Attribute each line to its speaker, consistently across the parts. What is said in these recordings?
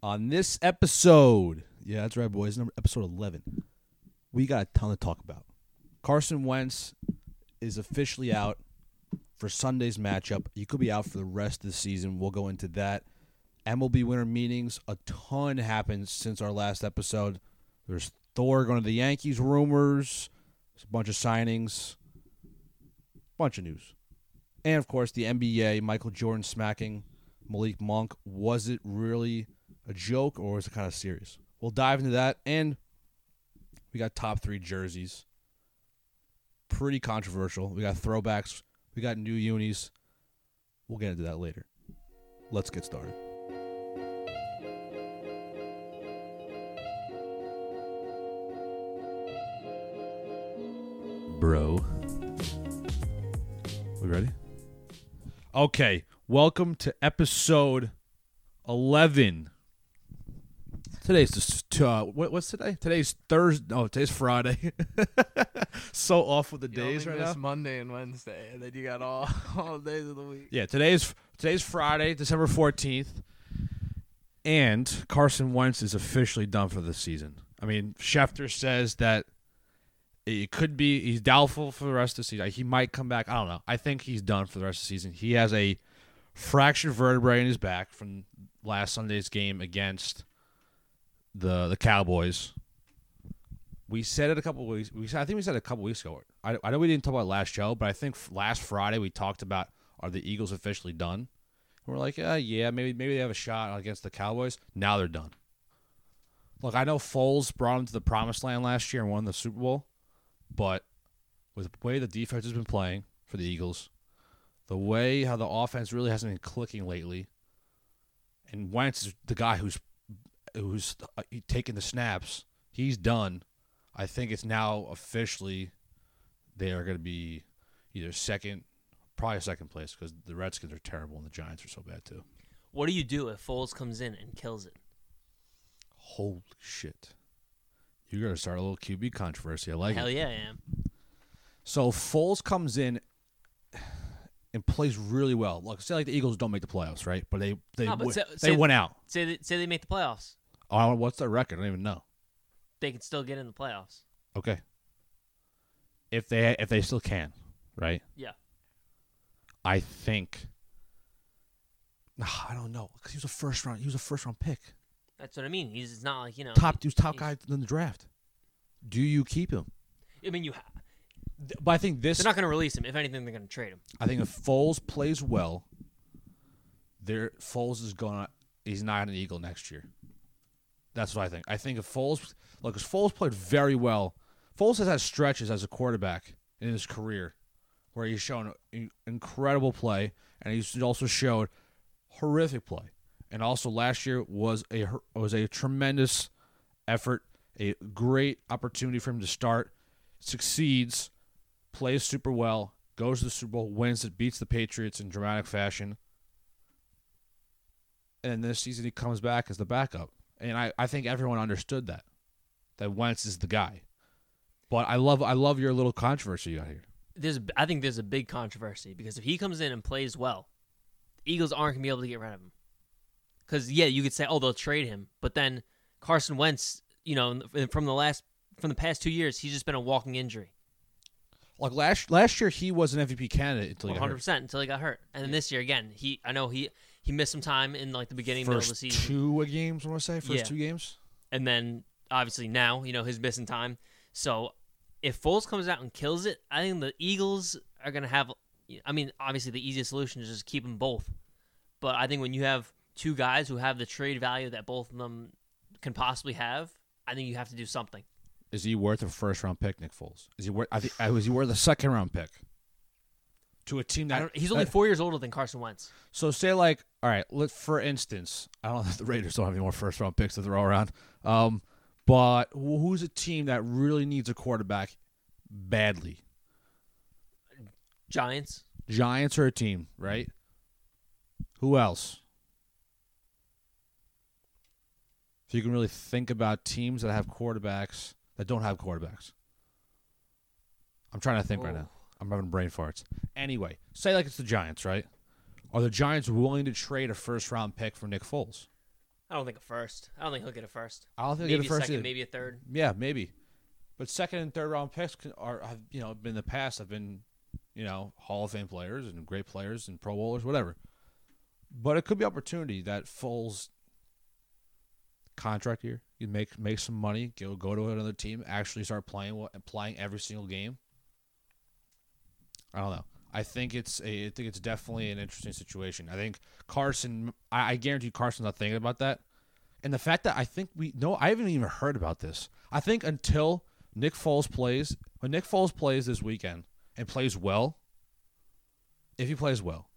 Speaker 1: On this episode, yeah, that's right, boys. Number episode eleven, we got a ton to talk about. Carson Wentz is officially out for Sunday's matchup. He could be out for the rest of the season. We'll go into that. MLB winter meetings. A ton happened since our last episode. There's Thor going to the Yankees rumors. There's a bunch of signings. Bunch of news. And of course, the NBA, Michael Jordan smacking Malik Monk. Was it really a joke or was it kind of serious? We'll dive into that. And we got top three jerseys. Pretty controversial. We got throwbacks. We got new unis. We'll get into that later. Let's get started. Bro. We ready? Okay. Welcome to episode 11. Today's just uh, what, what's today? Today's Thursday. No, today's Friday. so off with the
Speaker 2: You
Speaker 1: days
Speaker 2: only
Speaker 1: right now.
Speaker 2: miss Monday and Wednesday, and then you got all all days of the week.
Speaker 1: Yeah, today's today's Friday, December fourteenth, and Carson Wentz is officially done for the season. I mean, Schefter says that it could be he's doubtful for the rest of the season. He might come back. I don't know. I think he's done for the rest of the season. He has a fractured vertebrae in his back from last Sunday's game against the the Cowboys. We said it a couple weeks. We said, I think we said it a couple weeks ago. I, I know we didn't talk about it last show, but I think f- last Friday we talked about are the Eagles officially done? And we're like, uh, yeah, maybe maybe they have a shot against the Cowboys. Now they're done. Look, I know Foles brought them to the promised land last year and won the Super Bowl, but with the way the defense has been playing for the Eagles, the way how the offense really hasn't been clicking lately, and Wentz is the guy who's who's uh, taking the snaps. He's done. I think it's now officially they are going to be either second, probably second place because the Redskins are terrible and the Giants are so bad too.
Speaker 3: What do you do if Foles comes in and kills it?
Speaker 1: Holy shit! You're going to start a little QB controversy. I like it.
Speaker 3: Hell yeah, I am.
Speaker 1: So Foles comes in and plays really well. Look, say like the Eagles don't make the playoffs, right? But they they
Speaker 3: No, but
Speaker 1: win-
Speaker 3: say-
Speaker 1: they
Speaker 3: say-
Speaker 1: went out.
Speaker 3: Say they, say they make the playoffs,
Speaker 1: Oh, what's their record? I don't even know.
Speaker 3: they can still get in the playoffs.
Speaker 1: Okay. If they if they still can, right?
Speaker 3: Yeah,
Speaker 1: I think. Ah, I don't know because he was a first round. He was a first round pick.
Speaker 3: that's what I mean. He's it's not like you know
Speaker 1: Top he was top
Speaker 3: he's-
Speaker 1: guy in the draft. Do you keep him?
Speaker 3: I mean, you ha-
Speaker 1: But I think this.
Speaker 3: they're not going to release him. If anything, they're going to trade him.
Speaker 1: I think if Foles plays well, there Foles is gonna. He's not an Eagle next year. That's what I think. I think if Foles, look, 'cause Foles played very well. Foles has had stretches as a quarterback in his career where he's shown in- incredible play, and he's also showed horrific play. And also last year was a hor- was a tremendous effort, a great opportunity for him to start, succeeds, plays super well, goes to the Super Bowl, wins it, beats the Patriots in dramatic fashion. And this season he comes back as the backup. And I, I think everyone understood that. That Wentz is the guy. But I love I love your little controversy you got here.
Speaker 3: There's a- I think there's a big controversy because if he comes in and plays well, the Eagles aren't going to be able to get rid of him. Because yeah, you could say oh they'll trade him, but then Carson Wentz, you know, in the- from the last from the past two years, he's just been a walking injury,
Speaker 1: Like last last year he was an MVP candidate until he got
Speaker 3: 100
Speaker 1: hurt.
Speaker 3: percent until he got hurt. And then this year again, he I know he he missed some time in like the beginning middle of the
Speaker 1: First
Speaker 3: season.
Speaker 1: two games, I want to say. First
Speaker 3: Yeah.
Speaker 1: two games.
Speaker 3: and then obviously now you know his missing time. So if Foles comes out and kills it, I think the Eagles are gonna have. I mean, obviously the easiest solution is just keep them both. But I think when you have two guys who have the trade value that both of them can possibly have, I think you have to do something.
Speaker 1: Is he worth a first round pick, Nick Foles? Is he worth I think was he worth a second round pick? To a team that
Speaker 3: I don't, he's only
Speaker 1: that-
Speaker 3: four years older than Carson Wentz.
Speaker 1: So say like, all right, let for instance, I don't know if the Raiders don't have any more first round picks to throw around. Um, but wh- who's a team that really needs a quarterback badly?
Speaker 3: Giants,
Speaker 1: Giants are a team, right? Who else? If you can really think about teams that have quarterbacks that don't have quarterbacks. I'm trying to think right
Speaker 3: Oh.
Speaker 1: now. I'm having brain farts. Anyway, say like it's the Giants, right? Are the Giants willing to trade a first round pick for Nick Foles?
Speaker 3: I don't think a first. I don't think he'll get a first.
Speaker 1: I don't think
Speaker 3: Maybe
Speaker 1: he'll
Speaker 3: a
Speaker 1: get a first
Speaker 3: second,
Speaker 1: either.
Speaker 3: maybe a third.
Speaker 1: Yeah, maybe. But second and third round picks can, are have you know been in the past have been, you know, Hall of Fame players and great players and Pro Bowlers, whatever. But it could be opportunity that Foles contract year you make make some money, go go to another team, actually start playing what playing every single game. I don't know. I think it's a, I think it's definitely an interesting situation. I think Carson. I, I guarantee Carson's not thinking about that. And the fact that I think we no, I haven't even heard about this. I think until Nick Foles plays, when Nick Foles plays this weekend and plays well, if he plays well,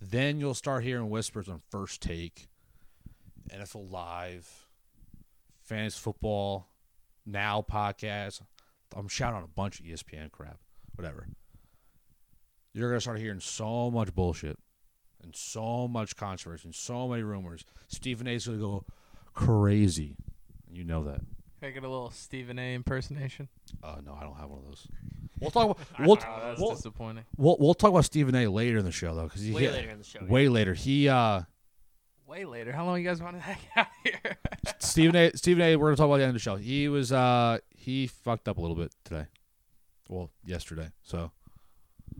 Speaker 1: then you'll start hearing whispers on first take, NFL Live, Fantasy Football, Now podcast. I'm shouting on a bunch of E ESPN crap, whatever. You're gonna start hearing so much bullshit and so much controversy and so many rumors. Stephen A's gonna go crazy. You know that.
Speaker 2: Can I get a little Stephen A. impersonation?
Speaker 1: Uh, no, I don't have one of those. We'll talk about we'll,
Speaker 2: Oh, that's
Speaker 1: we'll,
Speaker 2: disappointing.
Speaker 1: we'll, we'll talk about Stephen A. later in the show though, because
Speaker 3: Way later in the show. yeah.
Speaker 1: Way later. He uh,
Speaker 2: Way later. How long you guys want to hang out here?
Speaker 1: Stephen A. Stephen A. We're gonna talk about the end of the show. He was uh, he fucked up a little bit today. Well, yesterday. So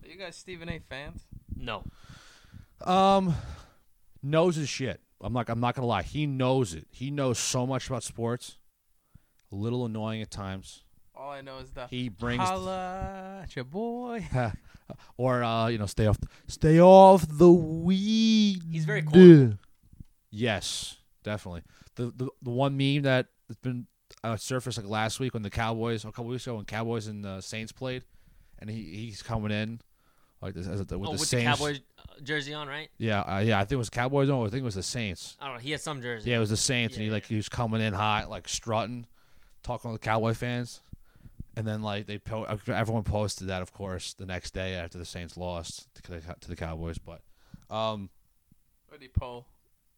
Speaker 2: Are you guys Stephen A. fans?
Speaker 3: No. Oh,
Speaker 1: Um, knows his shit. I'm not. I'm not gonna lie. He knows it. He knows so much about sports. A little annoying at times.
Speaker 2: All I know is that
Speaker 1: He brings,
Speaker 2: holla at your boy.
Speaker 1: or uh, you know, stay off, stay off the weed.
Speaker 3: He's very corny.
Speaker 1: Yes, definitely. The, the the one meme that has been uh, surfaced like last week when the Cowboys, a couple weeks ago when Cowboys and the Saints played, and he, he's coming in like this, as a- with
Speaker 3: oh,
Speaker 1: the
Speaker 3: with
Speaker 1: Saints.
Speaker 3: the Cowboys uh, jersey on, right?
Speaker 1: Yeah, uh, yeah. I think it was Cowboys. No, I think it was the Saints.
Speaker 3: I don't know. He had some jersey.
Speaker 1: Yeah, it was the Saints, and he
Speaker 3: Yeah,
Speaker 1: like he was coming in hot, like strutting, talking to the Cowboy fans, and then like they po- everyone posted that, of course, the next day after the Saints lost to the, to the Cowboys. But um,
Speaker 2: What did he pull?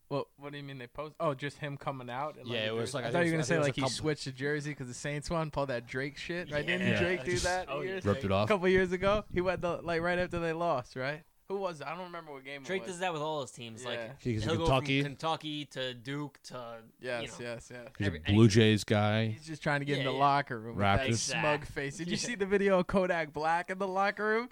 Speaker 2: What What do you mean they post? Oh, just him coming out. And
Speaker 1: Yeah,
Speaker 2: like
Speaker 1: it
Speaker 2: the
Speaker 1: was
Speaker 2: jersey.
Speaker 1: like-
Speaker 2: I,
Speaker 1: I
Speaker 2: thought
Speaker 1: think it
Speaker 2: you were gonna
Speaker 1: was- I
Speaker 2: say
Speaker 1: think it
Speaker 2: like
Speaker 1: was a
Speaker 2: he
Speaker 1: couple-
Speaker 2: switched the jersey because the Saints won. Pulled that Drake shit, right?
Speaker 3: Yeah.
Speaker 2: Didn't Drake do
Speaker 3: Just-
Speaker 2: that
Speaker 3: oh, yeah.
Speaker 2: years-
Speaker 1: ripped it off.
Speaker 2: a couple years ago? He went the, like right after they lost, right? Who was? it? I don't remember what game.
Speaker 3: Drake
Speaker 2: it was.
Speaker 3: does that with all his teams.
Speaker 2: Yeah.
Speaker 3: Like
Speaker 1: He's a
Speaker 3: he'll
Speaker 1: Kentucky.
Speaker 3: go from Kentucky to Duke to
Speaker 2: Yes,
Speaker 3: you know,
Speaker 2: yes, yes.
Speaker 1: He's
Speaker 3: Every-
Speaker 1: a Blue Jays guy.
Speaker 2: He's just trying to get in
Speaker 3: Yeah,
Speaker 2: the
Speaker 3: yeah.
Speaker 2: locker room with that
Speaker 1: Raptors.
Speaker 2: smug face. Did you see the video of Kodak Black in the locker room?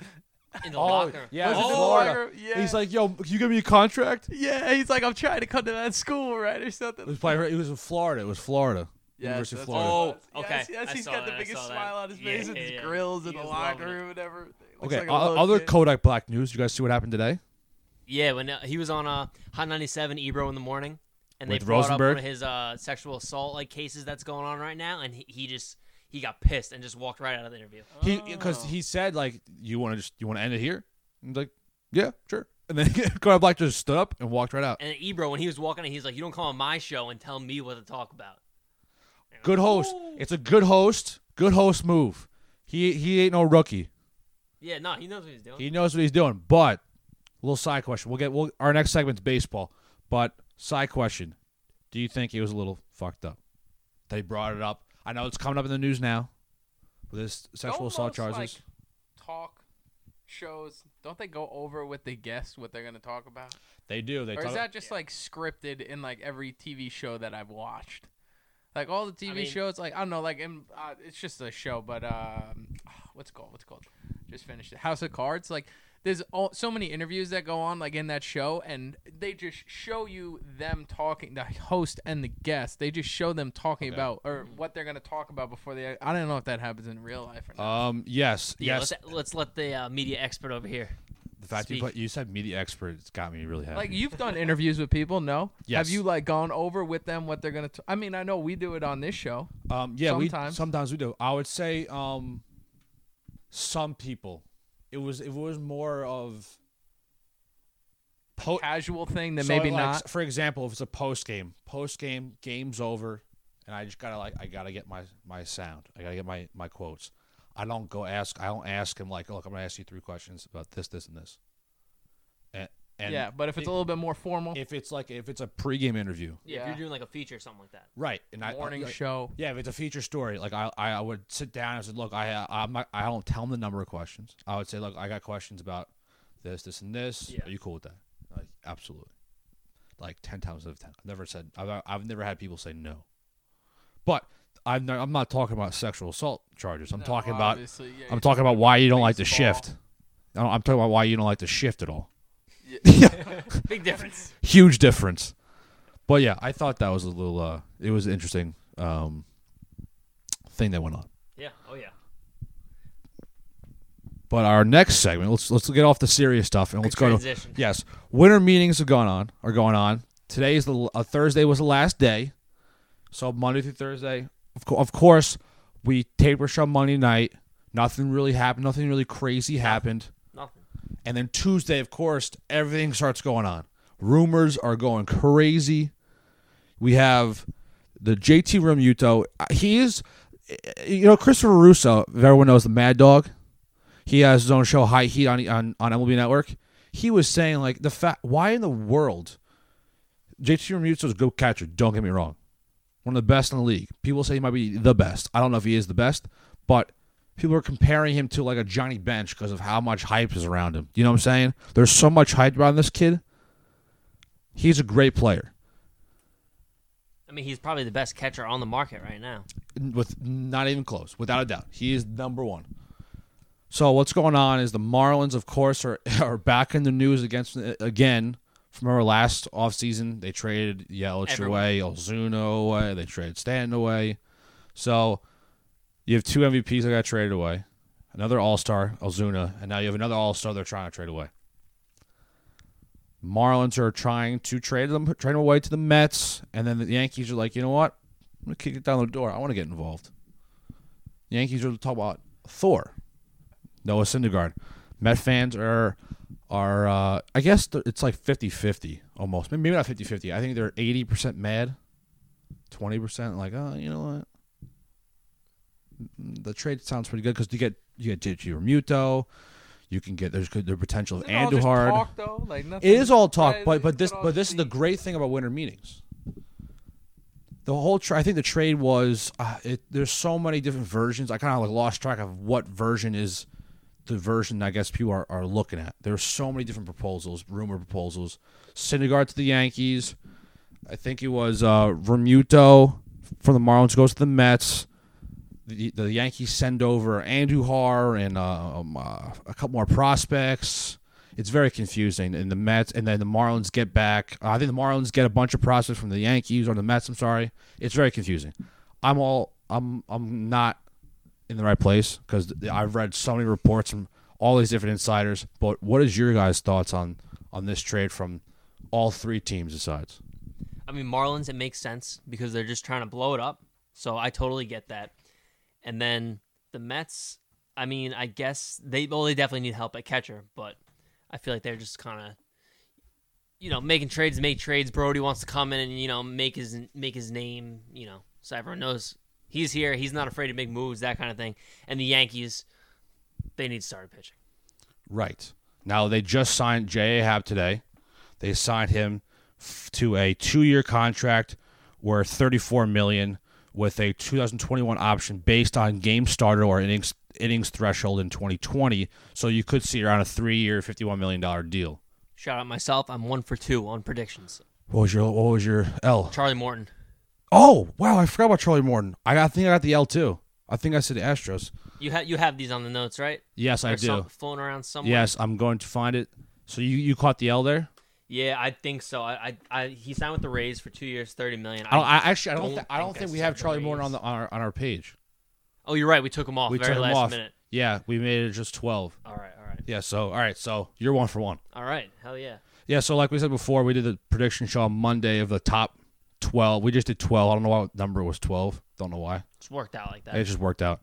Speaker 3: in the
Speaker 1: Oh,
Speaker 3: locker.
Speaker 1: yeah,
Speaker 2: Was
Speaker 1: it's
Speaker 2: it
Speaker 1: Oh,
Speaker 2: the
Speaker 3: oh,
Speaker 1: Florida.
Speaker 2: locker room? Yeah.
Speaker 1: He's like, yo, can you give me a contract?
Speaker 2: yeah. He's like, I'm trying to come to that school, right, or something.
Speaker 1: It was probably, it was in Florida. It was Florida. University of
Speaker 2: that's
Speaker 1: Florida.
Speaker 2: what it
Speaker 3: Oh,
Speaker 2: was.
Speaker 3: okay.
Speaker 2: Yes, yes
Speaker 3: I
Speaker 2: he's
Speaker 3: saw
Speaker 2: got
Speaker 3: that, I
Speaker 2: the biggest
Speaker 3: saw that.
Speaker 2: smile on his
Speaker 3: Yeah,
Speaker 2: face and
Speaker 3: yeah,
Speaker 2: his
Speaker 3: yeah.
Speaker 2: grills
Speaker 3: He
Speaker 2: in the
Speaker 3: was
Speaker 2: locker
Speaker 3: loving it.
Speaker 2: room and everything. Looks
Speaker 1: okay,
Speaker 2: like a
Speaker 1: o-
Speaker 2: little
Speaker 1: other
Speaker 2: kid.
Speaker 1: Kodak Black news. You guys see what happened today?
Speaker 3: yeah. When uh, he was on uh, Hot 97 Ebro in the morning, and they
Speaker 1: With
Speaker 3: brought
Speaker 1: Rosenberg?
Speaker 3: up one of his uh, sexual assault like cases that's going on right now, and he, he just he got pissed and just walked right out of the interview.
Speaker 1: He because
Speaker 2: Oh.
Speaker 1: he said like, you want to just you want to end it here? I'm like, yeah, sure. And then Kodak Black just stood up and walked right out.
Speaker 3: And Ebro, when he was walking, in, he's like, "You don't come on my show and tell me what to talk about."
Speaker 1: Good host. It's a good host. Good host move. He he ain't no rookie.
Speaker 3: Yeah, no, he knows what he's doing.
Speaker 1: He knows what he's doing. But little side question. We'll get we'll, our next segment's baseball. But side question. Do you think he was a little fucked up? They brought it up. I know it's coming up in the news now with this sexual assault
Speaker 2: Almost
Speaker 1: charges.
Speaker 2: Like talk shows. Don't they go over with the guests what they're going to talk about?
Speaker 1: they do. They
Speaker 2: or is
Speaker 1: talk,
Speaker 2: that just like scripted in like every TV show that I've watched? Like all the TV
Speaker 3: mean-
Speaker 2: shows, like I don't know, like in, uh, it's just a show, but um, what's it called? What's it called? Just finished it. House of Cards. Like there's all, so many interviews that go on like in that show, and they just show you them talking, the host and the guest. They just show them talking
Speaker 1: Okay.
Speaker 2: about or what they're gonna talk about before they. I don't know if that happens in real life or not.
Speaker 1: um yes,
Speaker 3: Yeah,
Speaker 1: yes.
Speaker 3: let's, let's let the uh, media expert over here.
Speaker 1: The fact you
Speaker 3: speak.
Speaker 1: put you said media expert, it's got me really happy.
Speaker 2: Like you've done interviews with people, no?
Speaker 1: Oh, Yes.
Speaker 2: Have you like gone over with them what they're gonna? T- I mean, I know we do it on this show.
Speaker 1: Um, yeah, we
Speaker 2: Sometimes.
Speaker 1: sometimes we do. I would say um, some people. It was it was more of po-
Speaker 2: casual thing that
Speaker 1: so,
Speaker 2: maybe
Speaker 1: like,
Speaker 2: not.
Speaker 1: For example, if it's a post game, post game, game's over, and I just gotta like I gotta get my my sound. I gotta get my my quotes. I don't go ask. I don't ask him like, look, I'm gonna ask you three questions about this, this, and this. And, and
Speaker 2: yeah, but if it's a little bit more formal,
Speaker 1: if it's like if it's a pregame interview,
Speaker 3: Yeah, if
Speaker 2: Yeah.
Speaker 3: you're doing like a feature or something like that.
Speaker 1: right? And I-
Speaker 2: morning
Speaker 1: I, like,
Speaker 2: show.
Speaker 1: Yeah, if it's a feature story, like I, I I would sit down and say, look, I, uh, I'm not, I don't tell them the number of questions. I would say, look, I got questions about this, this, and this.
Speaker 3: Yeah.
Speaker 1: Are you cool with that? Like, absolutely. like ten times out of ten. I've never said I've I've never had people say no. But I'm not, I'm not talking about sexual assault charges. I'm
Speaker 2: No,
Speaker 1: talking about
Speaker 2: uh, obviously, yeah,
Speaker 1: I'm
Speaker 2: you're
Speaker 1: talking about why you don't like the
Speaker 2: baseball.
Speaker 1: shift. I don't- I'm talking about why you don't like the shift at all.
Speaker 3: Big difference.
Speaker 1: Huge difference. But yeah, I thought that was a little. Uh, it was an interesting um, thing that went on.
Speaker 3: Yeah. Oh yeah.
Speaker 1: But our next segment, let's let's get off the serious stuff and let's go to
Speaker 3: transition.
Speaker 1: yes, winter meetings are going on are going on. Today is the uh, Thursday was the last day, so Monday through Thursday. Of, co- of course, we taped our show Monday night. Nothing really happened. Nothing really crazy happened.
Speaker 3: Nothing.
Speaker 1: And then Tuesday, of course, everything starts going on. Rumors are going crazy. We have the JT Romuto. He is, you know, Christopher Russo. If everyone knows the Mad Dog. He has his own show, High Heat, on on, on MLB Network. He was saying like the fact, why in the world, JT Romuto is a good catcher. Don't get me wrong, one of the best in the league. People say he might be the best. I don't know if he is the best, but people are comparing him to like a Johnny Bench because of how much hype is around him. You know what I'm saying? There's so much hype around this kid. He's a great player
Speaker 3: I mean, he's probably the best catcher on the market right now.
Speaker 1: with not even close, without a doubt. He is number one. So what's going on is the Marlins, of course, are are back in the news against again. From our last offseason, they traded Yelich
Speaker 3: Everyone.
Speaker 1: away, Ozuna away, they traded Stanton away. So you have two MVPs that got traded away, another All Star, Ozuna, and now you have another All Star they're trying to trade away. Marlins are trying to trade them, trade them away to the Mets, and then the Yankees are like, you know what? I'm gonna kick it down the door. I want to get involved. Yankees are talking about Thor, Noah Syndergaard. Met fans are are uh, I guess th- it's like 50-50 almost. Maybe not 50-50. I think they're eighty percent mad, twenty percent like oh you know what. Mm, The trade sounds pretty good because you get you get JT Remuto, you can get there's good the potential of
Speaker 2: Isn't it all just
Speaker 1: Anduhard.
Speaker 2: talk, though? Like, nothing-
Speaker 1: It is all talk,
Speaker 2: Right,
Speaker 1: but
Speaker 2: it
Speaker 1: but this
Speaker 2: could all
Speaker 1: but this
Speaker 2: just
Speaker 1: is the
Speaker 2: be-
Speaker 1: great thing about winter meetings. The whole tra- I think the trade was uh, it, there's so many different versions. I kind of like lost track of what version is the version I guess people are, are looking at. There's so many different proposals, rumor proposals. Syndergaard to the Yankees. I think it was uh, Remuto from the Marlins goes to the Mets. The, the Yankees send over Andujar and uh, um, uh, a couple more prospects. It's very confusing. And the Mets and then the Marlins get back. I think the Marlins get a bunch of prospects from the Yankees or the Mets. I'm sorry. It's very confusing. I'm all I'm I'm not in the right place because I've read so many reports from all these different insiders. But what is your guys' thoughts on on this trade from all three teams besides?
Speaker 3: I mean, Marlins, it makes sense because they're just trying to blow it up. So I totally get that. And then the Mets, I mean, I guess they well, they definitely need help at catcher, but I feel like they're just kind of, you know, making trades, to make trades. Brody wants to come in and you know make his make his name, you know, so everyone knows he's here. He's not afraid to make moves, that kind of thing. And the Yankees, they need to start pitching.
Speaker 1: Right. Now they just signed J. Ahab today. They signed him f- to a two-year contract worth 34 million with a 2021 option based on game starter or innings innings threshold in 2020. So you could see around a 3-year, 51 million dollar deal.
Speaker 3: Shout out myself. I'm one for two on predictions.
Speaker 1: What was your what was your L?
Speaker 3: Charlie Morton.
Speaker 1: Oh, wow, I forgot about Charlie Morton. I, got, I think I got the L too. I think I said Astros. You
Speaker 3: You have you have these on the notes, right?
Speaker 1: Yes, I
Speaker 3: They're some-
Speaker 1: do.
Speaker 3: flown around somewhere.
Speaker 1: Yes, I'm going to find it. So you you caught the L there?
Speaker 3: Yeah, I think so. I, I, I he signed with the Rays for two years, thirty million.
Speaker 1: Oh, I, don't, I actually I don't,
Speaker 3: don't
Speaker 1: thi- I don't
Speaker 3: think I
Speaker 1: think, we have
Speaker 3: said the
Speaker 1: Charlie Morton
Speaker 3: Rays.
Speaker 1: on the on our, on our page.
Speaker 3: oh, you're right. We took him off
Speaker 1: We
Speaker 3: very
Speaker 1: turned him
Speaker 3: last
Speaker 1: off.
Speaker 3: minute.
Speaker 1: Yeah, we made it just twelve.
Speaker 3: All right, all right,
Speaker 1: Yeah, so all right, so you're one for one.
Speaker 3: all right. Hell yeah.
Speaker 1: Yeah, so like we said before, we did the prediction show on Monday of the top twelve. We just did twelve. I don't know what number was twelve. Don't know why.
Speaker 3: It's worked out like that.
Speaker 1: It just worked out.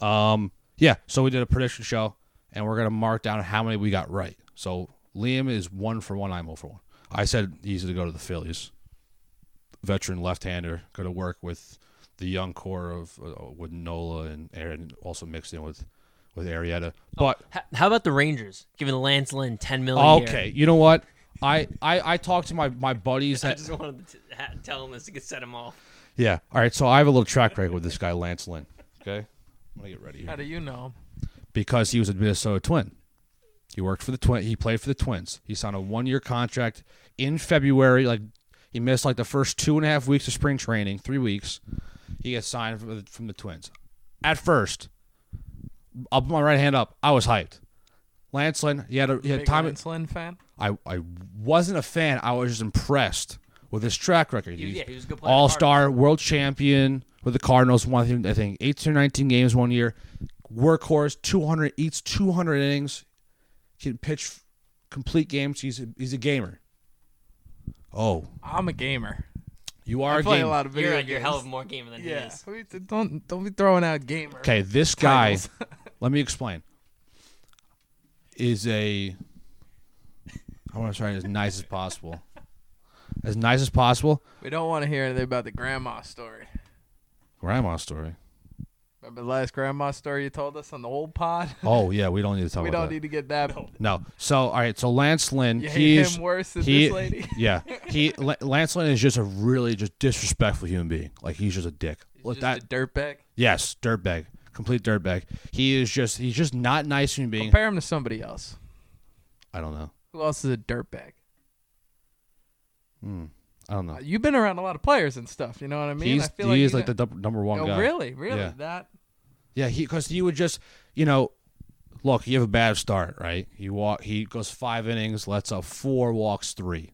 Speaker 1: Um, yeah, so we did a prediction show, and we're gonna mark down how many we got right. So Liam is one for one. I'm zero for one. I said he's to go to the Phillies. Veteran left-hander, going to work with the young core of uh, with Nola and Aaron, also mixed in with with Arietta. But
Speaker 3: H- how about the Rangers giving Lance Lynn ten million? a year?
Speaker 1: okay, you know what? I I I talked to my my buddies
Speaker 3: I
Speaker 1: that
Speaker 3: just wanted to ha- tell him this to set him off.
Speaker 1: yeah. All right, so I have a little track record with this guy Lance Lynn. Okay, I'm gonna get ready. Here.
Speaker 2: How do you know?
Speaker 1: because he was a Minnesota Twin. He worked for the Twin. He played for the Twins. He signed a one-year contract in February, like He missed like the first two and a half weeks of spring training, three weeks. He gets signed from the, from the Twins. At first, I'll put my right hand up. I was hyped. Lance Lynn, he had a, he had
Speaker 2: Big
Speaker 1: time.
Speaker 2: insulin fan.
Speaker 1: I, I wasn't a fan. I was just impressed with his track record.
Speaker 3: He- yeah, he was a good player at
Speaker 1: All star, world champion with the Cardinals. Won I think eighteen or nineteen games one year. Workhorse, two hundred eats, two hundred innings. Can pitch complete games. He's a, he's a gamer. Oh,
Speaker 2: I'm a gamer.
Speaker 1: you are
Speaker 2: I
Speaker 1: a
Speaker 2: play
Speaker 1: gamer.
Speaker 2: a lot of video
Speaker 3: You're,
Speaker 2: games.
Speaker 3: you're a hell of more gamer than he
Speaker 2: yeah.
Speaker 3: is.
Speaker 2: We- Don't don't be throwing out gamer.
Speaker 1: Okay, this guy.
Speaker 2: titles.
Speaker 1: let me explain. Is a. I want to try it as nice as possible. As nice as possible.
Speaker 2: We don't want to hear anything about the grandma story.
Speaker 1: Grandma story.
Speaker 2: Remember the last grandma story you told us on the old pod?
Speaker 1: Oh yeah, we don't need to talk
Speaker 2: we
Speaker 1: about
Speaker 2: don't
Speaker 1: that.
Speaker 2: need to get that.
Speaker 1: no. So all right. So Lance Lynn,
Speaker 2: You hate
Speaker 1: he's
Speaker 2: him worse than
Speaker 1: he,
Speaker 2: this lady?
Speaker 1: yeah. He La- Lance Lynn is just a really just disrespectful human being. Like he's just a dick. Look
Speaker 2: Just
Speaker 1: that.
Speaker 2: a dirtbag.
Speaker 1: yes, dirtbag. Complete dirtbag. He is just he's just not a nice human being.
Speaker 2: Compare him to somebody else.
Speaker 1: I don't know.
Speaker 2: Who else is a dirtbag? Uh,
Speaker 1: I don't know.
Speaker 2: You've been around a lot of players and stuff. You know what I mean?
Speaker 1: he's
Speaker 2: I
Speaker 1: he is like the dub- number one
Speaker 2: Oh,
Speaker 1: guy.
Speaker 2: really, really
Speaker 1: Yeah.
Speaker 2: that.
Speaker 1: Yeah, he because he would just you know, look, you have a bad start, right? He walk, he goes five innings, lets up four, walks three,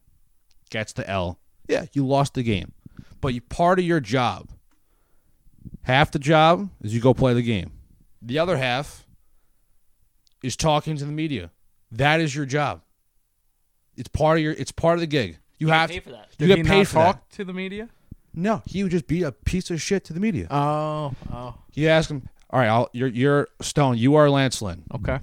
Speaker 1: gets the L. Yeah, you lost the game, but you part of your job, half the job is you go play the game, the other half is talking to the media. That is your job. It's part of your. It's part of the gig. You have
Speaker 3: pay for that.
Speaker 1: You
Speaker 2: Did
Speaker 1: get
Speaker 2: he
Speaker 1: paid
Speaker 2: not
Speaker 1: for
Speaker 2: talk
Speaker 1: that.
Speaker 2: to the media?
Speaker 1: No, he would just be a piece of shit to the media.
Speaker 2: Oh, oh,
Speaker 1: You ask him, all right, I'll, you're you're Stone. You are Lance Lynn.
Speaker 2: okay.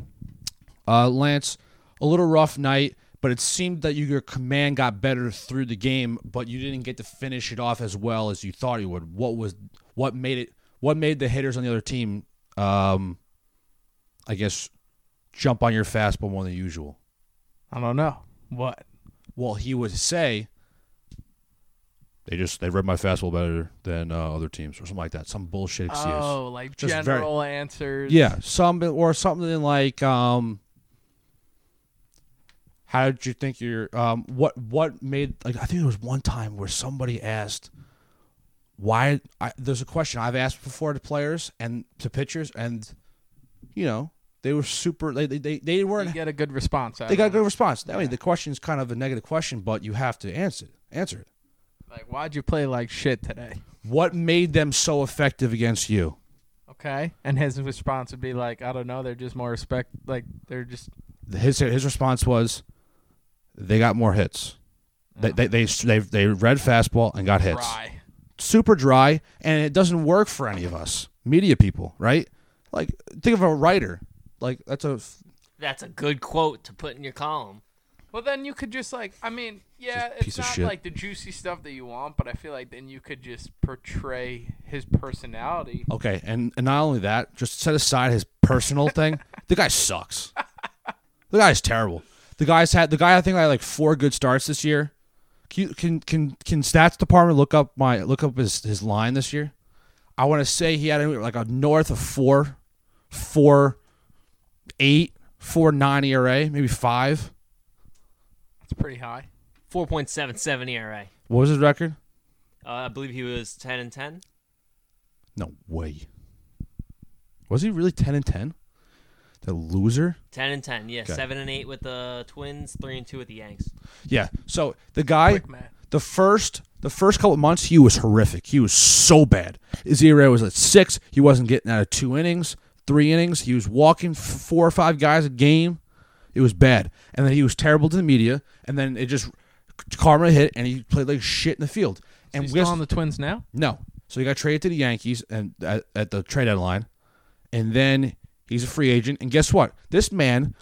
Speaker 1: Uh, Lance, a little rough night, but it seemed that your command got better through the game, but you didn't get to finish it off as well as you thought you would. What was what made it? What made the hitters on the other team, um, I guess, jump on your fastball more than usual?
Speaker 2: I don't know what.
Speaker 1: Well, he would say, they just they read my fastball better than uh, other teams or something like that. Some bullshit excuse.
Speaker 2: Oh, like
Speaker 1: Just very-
Speaker 2: general answers.
Speaker 1: Yeah, some or something like um how did you think your um what what made like I think there was one time where somebody asked why I, there's a question I've asked before to players and to pitchers and you know they were super they they they, they
Speaker 2: You
Speaker 1: weren't
Speaker 2: get a good response. Out
Speaker 1: they
Speaker 2: of
Speaker 1: got a
Speaker 2: it.
Speaker 1: good response. I mean the question's kind of a negative question but you have to answer it, answer it.
Speaker 2: Like, why'd you play like shit today?
Speaker 1: What made them so effective against you?
Speaker 2: Okay, and his response would be like, I don't know. They're just more respect. Like they're just
Speaker 1: his his response was, they got more hits. They they they they, they read fastball and got hits.
Speaker 2: dry.
Speaker 1: Super dry, and it doesn't work for any of us media people, right? Like think of a writer. Like that's a
Speaker 3: That's a good quote to put in your column.
Speaker 2: Well, then you could just like, I mean, yeah,
Speaker 1: Just piece
Speaker 2: it's
Speaker 1: of
Speaker 2: not
Speaker 1: shit.
Speaker 2: like the juicy stuff that you want, but I feel like then you could just portray his personality.
Speaker 1: okay. And and not only that, just set aside his personal thing. The guy sucks. The guy is terrible. The guy's had the guy I think had like four good starts this year. Can you, can can can stats department look up my look up his his line this year? I want to say he had like a north of four, four, eight, four nine ERA, maybe five.
Speaker 2: It's pretty high.
Speaker 3: 4.77 ERA.
Speaker 1: What was his record?
Speaker 3: E Uh, I believe he was 10 and 10.
Speaker 1: No way. Was he really ten and ten? The loser.
Speaker 3: 10 and 10. Yeah,
Speaker 1: Okay.
Speaker 3: 7 and 8 with the Twins, 3 and 2 with the Yanks.
Speaker 1: Yeah. So the guy,
Speaker 2: Quick math.
Speaker 1: the first, the first couple of months, he was horrific. He was so bad. His ERA was at six. He wasn't getting out of two innings, three innings. He was walking f- four or five guys a game. It was bad. And then he was terrible to the media. And then it just karma hit, and he played like shit in the field. And
Speaker 2: He's
Speaker 1: guess-
Speaker 2: still on the Twins now.
Speaker 1: no. So he got traded to the Yankees and at, at the trade deadline, and then he's a free agent. And guess what? This man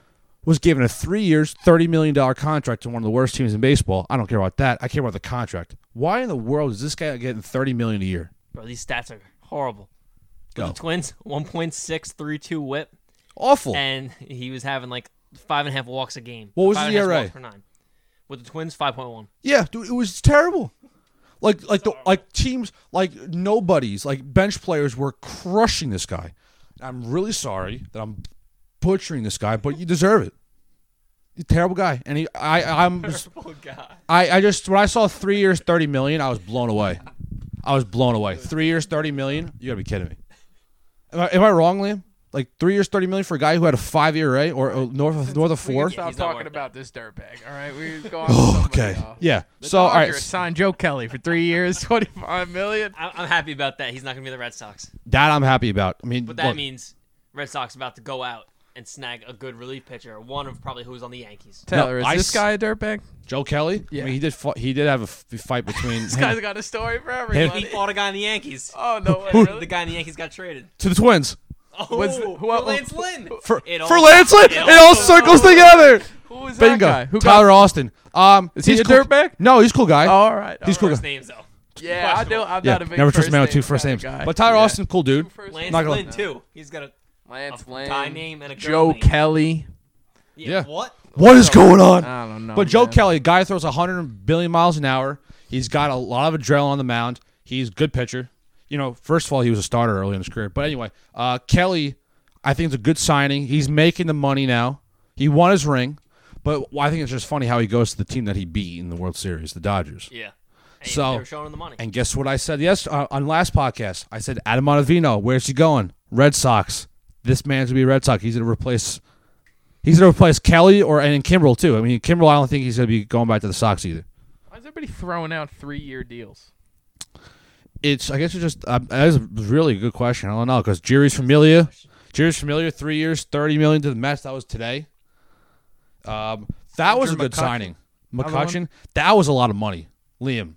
Speaker 1: was given a three years, thirty million dollar contract to one of the worst teams in baseball. I don't care about that. I care about the contract. Why in the world is this guy getting thirty million a year?
Speaker 3: Bro, these stats are horrible.
Speaker 1: Go.
Speaker 3: The Twins, 1.632 whip,
Speaker 1: Awful.
Speaker 3: and he was having like five and a half walks a game.
Speaker 1: What was
Speaker 3: Five
Speaker 1: his E
Speaker 3: and a half
Speaker 1: ERA?
Speaker 3: walks per nine. With the Twins, 5.1.
Speaker 1: yeah, dude, it was terrible. Like like the like teams like nobodies like bench players were crushing this guy. I'm really sorry that I'm butchering this guy, but you deserve it. terrible guy, and he I I'm just,
Speaker 3: Purple guy.
Speaker 1: I I just when I saw three years thirty million, I was blown away. I was blown away. Three years thirty million? You gotta be kidding me. Am I, am I wrong, Liam? Like three years thirty million for a guy who had a five year ERA or or north of north of four?
Speaker 2: Stop
Speaker 3: he's not
Speaker 2: talking
Speaker 3: worth it.
Speaker 2: about this dirtbag. All right, we go on. to somebody
Speaker 1: Okay,
Speaker 2: else.
Speaker 1: yeah.
Speaker 2: The
Speaker 1: So all right,
Speaker 2: Dodgers
Speaker 1: s-
Speaker 2: signed Joe Kelly for three years, twenty-five million.
Speaker 3: I- I'm happy about that. He's not gonna be the Red Sox,
Speaker 1: that I'm happy about. I mean,
Speaker 3: but that
Speaker 1: look,
Speaker 3: means Red Sox about to go out and snag a good relief pitcher, one of probably who's on the Yankees.
Speaker 2: Taylor, is
Speaker 1: I
Speaker 2: this
Speaker 1: s-
Speaker 2: guy a dirtbag?
Speaker 1: Joe Kelly. I
Speaker 2: Yeah.
Speaker 1: mean, he did fi- he did have a f- fight between
Speaker 2: This guy's got a story for
Speaker 3: He
Speaker 2: everybody.
Speaker 3: fought a guy in the Yankees.
Speaker 2: Oh no way!
Speaker 1: Who-
Speaker 3: The
Speaker 2: really?
Speaker 3: guy in the Yankees got traded.
Speaker 1: to the Twins
Speaker 3: Oh,
Speaker 2: Was- who-
Speaker 3: who,
Speaker 2: who-
Speaker 3: Lance Lynn.
Speaker 1: for
Speaker 3: It all-
Speaker 1: for Lance Lynn.
Speaker 3: it
Speaker 1: It all,
Speaker 3: all-
Speaker 1: circles together.
Speaker 2: Who was that
Speaker 1: Bingo.
Speaker 2: guy? Who
Speaker 1: Tyler
Speaker 2: Got-
Speaker 1: Austin. Um, is
Speaker 2: he
Speaker 1: he's
Speaker 2: a
Speaker 1: cool.
Speaker 2: dirtbag?
Speaker 1: No, he's a cool guy.
Speaker 2: oh, all right, all
Speaker 1: He's cool
Speaker 2: right.
Speaker 1: guy.
Speaker 3: First names though.
Speaker 2: Yeah, I do.
Speaker 3: Questionable.
Speaker 2: I'm
Speaker 1: yeah,
Speaker 2: not a big
Speaker 1: never trust him out
Speaker 2: name
Speaker 1: with two first
Speaker 2: kinda
Speaker 1: names.
Speaker 2: guy.
Speaker 1: But Tyler
Speaker 2: Yeah.
Speaker 1: Austin, cool dude.
Speaker 2: First
Speaker 3: Lance
Speaker 1: Not gonna-
Speaker 3: Lynn too. He's got a
Speaker 2: Lance
Speaker 3: a guy name and a girl
Speaker 2: Joe
Speaker 3: name.
Speaker 2: Kelly.
Speaker 3: Yeah,
Speaker 1: Yeah.
Speaker 3: What?
Speaker 1: What is going on?
Speaker 2: I don't know.
Speaker 1: But Joe
Speaker 2: man.
Speaker 1: Kelly, a guy throws 100 billion miles an hour. He's got a lot of adrenaline on the mound. He's a good pitcher. You know, first of all, he was a starter early in his career. But anyway, uh, Kelly, I think it's a good signing. He's making the money now. He won his ring. But I think it's just funny how he goes to the team that he beat in the World Series, the Dodgers.
Speaker 3: Yeah. Hey,
Speaker 1: So-
Speaker 3: they were showing him the money.
Speaker 1: And guess what I said yes uh, on last podcast? I said Adam Ottavino, where's he going? Red Sox. This man's gonna be a Red Sox. He's gonna replace. He's gonna replace Kelly or and Kimbrel too. I mean Kimbrel, I don't think he's gonna be going back to the Sox either.
Speaker 2: Why is everybody throwing out three-year deals?
Speaker 1: It's I guess it's just uh, that is a really good question. I don't know because Jerry's familiar. Jerry's familiar. Three years, thirty million to the Mets. That was today. Um, that was a
Speaker 2: Andrew
Speaker 1: good
Speaker 2: McCutcheon.
Speaker 1: signing.
Speaker 2: Another one?
Speaker 1: McCutcheon. That was a lot of money, Liam.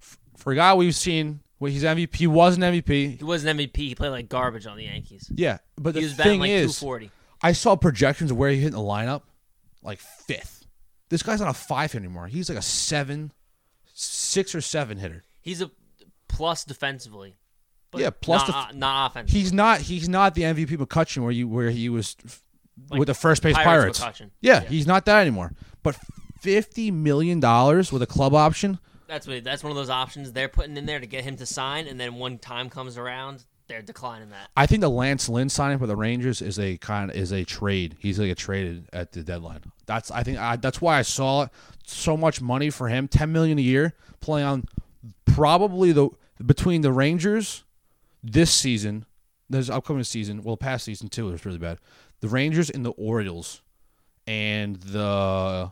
Speaker 1: F- For a guy we've seen, well, he's MVP. He was an MVP.
Speaker 3: He was an MVP. He played like garbage on the Yankees.
Speaker 1: Yeah, but
Speaker 3: He
Speaker 1: the
Speaker 3: was batting
Speaker 1: thing
Speaker 3: like
Speaker 1: is,
Speaker 3: 240.
Speaker 1: I saw projections of where he hit in the lineup, like fifth. This guy's not a five hitter anymore. He's like a seven, six or seven hitter.
Speaker 3: He's a plus defensively. But
Speaker 1: Yeah, plus
Speaker 3: not,
Speaker 1: def-
Speaker 3: not offensive.
Speaker 1: He's not. He's not the MVP McCutcheon where you where he was f-
Speaker 3: Like
Speaker 1: with the first base
Speaker 3: Pirates
Speaker 1: Pirates.
Speaker 3: McCutcheon.
Speaker 1: Yeah, he's not that anymore. But fifty million dollars with a club option.
Speaker 3: That's what, that's one of those options they're putting in there to get him to sign, and then when time comes around, they're declining that.
Speaker 1: I think the Lance Lynn signing for the Rangers is a kind is a trade. He's like a traded at the deadline. That's I think I, that's why I saw so much money for him, ten million a year, playing on probably the between the Rangers this season, this upcoming season, well past season too, it was really bad. The Rangers and the Orioles and the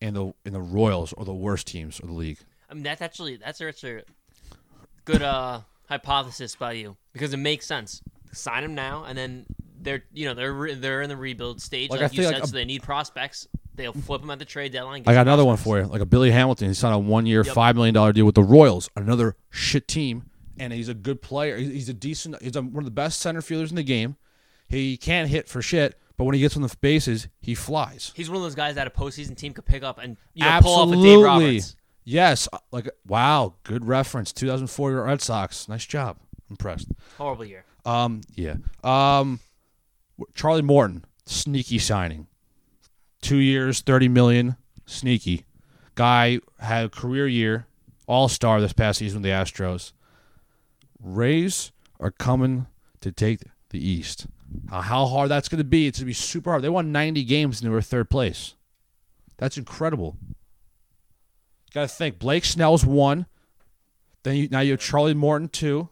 Speaker 1: and the and the Royals are the worst teams of the league.
Speaker 3: I mean, that's actually that's a- that's a good uh, hypothesis by you because it makes sense. Sign him now, and then they're you know they're re- they're in the rebuild stage,
Speaker 1: Like,
Speaker 3: like,
Speaker 1: I
Speaker 3: you
Speaker 1: feel
Speaker 3: said.
Speaker 1: like a-
Speaker 3: so they need prospects. They'll flip him at the trade deadline.
Speaker 1: I got another one for you, like a Billy Hamilton. He signed a one-year,
Speaker 3: Yep.
Speaker 1: five million dollar deal with the Royals, another shit team, and he's a good player. He- He's a decent. He's a, one of the best center fielders in the game. He can't hit for shit, but when he gets on the bases, he flies.
Speaker 3: He's one of those guys that a postseason team could pick up and you know, pull off a Dave Roberts.
Speaker 1: Yes. uh, Like wow, good reference. 2004 Red Sox. Nice job. Impressed.
Speaker 3: Horrible year.
Speaker 1: Um. Yeah. Um. Charlie Morton, sneaky signing. Two years, thirty million. Sneaky. Guy had a career year, all star this past season with the Astros. Rays are coming to take the East. Now, how hard that's going to be? It's going to be super hard. They won ninety games and they were third place. That's incredible. Got to think. Blake Snell's one. Then you, now you have Charlie Morton two.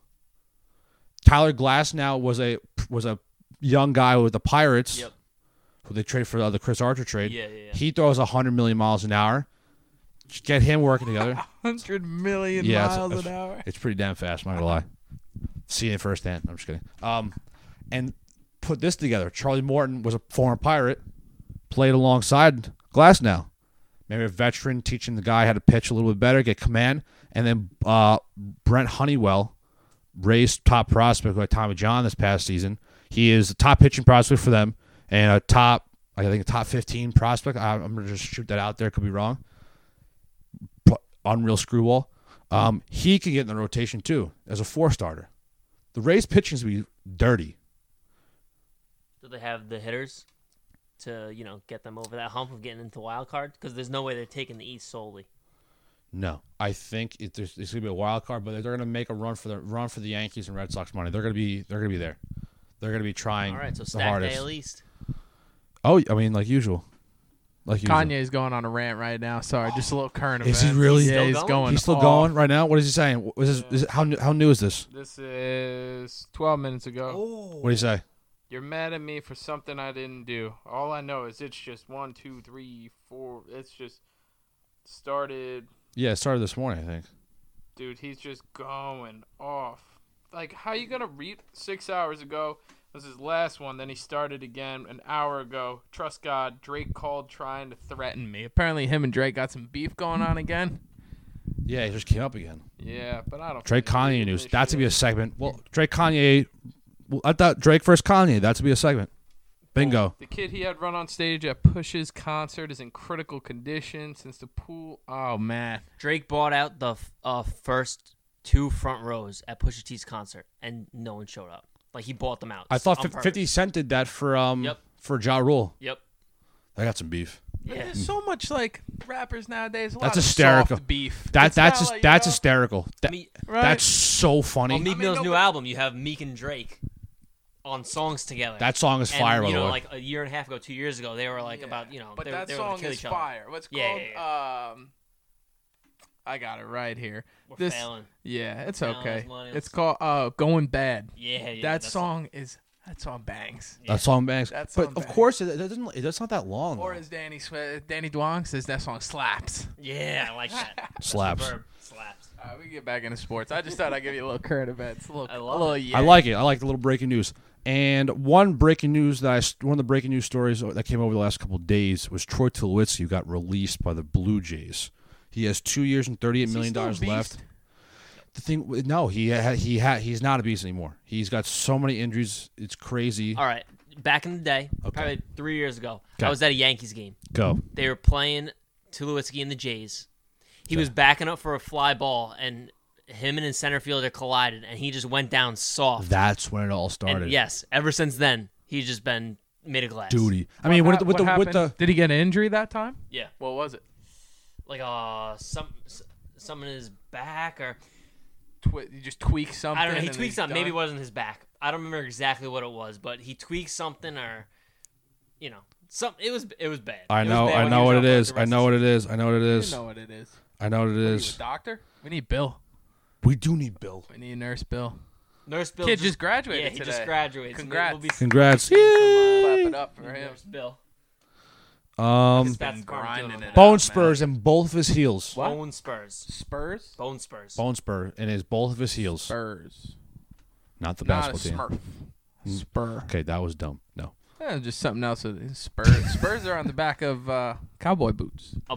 Speaker 1: Tyler Glass now was a was a young guy with the Pirates,
Speaker 3: Yep.
Speaker 1: who they trade for uh, the Chris Archer trade.
Speaker 3: Yeah, yeah, yeah.
Speaker 1: He throws hundred million miles an hour. Just Get him working together.
Speaker 2: Hundred million
Speaker 1: yeah, it's-
Speaker 2: miles
Speaker 1: it's,
Speaker 2: an hour.
Speaker 1: it's pretty damn fast. I'm not gonna lie. Seeing it firsthand. I'm just kidding. Um, and put this together. Charlie Morton was a former pirate, played alongside Glass now. Maybe a veteran teaching the guy how to pitch a little bit better, get command, and then uh, Brent Honeywell, raised top prospect like Tommy John this past season. He is the top pitching prospect for them and a top, I think, a top 15 prospect. I, I'm going to just shoot that out there. Could be wrong. But unreal screwball. Um, he could get in the rotation too as a four starter. The Rays pitching's going to be dirty.
Speaker 3: Do they have the hitters to you know get them over that hump of getting into wild card? Because there's no way they're taking the East solely.
Speaker 1: No, I think it, there's, it's going to be a wild card, but they're going to make a run for the run for the Yankees and Red Sox money. They're going to be they're going to be there. They're going to be trying.
Speaker 3: All right, so
Speaker 1: the
Speaker 3: stack
Speaker 1: hardest.
Speaker 3: day at least.
Speaker 1: Oh, I mean, like usual. Like usual.
Speaker 2: Kanye is going on a rant right now. Sorry, just a little current
Speaker 1: Is
Speaker 2: event.
Speaker 1: he really?
Speaker 2: Yeah,
Speaker 3: Still
Speaker 2: he's
Speaker 3: going?
Speaker 2: going.
Speaker 1: He's still
Speaker 2: off.
Speaker 1: going right now. What is he saying? What is this, is it, how new- how new is this?
Speaker 2: This is 12 minutes ago.
Speaker 1: What do you say?
Speaker 2: You're mad at me for something I didn't do. All I know is it's just one, two, three, four. It's just started.
Speaker 1: Yeah, it started this morning, I think.
Speaker 2: Dude, he's just going off. Like, how you going to read six hours ago? This is his last one. Then he started again an hour ago. Trust God. Drake called trying to threaten me. Apparently, him and Drake got some beef going on again.
Speaker 1: Yeah, it just came up again.
Speaker 2: Yeah, but I don't.
Speaker 1: Drake
Speaker 2: fucking
Speaker 1: Kanye
Speaker 2: believe
Speaker 1: news.
Speaker 2: this
Speaker 1: That's to be a
Speaker 2: shit.
Speaker 1: segment. Well, Drake Kanye. well, I thought Drake versus Kanye. That's to be a segment. Bingo.
Speaker 2: The kid he had run on stage at Push's concert is in critical condition since the pool. Oh man,
Speaker 3: Drake bought out the f- uh, first two front rows at Pusha T's concert, and no one showed up. Like he bought them out.
Speaker 1: I thought
Speaker 3: on
Speaker 1: fif-
Speaker 3: purpose.
Speaker 1: Fifty Cent did that for um
Speaker 3: Yep.
Speaker 1: for Ja Rule.
Speaker 3: Yep.
Speaker 1: I got some beef.
Speaker 3: Yeah.
Speaker 2: there's so much like rappers nowadays. A lot
Speaker 1: That's
Speaker 2: of
Speaker 1: hysterical.
Speaker 2: soft beef.
Speaker 1: That
Speaker 2: It's
Speaker 1: that's
Speaker 2: not
Speaker 1: hys-
Speaker 2: like, you
Speaker 1: that's
Speaker 2: know,
Speaker 1: hysterical. That,
Speaker 3: Me-
Speaker 2: Right.
Speaker 1: That's so funny.
Speaker 3: On Meek
Speaker 2: mean,
Speaker 3: Mill's
Speaker 2: no,
Speaker 3: new
Speaker 2: but-
Speaker 3: album, you have Meek and Drake on songs together.
Speaker 1: that song is
Speaker 3: And,
Speaker 1: fire. by
Speaker 3: you
Speaker 1: the
Speaker 3: know,
Speaker 1: way.
Speaker 3: like a year and a half ago, two years ago, they were like
Speaker 2: Yeah.
Speaker 3: about you know.
Speaker 2: But
Speaker 3: they,
Speaker 2: that
Speaker 3: they were gonna
Speaker 2: song
Speaker 3: kill
Speaker 2: is
Speaker 3: each other.
Speaker 2: fire. What's
Speaker 3: Yeah,
Speaker 2: called?
Speaker 3: yeah,
Speaker 2: Um, I got it right here.
Speaker 3: We're
Speaker 2: this,
Speaker 3: failing.
Speaker 2: yeah, it's
Speaker 3: Failing
Speaker 2: okay.
Speaker 3: as millennials.
Speaker 2: It's called uh, "Going Bad."
Speaker 3: Yeah, yeah.
Speaker 2: that
Speaker 3: that's-
Speaker 2: song is that song bangs.
Speaker 3: yeah.
Speaker 1: That song bangs.
Speaker 2: That
Speaker 1: but
Speaker 2: song
Speaker 1: of
Speaker 2: bangs.
Speaker 1: course, it, it doesn't. It, that's not that long.
Speaker 2: Or
Speaker 1: though.
Speaker 2: as Danny Swe- Danny Duong says, that song slaps.
Speaker 3: Yeah, I like that. That's the
Speaker 1: Slaps.
Speaker 3: verb, Slaps.
Speaker 2: All right, we can get back into sports. I just thought I'd give you a little current events. A little,
Speaker 3: I love
Speaker 2: a little
Speaker 3: it.
Speaker 2: yeah.
Speaker 1: I like it. I like the little breaking news. And one breaking news that I s- one of the breaking news stories that came over the last couple of days was Troy Tulowitzki who got released by the Blue Jays. He has two years and thirty eight
Speaker 2: Is he
Speaker 1: million
Speaker 2: still a
Speaker 1: dollars
Speaker 2: beast?
Speaker 1: left. The thing, no, he ha, he ha, he's not a beast anymore. He's got so many injuries, it's crazy.
Speaker 2: Uh,
Speaker 3: All right. Back in the day,
Speaker 1: Okay.
Speaker 3: probably three years ago,
Speaker 1: Okay.
Speaker 3: I was at a Yankees game.
Speaker 1: Go.
Speaker 3: They were playing Tulowitzki and the Jays. He was backing up for a fly ball, and him and his center fielder collided, and he just went down soft.
Speaker 1: That's when it all started.
Speaker 3: and yes, ever since then, he's just been made of glass.
Speaker 1: duty. I mean, with,
Speaker 2: hap-
Speaker 1: the- with the
Speaker 2: what
Speaker 1: with the
Speaker 2: happened? did he get an injury that time?
Speaker 3: Yeah,
Speaker 2: What was it?
Speaker 3: like uh, some s- something in his back, or
Speaker 2: Twi- you just tweak something.
Speaker 3: I don't know. He
Speaker 2: and
Speaker 3: tweaked
Speaker 2: he's
Speaker 3: something. Maybe it
Speaker 2: done?
Speaker 3: wasn't his back. I don't remember exactly what it was, but he tweaked something, or you know, some. It was it was bad.
Speaker 1: I know, I know what it is. I know what it is. I know what it
Speaker 2: You
Speaker 1: is.
Speaker 2: know what it is.
Speaker 1: I know what it
Speaker 2: Are you
Speaker 1: is.
Speaker 2: a doctor? We need Bill.
Speaker 1: We do need Bill.
Speaker 2: We need Nurse Bill.
Speaker 3: Nurse Bill
Speaker 2: Kid just, graduated
Speaker 3: Yeah, he
Speaker 2: today.
Speaker 3: just graduated.
Speaker 2: Congrats.
Speaker 3: We'll be
Speaker 1: Congrats.
Speaker 2: Clap
Speaker 1: Yay.
Speaker 2: it up for him.
Speaker 3: Nurse Bill.
Speaker 1: Um,
Speaker 3: His Pats farm
Speaker 2: grinding
Speaker 3: doing
Speaker 2: it
Speaker 3: that.
Speaker 2: out.
Speaker 1: bone
Speaker 2: man.
Speaker 1: spurs in both of his heels.
Speaker 2: What?
Speaker 3: Bone Spurs.
Speaker 2: Spurs.
Speaker 3: Bone Spurs.
Speaker 1: Bone spur in his both of his heels.
Speaker 2: Spurs.
Speaker 1: Not the
Speaker 2: Not a
Speaker 1: basketball team. Mm.
Speaker 2: Smurf. Spur.
Speaker 1: Okay, that was dumb. No.
Speaker 2: Eh, just something else. with Spurs. Spurs are on the back of uh, cowboy boots.
Speaker 3: A,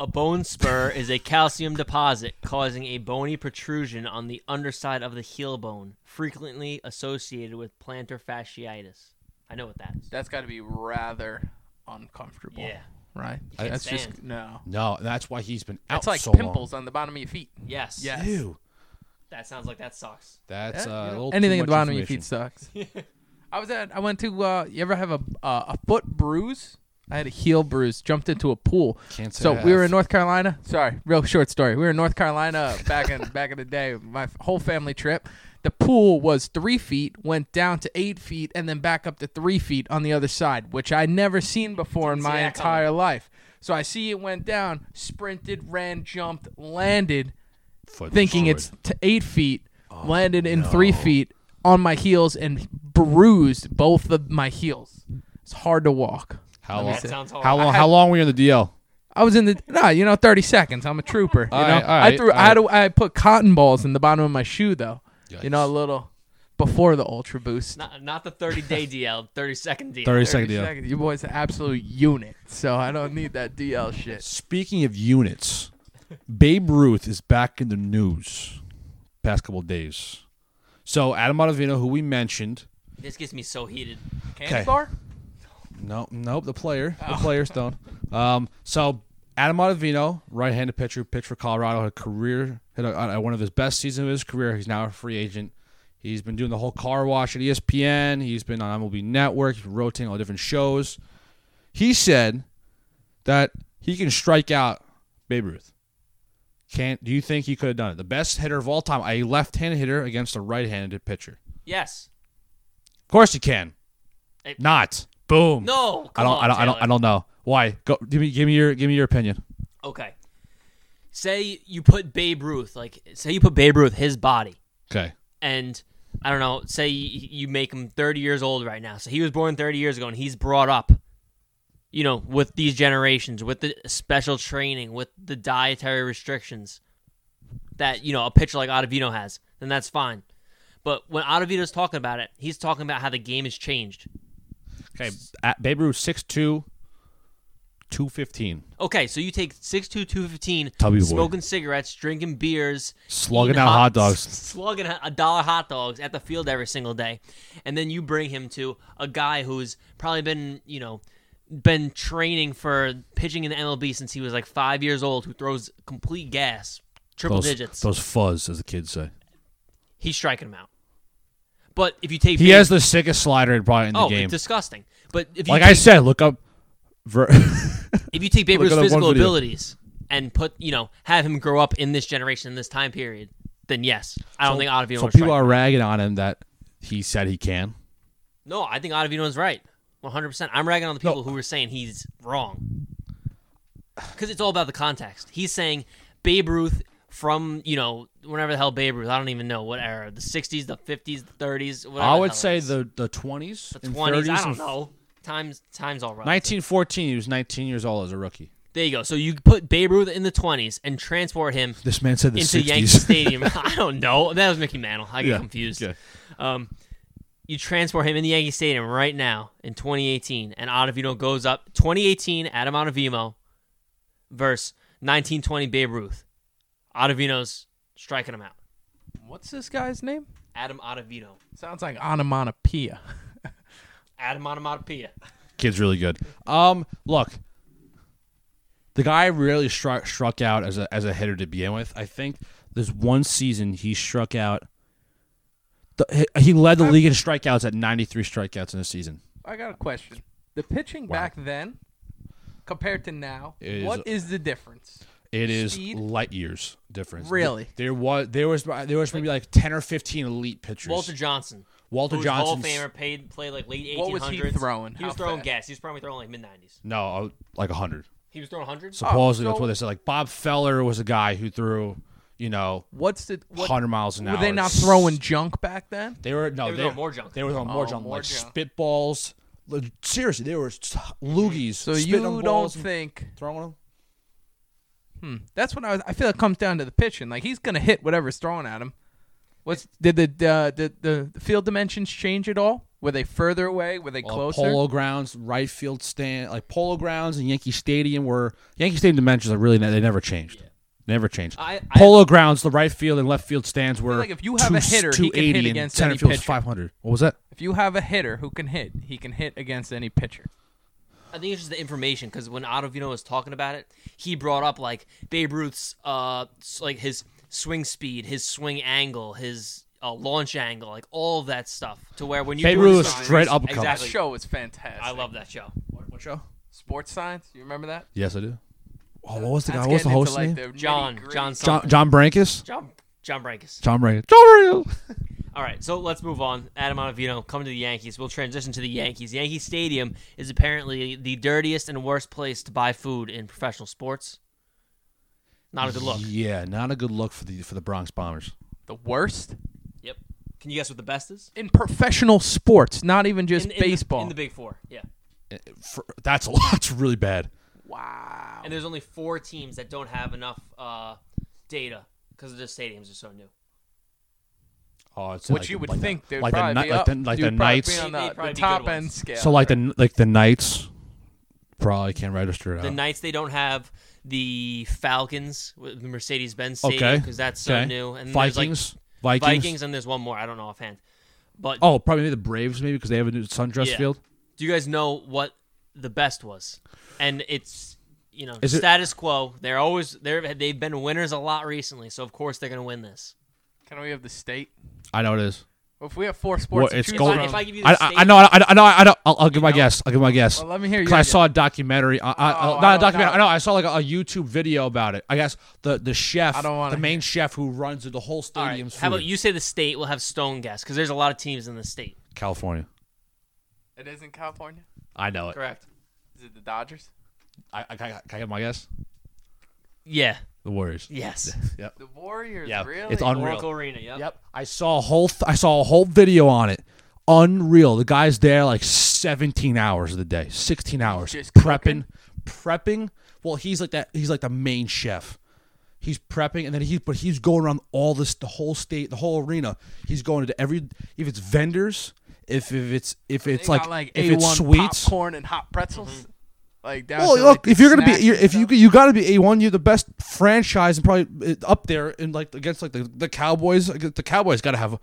Speaker 3: a bone spur is a calcium deposit causing a bony protrusion on the underside of the heel bone, frequently associated with plantar fasciitis. I know what that is.
Speaker 2: That's got to be rather uncomfortable.
Speaker 3: Yeah.
Speaker 2: Right.
Speaker 1: can't
Speaker 2: That's just
Speaker 3: stand.
Speaker 2: no.
Speaker 1: No, that's why he's been out
Speaker 2: That's like
Speaker 1: so
Speaker 2: pimples on the bottom of your feet.
Speaker 3: Yes.
Speaker 2: Yeah.
Speaker 1: long. Ew.
Speaker 3: That sounds like that sucks.
Speaker 1: That's
Speaker 2: Eh,
Speaker 1: uh,
Speaker 2: you
Speaker 1: a
Speaker 2: know,
Speaker 1: little
Speaker 2: anything
Speaker 1: too
Speaker 2: at the
Speaker 1: much
Speaker 2: bottom of your feet
Speaker 1: information.
Speaker 2: sucks. I was at. I went to. Uh, you ever have a uh, a foot bruise? I had a heel bruise. Jumped into a pool.
Speaker 1: Can't say
Speaker 2: So
Speaker 1: I
Speaker 2: we were
Speaker 1: have.
Speaker 2: in North Carolina. Sorry, real short story. We were in North Carolina back in back in the day. My f- whole family trip. The pool was three feet, went down to eight feet, and then back up to three feet on the other side, which I never seen before in
Speaker 3: Didn't see
Speaker 2: my
Speaker 3: that
Speaker 2: entire life. So I see it went down, sprinted, ran, jumped, landed,
Speaker 1: Foot
Speaker 2: thinking
Speaker 1: forward.
Speaker 2: it's t- eight feet, landed in three feet on my heels and bruised both of my heels. It's hard to walk.
Speaker 1: how
Speaker 2: let me
Speaker 1: long?
Speaker 3: That sounds
Speaker 1: How
Speaker 3: horrible.
Speaker 1: long? How long were you in the DL?
Speaker 2: I was in the nah, you know, thirty seconds. I'm a trooper. You
Speaker 1: All
Speaker 2: know,
Speaker 1: right, all
Speaker 2: I
Speaker 1: right,
Speaker 2: threw.
Speaker 1: all
Speaker 2: I had to, I put cotton balls in the bottom of my shoe though. You know, a
Speaker 1: Yikes.
Speaker 2: little before the ultra boost.
Speaker 3: Not, not the 30 day DL, 30 second
Speaker 1: 30
Speaker 3: DL.
Speaker 2: 30
Speaker 1: second DL.
Speaker 2: seconds. You boys an absolute unit, so I don't need that DL shit.
Speaker 1: Speaking of units, Babe Ruth is back in the news. Past couple of days. So Adam Ottavino, who we mentioned,
Speaker 3: This gets me so heated.
Speaker 2: Candy
Speaker 1: 'Kay.
Speaker 2: bar?
Speaker 1: No, nope. The player, the player Stone. Um, so Adam Ottavino, right-handed pitcher, pitched for Colorado, had a career, had a, uh, one of his best seasons of his career. He's now a free agent. He's been doing the whole car wash at E ESPN. He's been on MLB Network, he's been rotating all different shows. He said that he can strike out Babe Ruth. Can't? Do you think he could have done it? The best hitter of all time, a left-handed hitter against a right-handed pitcher.
Speaker 3: Yes.
Speaker 1: Of course he can.
Speaker 3: Hey.
Speaker 1: Not. Boom.
Speaker 3: No.
Speaker 1: I
Speaker 3: Come
Speaker 1: don't.
Speaker 3: on,
Speaker 1: I don't. I don't.
Speaker 3: Taylor.
Speaker 1: I don't know. Why? Go give me give me your give me your opinion.
Speaker 3: Okay. Say you put Babe Ruth, like say you put Babe Ruth his body,
Speaker 1: Okay.
Speaker 3: and I don't know, say you you make him 30 years old right now. So he was born 30 years ago, and he's brought up, you know, with these generations, with the special training, with the dietary restrictions that you know a pitcher like Ottavino has. Then that's fine. But when Ottavino's talking about it, he's talking about how the game has changed.
Speaker 1: Okay. At Babe Ruth 6'2", 215.
Speaker 3: Okay, so you take 6'2", 215,
Speaker 1: Tubby boy.
Speaker 3: smoking cigarettes, drinking beers,
Speaker 1: Slugging
Speaker 3: eating
Speaker 1: out hot
Speaker 3: dogs,
Speaker 1: dogs.
Speaker 3: slugging a dollar hot dogs at the field every single day, and then you bring him to a guy who's probably been you know been training for pitching in the MLB since he was like five years old, who throws complete gas, triple
Speaker 1: Those
Speaker 3: digits.
Speaker 1: those fuzz as the kids say.
Speaker 3: He's striking him out. But if you take
Speaker 1: He
Speaker 3: Babe-
Speaker 1: has the sickest slider probably in the
Speaker 3: oh,
Speaker 1: game.
Speaker 3: it's disgusting. But if you
Speaker 1: like
Speaker 3: take,
Speaker 1: I said, look up. Ver-
Speaker 3: if you take Babe
Speaker 1: Look at
Speaker 3: Ruth's
Speaker 1: that one
Speaker 3: physical
Speaker 1: video.
Speaker 3: abilities and put, you know, have him grow up in this generation, in this time period, then yes, I don't think Ottavino.
Speaker 1: so
Speaker 3: was
Speaker 1: people
Speaker 3: right.
Speaker 1: are ragging on him that he said he can.
Speaker 3: No, I think Ottavino is right, one hundred percent. I'm ragging on the people who were saying he's wrong because it's all about the context. He's saying Babe Ruth from you know whenever the hell Babe Ruth, I don't even know what era, the '60s, the '50s, the
Speaker 1: I
Speaker 3: '30s. Whatever the
Speaker 1: would
Speaker 3: hell it
Speaker 1: say
Speaker 3: is.
Speaker 1: the the twenties,
Speaker 3: the '20s. I don't know. Times times all right.
Speaker 1: Nineteen fourteen, he was nineteen years old as a rookie.
Speaker 3: There you go. So you put Babe Ruth in the '20s and transport him
Speaker 1: This man said the
Speaker 3: into Yankee
Speaker 1: sixties.
Speaker 3: Stadium. I don't know. That was Mickey Mantle. I get
Speaker 1: Yeah,
Speaker 3: confused.
Speaker 1: yeah.
Speaker 3: Um, you transport him in the Yankee Stadium right now in 2018, and Ottavino goes up 2018 Adam Ottavino versus 1920 Babe Ruth. Ottavino's striking him out.
Speaker 2: What's this guy's name?
Speaker 3: Adam Ottavino.
Speaker 2: Sounds like onomatopoeia.
Speaker 3: Adam Onomatopoeia.
Speaker 1: Kid's really good. Um, look, the guy really struck struck out as a as a hitter to begin with. I think there's one season he struck out. The, he he led the league in strikeouts at 93 strikeouts in a season.
Speaker 2: I got a question. The pitching back then compared to now,
Speaker 1: It is-
Speaker 2: what is the difference?
Speaker 1: It is
Speaker 2: Speed?
Speaker 1: light years difference.
Speaker 2: Really?
Speaker 1: There was there was there was maybe like 10 or 15 elite pitchers.
Speaker 3: Walter Johnson.
Speaker 1: Walter
Speaker 3: who's Hall of
Speaker 1: Johnson's-
Speaker 3: Famer, paid, played like late 1800s.
Speaker 2: What was he throwing?
Speaker 3: He was
Speaker 2: How
Speaker 3: throwing
Speaker 2: fast?
Speaker 3: gas. He was probably throwing like mid 90s.
Speaker 1: No, I was- like 100.
Speaker 3: He was throwing 100?
Speaker 1: Supposedly, that's
Speaker 2: Oh, so-
Speaker 1: what they said. Like Bob Feller was a guy who threw, you know,
Speaker 2: What's the what,
Speaker 1: 100 miles an
Speaker 2: were
Speaker 1: hour.
Speaker 2: they not throwing junk back then?
Speaker 1: They were no.
Speaker 3: They were throwing more junk.
Speaker 1: They were throwing more
Speaker 2: Oh,
Speaker 1: junk,
Speaker 2: more
Speaker 1: like
Speaker 2: junk.
Speaker 1: spitballs. Like, Seriously, they were s- loogies.
Speaker 2: So
Speaker 1: spitting
Speaker 2: you
Speaker 1: on
Speaker 2: don't
Speaker 1: balls and
Speaker 2: think Uh,
Speaker 1: throwing them?
Speaker 2: that's what I was I feel it comes down to the pitching. Like he's gonna hit whatever's thrown at him. What's did the uh, did the field dimensions change at all? Were they further away? Were they
Speaker 1: Uh,
Speaker 2: closer?
Speaker 1: polo grounds, right field stand, like polo grounds and Yankee Stadium were Yankee Stadium dimensions are really ne- they never changed. Never changed.
Speaker 3: I- I-
Speaker 1: polo grounds, the right field and left field stands were
Speaker 2: like if you have a
Speaker 1: two-
Speaker 2: hitter, he can hit
Speaker 1: 280 and
Speaker 2: against
Speaker 1: center
Speaker 2: any
Speaker 1: field was
Speaker 2: pitcher.
Speaker 1: 500. What was that?
Speaker 2: If you have a hitter who can hit, he can hit against any pitcher.
Speaker 3: I think it's just the information because when Ottavino was talking about it, he brought up like Babe Ruth's, uh, s- like his swing speed, his swing angle, his uh, launch angle, like all of that stuff. To where when you
Speaker 1: Babe
Speaker 3: do
Speaker 1: Ruth
Speaker 3: the
Speaker 1: was
Speaker 3: science-
Speaker 1: straight uppercut.
Speaker 2: That
Speaker 3: exactly.
Speaker 2: show was fantastic.
Speaker 3: I love that show.
Speaker 1: What show?
Speaker 2: sports science. You remember that?
Speaker 1: Yes, I do. Oh, what was the guy?
Speaker 2: That's
Speaker 1: What was the
Speaker 2: Uh, getting into,
Speaker 1: host name?
Speaker 2: like, the
Speaker 3: John,
Speaker 2: nitty-gritty.
Speaker 3: John,
Speaker 1: John
Speaker 3: something.
Speaker 1: John Brankus.
Speaker 3: John, John Brankus.
Speaker 1: John Brankus. John Brankus.
Speaker 3: All right, so let's move on. Adam Ottavino, come to the Yankees. We'll transition to the Yankees. Yankee Stadium is apparently the dirtiest and worst place to buy food in professional sports. Not a good look.
Speaker 1: Yeah, not a good look for the for the Bronx Bombers.
Speaker 2: The worst
Speaker 3: Yep. Can you guess what the best is?
Speaker 2: in professional sports, not even just
Speaker 3: In- in the-
Speaker 2: baseball.
Speaker 3: in the Big Four. Yeah.
Speaker 1: for, that's a lot. It's really bad.
Speaker 2: wow.
Speaker 3: and there's only four teams that don't have enough uh, data because the stadiums are so new.
Speaker 1: Oh, it's
Speaker 2: Which
Speaker 1: like-
Speaker 2: you would
Speaker 1: like the-
Speaker 2: think they'd
Speaker 1: like the
Speaker 2: probably
Speaker 1: ni-
Speaker 2: be
Speaker 1: like
Speaker 2: up.
Speaker 1: the, like the
Speaker 2: You'd probably
Speaker 1: knights.
Speaker 2: be on
Speaker 3: They'd
Speaker 2: the,
Speaker 3: probably
Speaker 2: the
Speaker 3: be good
Speaker 2: top
Speaker 3: ones.
Speaker 2: end scale.
Speaker 1: So like the like the knights, probably can't register it.
Speaker 3: The
Speaker 1: out.
Speaker 3: Knights they don't have the Falcons, with the Mercedes Benz Stadium
Speaker 1: okay,
Speaker 3: because that's so
Speaker 1: okay.
Speaker 3: new. And there's, like,
Speaker 1: Vikings, Vikings,
Speaker 3: Vikings, and there's one more I don't know offhand. But
Speaker 1: Oh, probably maybe the Braves, maybe because they have a new sundress
Speaker 3: Yeah.
Speaker 1: field.
Speaker 3: do you guys know what the best was? And it's you know
Speaker 1: Is it-
Speaker 3: status quo. They're always they're they've been winners a lot recently, so of course they're gonna win this.
Speaker 2: Can we have the state?
Speaker 1: I know it is.
Speaker 2: Well, if we have four
Speaker 1: Well,
Speaker 2: sports, to
Speaker 1: it's
Speaker 2: choose
Speaker 1: gold.
Speaker 2: from-
Speaker 3: If I give you the
Speaker 1: I, I,
Speaker 3: state-
Speaker 1: I know. I, I know. I know. I'll, I'll give my guess. I'll give my guess.
Speaker 2: Well, let me hear
Speaker 1: Because
Speaker 2: your
Speaker 1: I
Speaker 2: guess.
Speaker 1: saw a documentary. I, I,
Speaker 2: Oh,
Speaker 1: uh,
Speaker 2: I
Speaker 1: not a
Speaker 2: don't
Speaker 1: documentary.
Speaker 2: know.
Speaker 1: I know. I saw like a, a YouTube video about it. I guess the the chef,
Speaker 2: I don't wanna
Speaker 1: the main chef who runs the whole
Speaker 3: All right,
Speaker 1: stadium's
Speaker 3: How about
Speaker 1: food.
Speaker 3: you say the state? We'll have Stone guess because there's a lot of teams in the state.
Speaker 1: California.
Speaker 2: it is in California.
Speaker 1: I know it.
Speaker 3: Correct.
Speaker 2: Is it the Dodgers?
Speaker 1: I, I, can I, can I get my guess?
Speaker 3: Yeah.
Speaker 1: The Warriors.
Speaker 3: Yes.
Speaker 1: Yep.
Speaker 2: The Warriors,
Speaker 1: Yeah,
Speaker 2: really?
Speaker 1: it's unreal.
Speaker 3: Oracle Arena. Yep.
Speaker 1: Yep. I saw a whole th- I saw a whole video on it. Unreal. The guy's there like 17 hours of the day, 16 hours
Speaker 2: just
Speaker 1: prepping, prepping. Well, he's like that. He's like the main chef. He's prepping, and then he but he's going around all this, the whole state, the whole arena. He's going to every if it's vendors, if if it's if
Speaker 2: They
Speaker 1: it's like,
Speaker 2: got, like
Speaker 1: if it's
Speaker 2: A1
Speaker 1: sweets.
Speaker 2: popcorn and hot pretzels. Like that's
Speaker 1: Well,
Speaker 2: the,
Speaker 1: Oh, look,
Speaker 2: like,
Speaker 1: if you're gonna
Speaker 2: snacks
Speaker 1: be, you're,
Speaker 2: and
Speaker 1: if you
Speaker 2: stuff.
Speaker 1: you gotta be a one, you're the best franchise and probably uh, up there in like against like the, the Cowboys. Like, The Cowboys gotta have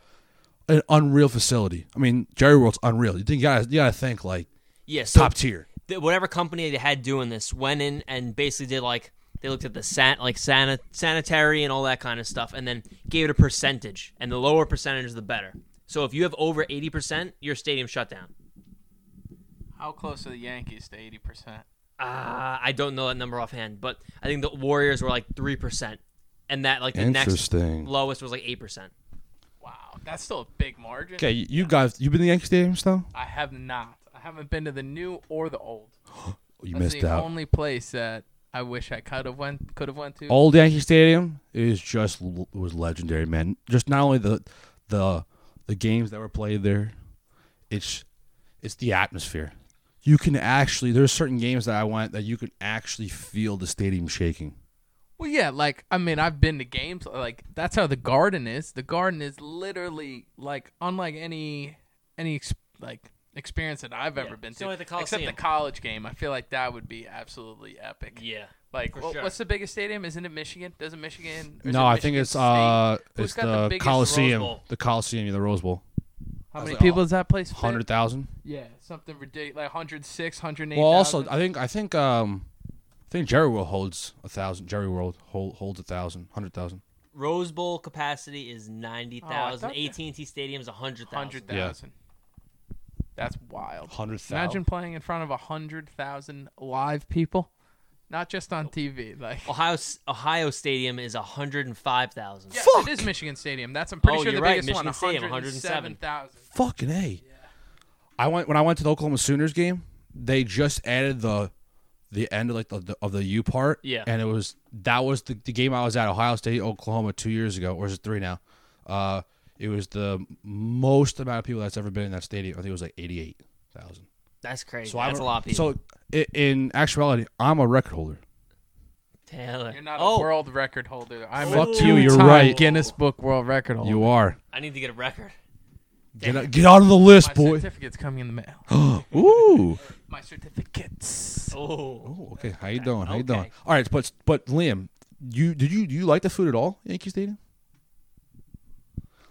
Speaker 1: an unreal facility. I mean, Jerry World's unreal. You think you gotta you gotta think like
Speaker 3: Yeah. So
Speaker 1: top tier.
Speaker 3: th- whatever company they had doing this went in and basically did like they looked at the san like san- sanitary and all that kind of stuff and then gave it a percentage and the lower percentage the better so if you have over 80% your stadium shut down
Speaker 2: how close are the Yankees to eighty percent?
Speaker 3: uh, i don't know that number offhand but i think the warriors were like 3% and that like the next
Speaker 1: Interesting.
Speaker 3: lowest was like 8%
Speaker 2: Wow, that's still a big margin.
Speaker 1: Okay, you, you guys, you been to Yankee Stadium though?
Speaker 2: I have not. I haven't been to the new or the old.
Speaker 1: Oh, You
Speaker 2: That's
Speaker 1: missed
Speaker 2: the
Speaker 1: out.
Speaker 2: only place that I wish I could have went could have went to.
Speaker 1: Old Yankee Stadium is just l- was legendary, man. Just not only the the the games that were played there, it's it's the atmosphere. You can actually there's certain games that I went that you can actually feel the stadium shaking.
Speaker 2: Well, yeah, like I mean, I've been to games like that's how the garden is. The garden is literally like unlike any any ex- like experience that I've ever been
Speaker 3: It's
Speaker 2: to.
Speaker 3: only the
Speaker 2: except the
Speaker 3: Coliseum.
Speaker 2: college game, I feel like that would be absolutely epic.
Speaker 3: yeah
Speaker 2: Like,
Speaker 3: for
Speaker 2: wh-
Speaker 3: sure.
Speaker 2: what's the biggest stadium? Isn't it Michigan? Doesn't Michigan? or is
Speaker 1: No,
Speaker 2: it
Speaker 1: I think
Speaker 2: Michigan
Speaker 1: it's
Speaker 2: State?
Speaker 1: uh
Speaker 2: Who's
Speaker 1: it's
Speaker 2: got
Speaker 1: the,
Speaker 2: biggest Rose
Speaker 1: Coliseum,
Speaker 3: Bowl?
Speaker 1: the Coliseum, yeah, the Rose Bowl,
Speaker 2: How
Speaker 1: was
Speaker 2: many
Speaker 1: like,
Speaker 2: people
Speaker 1: oh,
Speaker 2: does that place? fit?
Speaker 1: hundred thousand.
Speaker 2: Yeah, something ridiculous, like 106, 108.
Speaker 1: Well, also I think I think um I think Jerry World holds a thousand. Jerry World hold, holds a thousand, hundred thousand.
Speaker 3: rose bowl capacity is
Speaker 2: Oh,
Speaker 3: 90000
Speaker 2: I thought that-
Speaker 3: at&t stadium's 100000
Speaker 2: hundred
Speaker 1: Yeah.
Speaker 2: thousand. That's wild.
Speaker 1: Hundred thousand.
Speaker 2: Imagine playing in front of a hundred thousand live people, not just on TV. Like,
Speaker 3: ohio S- ohio stadium is 105000
Speaker 2: yes, it is Michigan Stadium. That's I'm
Speaker 3: Oh,
Speaker 2: pretty sure the
Speaker 3: you're right,
Speaker 2: biggest one.
Speaker 3: Michigan Stadium,
Speaker 2: 107,000.
Speaker 1: Fucking a. I went when I went to the Oklahoma Sooners game. They just added the the end of like the, the of the U part.
Speaker 3: Yeah.
Speaker 1: and it was that was the, the game I was at Ohio State Oklahoma two years ago, or is it three now? Uh, it was the most amount of people that's ever been in that stadium. I think it was like eighty eight thousand.
Speaker 3: that's crazy
Speaker 1: So
Speaker 3: that's
Speaker 1: I'm
Speaker 3: a lot of people
Speaker 1: So i- in actuality, I'm a record holder.
Speaker 3: Taylor.
Speaker 2: You're not
Speaker 3: oh,
Speaker 2: a world record holder. I'm
Speaker 1: Fuck
Speaker 2: a
Speaker 1: you, you're
Speaker 2: two-time
Speaker 1: right.
Speaker 2: Guinness Book World Record holder.
Speaker 3: Oh,
Speaker 1: You are
Speaker 3: I need to get a record.
Speaker 1: get out, get out of the list,
Speaker 2: My
Speaker 1: boy.
Speaker 2: certificate's coming in the mail.
Speaker 1: Ooh.
Speaker 2: My certificates.
Speaker 3: Oh,
Speaker 1: Oh, okay. How you doing? How you
Speaker 3: Okay.
Speaker 1: doing? All right, but but Liam, you did you do you like the food at all? Yankee Stadium.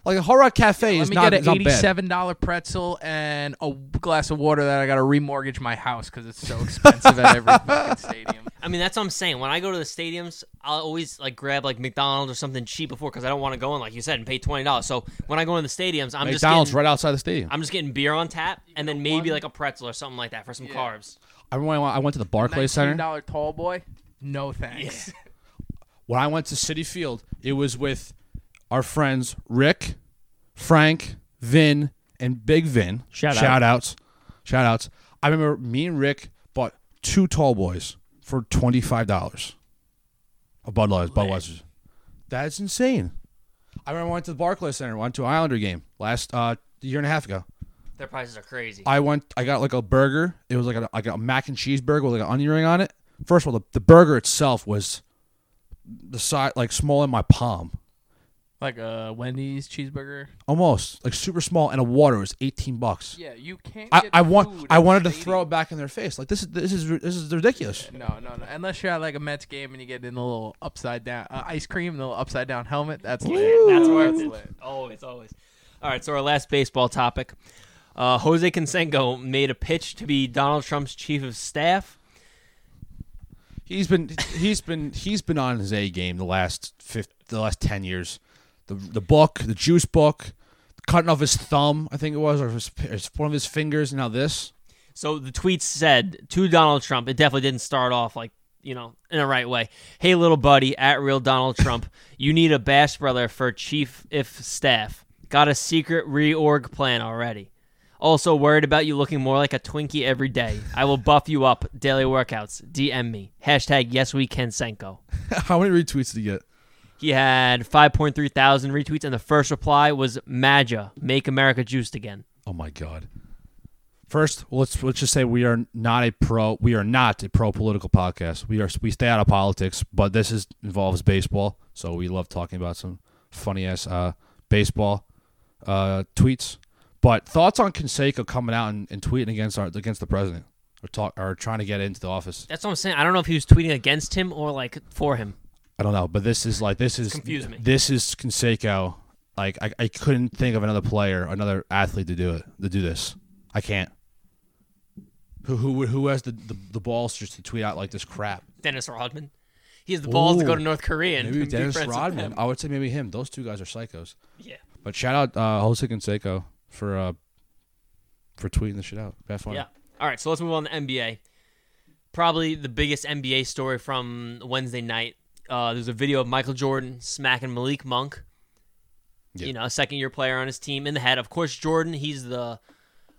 Speaker 1: Like a Hard Rock Cafe
Speaker 2: Let
Speaker 1: is
Speaker 2: me
Speaker 1: not,
Speaker 2: get
Speaker 1: is
Speaker 2: an
Speaker 1: not bad.
Speaker 2: eighty-seven dollar pretzel and a glass of water that I got to remortgage my house because it's so expensive at every fucking stadium.
Speaker 3: I mean that's what I'm saying. When I go to the stadiums, I'll always like grab like McDonald's or something cheap before because I don't want to go in like you said and pay twenty dollars. So when I go in the stadiums, I'm
Speaker 1: McDonald's
Speaker 3: just getting,
Speaker 1: right outside the stadium. i
Speaker 3: I'm just getting beer on tap and then maybe like a pretzel or something like that for some carbs.
Speaker 1: remember when I went- I went to the Barclays
Speaker 2: Nineteen
Speaker 1: Center.
Speaker 2: dollar tall boy. No thanks.
Speaker 1: When I went to City Field, it was with our friends Rick, Frank, Vin, and Big Vin.
Speaker 4: Shout out.
Speaker 1: outs, shout outs. I remember me and Rick bought two tall boys for twenty five dollars. A Budweiser. Budweiser. That's insane. I remember I went to the Barclays Center, went to an Islander game last uh, a year and a half ago.
Speaker 3: Their prices are crazy.
Speaker 1: I went, I got like a burger. It was like a, like a mac and cheese burger with like an onion ring on it. First of all, the, the burger itself was the size like small in my palm,
Speaker 2: like a Wendy's cheeseburger.
Speaker 1: almost like super small, and a water was eighteen bucks.
Speaker 2: Yeah, you can't.
Speaker 1: I,
Speaker 2: get
Speaker 1: I want,
Speaker 2: food
Speaker 1: I
Speaker 2: at
Speaker 1: wanted to
Speaker 2: stadiums.
Speaker 1: throw it back in their face. Like this is this is this is ridiculous.
Speaker 2: No, no, no. Unless you're at like a Mets game and you get in a little upside down uh, ice cream, and a little upside down helmet. That's lit.
Speaker 3: That's where it's lit. Always, always. All right, so our last baseball topic. Uh, Jose Cansengo made a pitch to be Donald Trump's chief of staff.
Speaker 1: He's been he's been he's been on his A game the last fif the last ten years. The the book, the juice book, cutting off his thumb, I think it was, or his, his one of his fingers, and now this.
Speaker 3: So the tweet said to Donald Trump, it definitely didn't start off like, you know, in the right way. Hey, little buddy, at real Donald Trump, you need a bash brother for chief if staff. Got a secret reorg plan already. Also worried about you looking more like a Twinkie every day. I will buff you up. Daily workouts. DM me. Hashtag yes we can Senko.
Speaker 1: How many retweets did he get?
Speaker 3: He had 5.3 thousand retweets, and the first reply was Maja, make America juiced again.
Speaker 1: Oh my god. First, let's let's just say we are not a pro. We are not a pro political podcast. We are we stay out of politics, but this is involves baseball, so we love talking about some funny ass uh, baseball uh, tweets. But thoughts on Conseco coming out and, and tweeting against our against the president or talk or trying to get into the office?
Speaker 3: That's what I'm saying. I don't know if he was tweeting against him or like for him.
Speaker 1: I don't know, but this is like this is
Speaker 3: confused me.
Speaker 1: This is Conseco. Like I, I couldn't think of another player, another athlete to do it to do this. I can't. Who who would- who has the, the, the balls just to tweet out like this crap?
Speaker 3: Dennis Rodman. He has the balls to go
Speaker 1: Ooh.
Speaker 3: to North Korea and
Speaker 1: Maybe
Speaker 3: be
Speaker 1: Dennis
Speaker 3: friends with
Speaker 1: Rodman.
Speaker 3: him.
Speaker 1: I would say maybe him. Those two guys are psychos.
Speaker 3: Yeah.
Speaker 1: But shout out uh, Jose Canseco for uh, for tweeting the shit out. Bad fun.
Speaker 3: Yeah. All right, so let's move on to NBA. Probably the biggest NBA story from Wednesday night. Uh, there's a video of Michael Jordan smacking Malik Monk,
Speaker 1: Yeah.
Speaker 3: you know, a second year player on his team in the head. Of course, Jordan, he's the,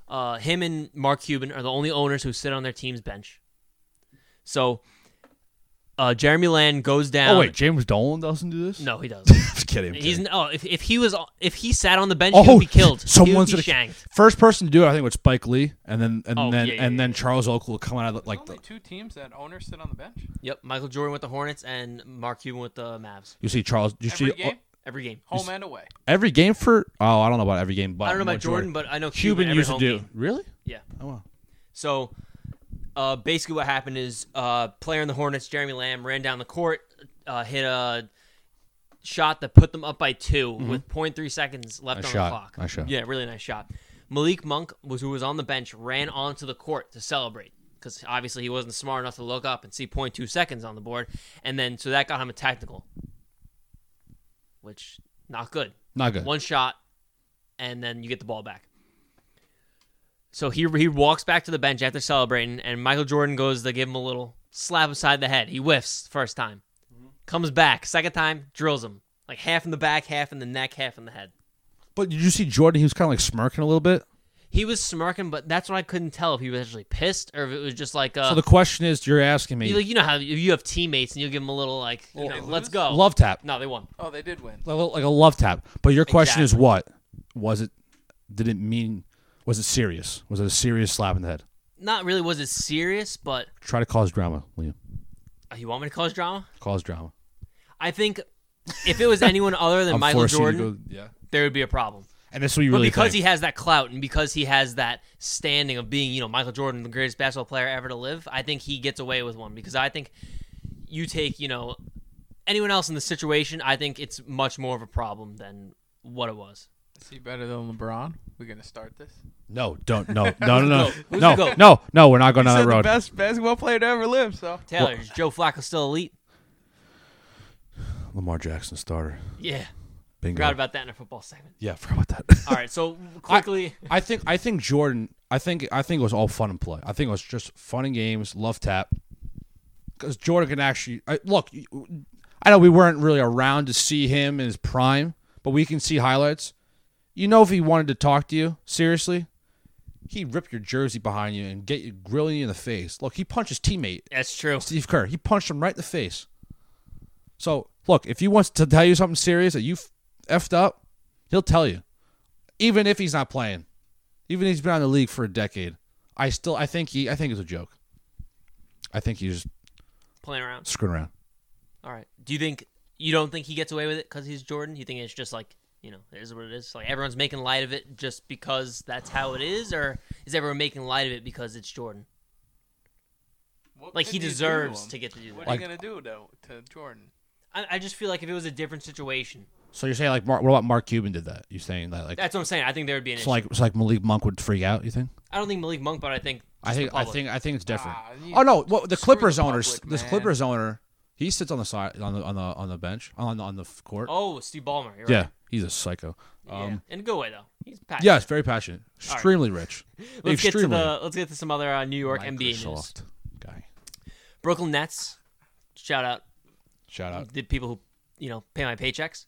Speaker 3: uh, him and Mark Cuban are the only owners who sit on their team's bench. So uh, Jeremy Lamb goes down.
Speaker 1: Oh wait, James Dolan doesn't do this.
Speaker 3: Um, No, he doesn't.
Speaker 1: just kidding. I'm
Speaker 3: He's
Speaker 1: kidding.
Speaker 3: oh, if, if he was if he sat on the bench, he
Speaker 1: Oh,
Speaker 3: would be killed.
Speaker 1: someone's
Speaker 3: he would be
Speaker 1: gonna-
Speaker 3: shanked.
Speaker 1: First person to do it, I think, was Spike Lee, and then and
Speaker 3: Oh,
Speaker 1: then
Speaker 3: yeah, yeah,
Speaker 1: and
Speaker 3: yeah,
Speaker 1: then
Speaker 3: yeah.
Speaker 1: Charles Oakley coming out like the,
Speaker 2: Only two teams that owners sit on the bench.
Speaker 3: Yep, Michael Jordan with the Hornets and Mark Cuban with the Mavs.
Speaker 1: you see Charles. You
Speaker 2: Every
Speaker 1: see
Speaker 2: game,
Speaker 3: Every game.
Speaker 2: home and away.
Speaker 1: every game for oh I don't know about every game, but
Speaker 3: I don't know
Speaker 1: more
Speaker 3: about Jordan, but I know
Speaker 1: Cuban,
Speaker 3: Cuban, every
Speaker 1: used to
Speaker 3: home
Speaker 1: do
Speaker 3: game.
Speaker 1: really.
Speaker 3: Yeah.
Speaker 1: Oh wow.
Speaker 3: So uh, basically, what happened is uh, player in the Hornets, Jeremy Lamb, ran down the court, uh, hit a shot that put them up by 2 with 0.3 seconds left
Speaker 1: Mm-hmm. Nice
Speaker 3: on
Speaker 1: shot.
Speaker 3: the clock.
Speaker 1: Nice shot.
Speaker 3: Yeah, really nice shot. Malik Monk was who was on the bench, ran onto the court to celebrate because obviously he wasn't smart enough to look up and see 0.2 seconds on the board, and then so that got him a tactical, which not good.
Speaker 1: Not good.
Speaker 3: One shot, and then you get the ball back. So he he walks back to the bench after celebrating, and Michael Jordan goes to give him a little slap beside the head. He whiffs first time, comes back second time, drills him like half in the back, half in the neck, half in the head.
Speaker 1: But did you see Jordan? He was kind of like smirking a little bit.
Speaker 3: He was smirking, but that's what I couldn't tell if he was actually pissed or if it was just like, uh,
Speaker 1: so the question is, you're asking me
Speaker 3: you, like, you know how if you have teammates and you give them a little like, you know, let's
Speaker 2: lose?
Speaker 3: go.
Speaker 1: love tap,
Speaker 3: no, they won.
Speaker 2: Oh, they did win.
Speaker 1: like a, like a love tap. But your question is
Speaker 3: Exactly.
Speaker 1: what? Was it? Did it mean? Was it serious? Was it a serious slap in the head?
Speaker 3: Not really. Was it serious? But
Speaker 1: Try to cause drama, Liam.
Speaker 3: oh, you want me to cause drama?
Speaker 1: Cause drama.
Speaker 3: I think if it was anyone other than
Speaker 1: I'm
Speaker 3: Michael
Speaker 1: forcing you to
Speaker 3: Jordan,
Speaker 1: go- yeah.
Speaker 3: there would be a problem.
Speaker 1: And this is what you really
Speaker 3: but because
Speaker 1: think.
Speaker 3: he has that clout and because he has that standing of being, you know, Michael Jordan, the greatest basketball player ever to live, I think he gets away with one because I think you take, you know, anyone else in the situation, I think it's much more of a problem than what it was.
Speaker 2: Is he better than LeBron? We're gonna start this.
Speaker 1: no, don't no no no no
Speaker 3: goat? Who's
Speaker 1: no no
Speaker 3: the goat?
Speaker 1: no no. We're not going down
Speaker 2: He's
Speaker 1: that
Speaker 2: the
Speaker 1: road.
Speaker 2: best basketball player to ever live. So
Speaker 3: Taylor, is Joe Flacco still elite?
Speaker 1: Lamar Jackson starter.
Speaker 3: Yeah.
Speaker 1: Bingo.
Speaker 3: Forgot about that in a football segment.
Speaker 1: yeah, forgot about that.
Speaker 3: All right, so quickly,
Speaker 1: I think I think Jordan. I think I think it was all fun and play. I think it was just fun and games, love tap. Because Jordan can actually I, look. I know we weren't really around to see him in his prime, but we can see highlights. You know, if he wanted to talk to you seriously, he'd rip your jersey behind you and get you grilling you in the face. Look, he punched his teammate
Speaker 3: that's true.
Speaker 1: Steve Kerr. He punched him right in the face. So look, if he wants to tell you something serious that you f- effed up, he'll tell you, even if he's not playing, even if he's been on the league for a decade. I still, I think he, I think it's a joke. I think he's just
Speaker 3: Playing around.
Speaker 1: screwing around.
Speaker 3: All right. Do you think you don't think he gets away with it because he's Jordan? You think it's just like you know, it is what it is. Like everyone's making light of it just because that's how it is, or is everyone making light of it because it's Jordan?
Speaker 2: What
Speaker 3: Like
Speaker 2: could
Speaker 3: he
Speaker 2: you do
Speaker 3: deserves
Speaker 2: him?
Speaker 3: to get to do
Speaker 2: What
Speaker 3: that.
Speaker 1: Like-
Speaker 2: are you gonna do though to Jordan?
Speaker 3: I, I just feel like if it was a different situation,
Speaker 1: So you're saying like, Mark, what about Mark Cuban did that? You're saying that like,
Speaker 3: that's what I'm saying. I think there would be an
Speaker 1: it's
Speaker 3: issue.
Speaker 1: like, it's like Malik Monk would freak out. You think?
Speaker 3: I don't think Malik Monk, but I think
Speaker 1: I
Speaker 3: just the
Speaker 1: think, I
Speaker 3: public.
Speaker 1: think, I think it's different.
Speaker 2: Ah, you-
Speaker 1: oh no, well, the
Speaker 2: screw the
Speaker 1: Clippers owner,
Speaker 2: public,
Speaker 1: this
Speaker 2: man.
Speaker 1: Clippers owner, he sits on the side on the on the on the bench on the, on the court.
Speaker 3: Oh, Steve Ballmer. You're
Speaker 1: yeah,
Speaker 3: Right.
Speaker 1: he's a psycho. Um,
Speaker 3: yeah. In a good way though. He's passionate.
Speaker 1: Yes, very passionate. Extremely rich.
Speaker 3: Let's get to
Speaker 1: Extremely.
Speaker 3: the let's get to some other uh, New York NBA news.
Speaker 1: Microsoft guy.
Speaker 3: Brooklyn Nets. Shout out
Speaker 1: Shout out.
Speaker 3: the people who you know pay my paychecks.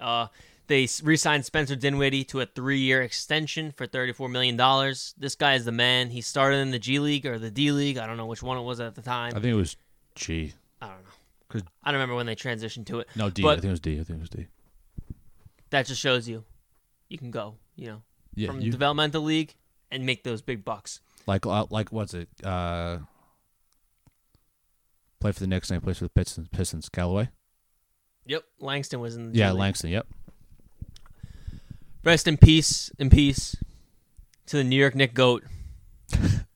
Speaker 3: Uh, They s- re-signed Spencer Dinwiddie to a three-year extension for thirty-four million dollars. This guy is the man. He started in the G League or the D League. I don't know which one it was at the
Speaker 1: I
Speaker 3: time.
Speaker 1: think it was G.
Speaker 3: I don't know.
Speaker 1: 'Cause-
Speaker 3: I don't remember when they transitioned to it.
Speaker 1: No, D. I
Speaker 3: But-
Speaker 1: think it was D. I think it was D.
Speaker 3: That just shows you, you can go. You know,
Speaker 1: Yeah,
Speaker 3: from
Speaker 1: you,
Speaker 3: developmental league and make those big bucks.
Speaker 1: like uh, like what's it? Uh, play for the Knicks and play for the Pistons. Pistons. Callaway.
Speaker 3: Yep, Langston was in the G
Speaker 1: Yeah,
Speaker 3: League.
Speaker 1: Langston. Yep.
Speaker 3: Rest in peace, in peace, to the New York Nick goat,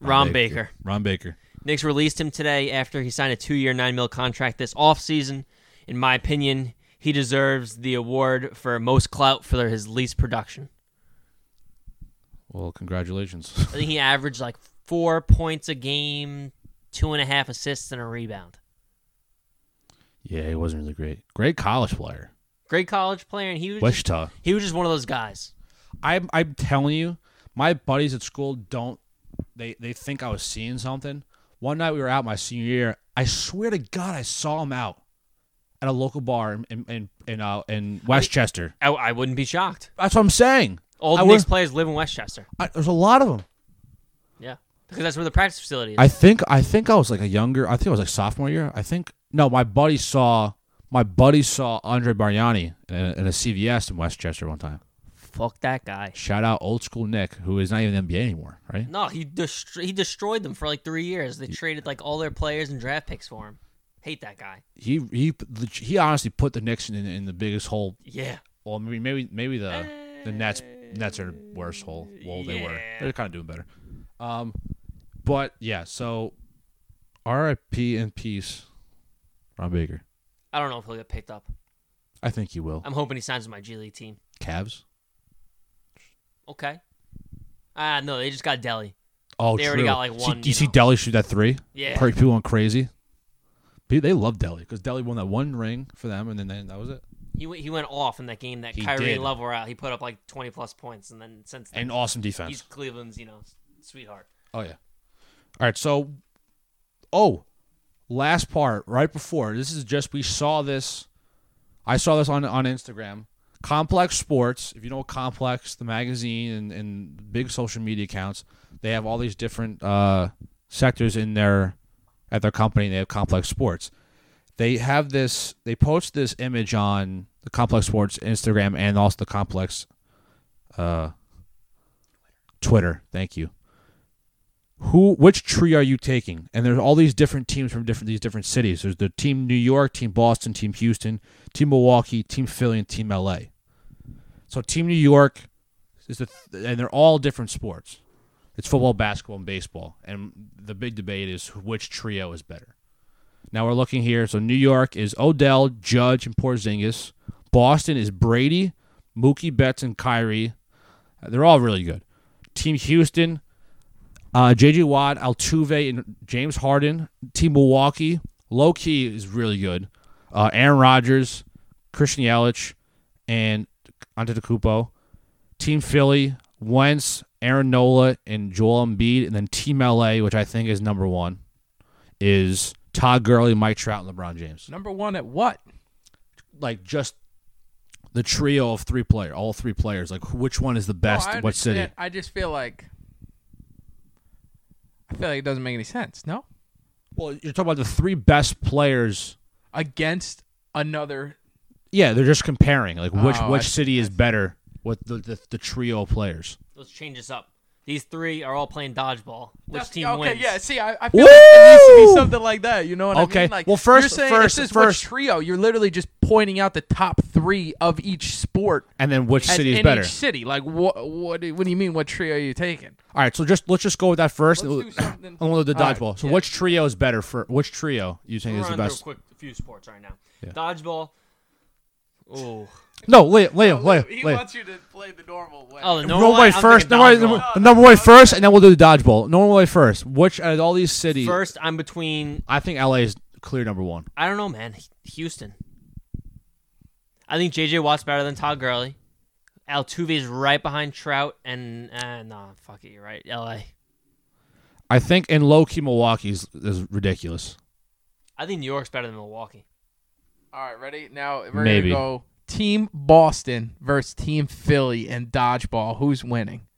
Speaker 3: Ron Baker.
Speaker 1: Ron Baker.
Speaker 3: Knicks released him today after he signed a two-year, nine mil contract this offseason. In my opinion, he deserves the award for most clout for his least production.
Speaker 1: Well, congratulations.
Speaker 3: I think he averaged like four points a game, two and a half assists, and a rebound.
Speaker 1: yeah, he wasn't really great. Great college player.
Speaker 3: Great college player, and he was just,
Speaker 1: Wichita.
Speaker 3: he was just one of those guys.
Speaker 1: I'm I'm telling you, my buddies at school don't they they think I was seeing something. One night we were out my senior year. I swear to God, I saw him out at a local bar in in in, in, uh, in Westchester.
Speaker 3: I, I wouldn't be shocked.
Speaker 1: That's what I'm saying.
Speaker 3: All
Speaker 1: I
Speaker 3: the Knicks
Speaker 1: wouldn't-
Speaker 3: players live in Westchester.
Speaker 1: I, there's a lot of them.
Speaker 3: Yeah, because that's where the practice facility is.
Speaker 1: I think I think I was like a younger. I think I was like sophomore year. I think no, my buddy saw my buddy saw Andre Bargnani in a, in a CVS in Westchester one time.
Speaker 3: Fuck that guy.
Speaker 1: Shout out old school Nick, who is not even in the NBA anymore, right?
Speaker 3: No, he dest- he destroyed them for like three years. They traded like all their players and draft picks for him. Hate that guy.
Speaker 1: He he he honestly put the Knicks in, in the biggest hole
Speaker 3: Yeah.
Speaker 1: Well, maybe maybe maybe the the Nets Nets are worse hole. Well, they were.
Speaker 3: yeah.
Speaker 1: They're kind of doing better. Um, but yeah. So, R.I.P. and peace, Ron Baker.
Speaker 3: I don't know if he'll get picked up.
Speaker 1: I think he will.
Speaker 3: I'm hoping he signs with my G League team.
Speaker 1: Cavs.
Speaker 3: Okay. Ah, no, they just got Delhi.
Speaker 1: Oh,
Speaker 3: They already
Speaker 1: true.
Speaker 3: got, like,
Speaker 1: See-
Speaker 3: one,
Speaker 1: do you,
Speaker 3: you
Speaker 1: see
Speaker 3: know.
Speaker 1: Delhi shoot that three?
Speaker 3: Yeah.
Speaker 1: Pretty people went crazy. Pe- They love Delhi because Delhi won that one ring for them, and then they, that was it.
Speaker 3: He went, he went off in that game that
Speaker 1: He
Speaker 3: Kyrie
Speaker 1: did.
Speaker 3: and Love were out. He put up like 20 plus points, and then since then,
Speaker 1: And awesome
Speaker 3: he's
Speaker 1: defense.
Speaker 3: Cleveland's, you know, sweetheart.
Speaker 1: Oh yeah. All right, so oh, last part right before. This is just we saw this I saw this on on Instagram. Complex Sports, if you know Complex, the magazine and, and big social media accounts, they have all these different uh, sectors in their at their company. They have Complex Sports. They have this. They post this image on the Complex Sports Instagram and also the Complex uh, Twitter. Thank you who which tree are you taking and there's all these different teams from different these different cities there's the team new york team boston team houston team milwaukee team philly and team la so team new york is the th- and they're all different sports it's football basketball and baseball and the big debate is which trio is better now we're looking here so new york is odell judge and porzingis boston is brady mookie betts and kyrie they're all really good team houston uh, J.J. Watt, Altuve, and James Harden. Team Milwaukee, low key is really good. Uh, Aaron Rodgers, Christian Yelich, and Antetokounmpo. Team Philly, Wentz, Aaron Nola, and Joel Embiid. And then Team L.A., which I think is number one, is Todd Gurley, Mike Trout, and LeBron James.
Speaker 2: Number one at what?
Speaker 1: Like just the trio of three player, all three players. Like which one is the best?
Speaker 2: Oh, I
Speaker 1: what city?
Speaker 2: understand. I just feel like I feel like it doesn't make any sense. No,
Speaker 1: Well, you're talking about the three best players
Speaker 2: against another.
Speaker 1: Yeah, they're just comparing like which
Speaker 2: Oh, I
Speaker 1: which
Speaker 2: see,
Speaker 1: city is better with the, the the trio of players.
Speaker 3: Let's change this up. These three are all playing dodgeball. Which
Speaker 2: That's-
Speaker 3: team
Speaker 2: okay,
Speaker 3: wins?
Speaker 2: yeah. See, I, I feel like it needs to be
Speaker 1: Woo!
Speaker 2: something like that. You know what I
Speaker 1: Okay,
Speaker 2: mean? Like,
Speaker 1: well, first-
Speaker 2: you're saying
Speaker 1: first-
Speaker 2: this is
Speaker 1: first-
Speaker 2: which trio. You're literally just pointing out the top three of each sport
Speaker 1: And then which
Speaker 2: as-
Speaker 1: city is
Speaker 2: in
Speaker 1: better?
Speaker 2: each city. Like, what, what, do- what do you mean? What trio are you taking?
Speaker 1: All right, so just let's just go with that 1st
Speaker 2: Let's do something-
Speaker 1: and we'll do the
Speaker 2: All right,
Speaker 1: dodgeball. so
Speaker 2: yeah.
Speaker 1: which trio is better for which trio you think
Speaker 3: We're
Speaker 1: is the
Speaker 3: running
Speaker 1: best?
Speaker 3: through a quick few sports right now. Dodgeball. Oh.
Speaker 1: No, Liam, Liam, Liam,
Speaker 2: he
Speaker 1: Liam.
Speaker 2: wants you to play the normal way.
Speaker 3: Oh, the normal
Speaker 1: Normal way first,
Speaker 3: I'm
Speaker 1: normal way,
Speaker 3: thinking
Speaker 1: number,
Speaker 3: dodgeball.
Speaker 1: number way first, and then we'll do the dodgeball. Normal way first. Which out of all these cities,
Speaker 3: First, I'm between.
Speaker 1: I think LA is clear number one.
Speaker 3: I don't know, man. H- Houston. I think JJ Watt's better than Todd Gurley. Altuve's right behind Trout, and uh, nah, fuck it, you're right. LA.
Speaker 1: I think in low key Milwaukee is, is ridiculous.
Speaker 3: I think New York's better than Milwaukee.
Speaker 2: All right, ready? Now we're
Speaker 1: Maybe.
Speaker 2: gonna go Team Boston versus Team Philly and dodgeball. Who's winning?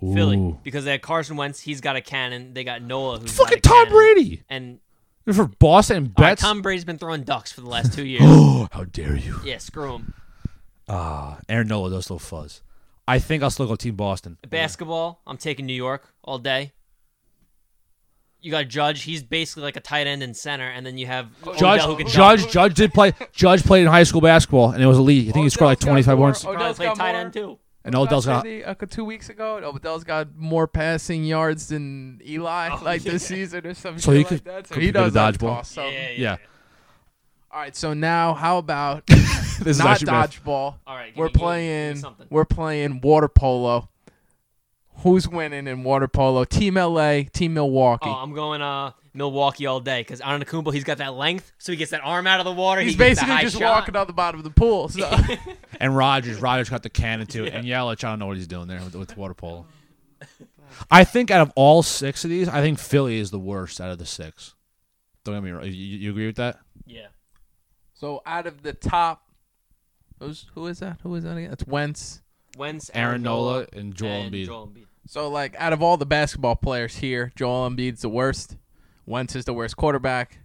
Speaker 3: Philly
Speaker 1: Ooh.
Speaker 3: because they had Carson Wentz. He's got a cannon. They got Noah. Who's got
Speaker 1: Fucking
Speaker 3: a
Speaker 1: Tom
Speaker 3: cannon.
Speaker 1: Brady.
Speaker 3: And
Speaker 1: They're for Boston and
Speaker 3: all right,
Speaker 1: bets.
Speaker 3: Tom Brady's been throwing ducks for the last two years.
Speaker 1: Oh, how dare you?
Speaker 3: yeah, screw him.
Speaker 1: Ah, Aaron Nola does little fuzz. I think I'll still go Team Boston.
Speaker 3: Basketball, I'm taking New York all day. You got Judge. He's basically like a tight end and center, and then you have
Speaker 1: Judge,
Speaker 3: Odell who can dunk.
Speaker 1: Judge, Judge did play. Judge played in high school basketball, and it was elite. I think he scored like
Speaker 2: Odell's got
Speaker 1: 25
Speaker 2: more-
Speaker 1: points.
Speaker 2: Odell-
Speaker 3: Probably
Speaker 2: Odell's
Speaker 3: play
Speaker 2: got
Speaker 3: tight
Speaker 2: more.
Speaker 3: end too.
Speaker 1: And Odell's got.
Speaker 2: Said the- uh, two weeks ago, Odell's got more passing yards than Eli
Speaker 3: Oh,
Speaker 2: like this season or something.
Speaker 1: So he
Speaker 2: like
Speaker 1: could
Speaker 2: that. So
Speaker 1: compete
Speaker 2: he
Speaker 1: with a
Speaker 2: does have to
Speaker 1: dodgeball.
Speaker 2: toss something.
Speaker 1: Yeah,
Speaker 2: All right, so now how about
Speaker 1: this is
Speaker 2: not
Speaker 1: actually bad.
Speaker 2: dodgeball?
Speaker 3: All right, give
Speaker 2: we're
Speaker 3: me- give me- give me
Speaker 2: playing.
Speaker 3: something.
Speaker 2: We're playing water polo. Who's winning in water polo? Team LA, Team Milwaukee.
Speaker 3: Oh, I'm going uh Milwaukee all day because Anakumbo he's got that length, so he gets that arm out of the water.
Speaker 2: He's
Speaker 3: he gets the
Speaker 2: basically
Speaker 3: high
Speaker 2: just
Speaker 3: shot.
Speaker 2: walking on the bottom of the pool. So.
Speaker 1: And Rogers, Rogers got the cannon too. And Yelich, I don't know what he's doing there with, with water polo. I think out of all six of these, I think Philly is the worst out of the six. Don't get me wrong. You, you you agree with that?
Speaker 3: Yeah,
Speaker 2: so out of the top, who's, who is that? Who is that again? It's Wentz.
Speaker 3: Wentz,
Speaker 1: Aaron Nola and Joel
Speaker 3: and
Speaker 1: Embiid.
Speaker 3: Joel Embiid.
Speaker 2: So like out of all the basketball players here, Joel Embiid's the worst. Wentz is the worst quarterback,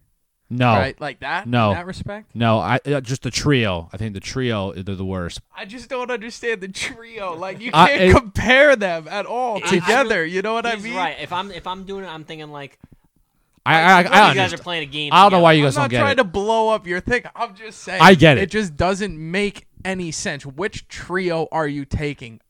Speaker 1: No,
Speaker 2: right? Like that.
Speaker 1: No.
Speaker 2: In that respect.
Speaker 1: no. I uh, just the trio. I think the trio they're the worst.
Speaker 2: I just don't understand the trio. Like you
Speaker 1: I-
Speaker 2: can't
Speaker 1: it-
Speaker 2: compare them at all
Speaker 3: I- I
Speaker 2: together.
Speaker 3: really-
Speaker 2: you know what I
Speaker 3: He's
Speaker 2: mean?
Speaker 3: right. If I'm if I'm doing it, I'm thinking like
Speaker 1: I I, I,
Speaker 3: you guys
Speaker 1: understand.
Speaker 3: are playing a game.
Speaker 1: I don't know why you
Speaker 2: I'm
Speaker 1: guys
Speaker 2: not
Speaker 1: don't get
Speaker 2: trying
Speaker 1: it.
Speaker 2: to blow up your thing. I'm just saying.
Speaker 1: I get it.
Speaker 2: It just doesn't make any sense. Which trio are you taking?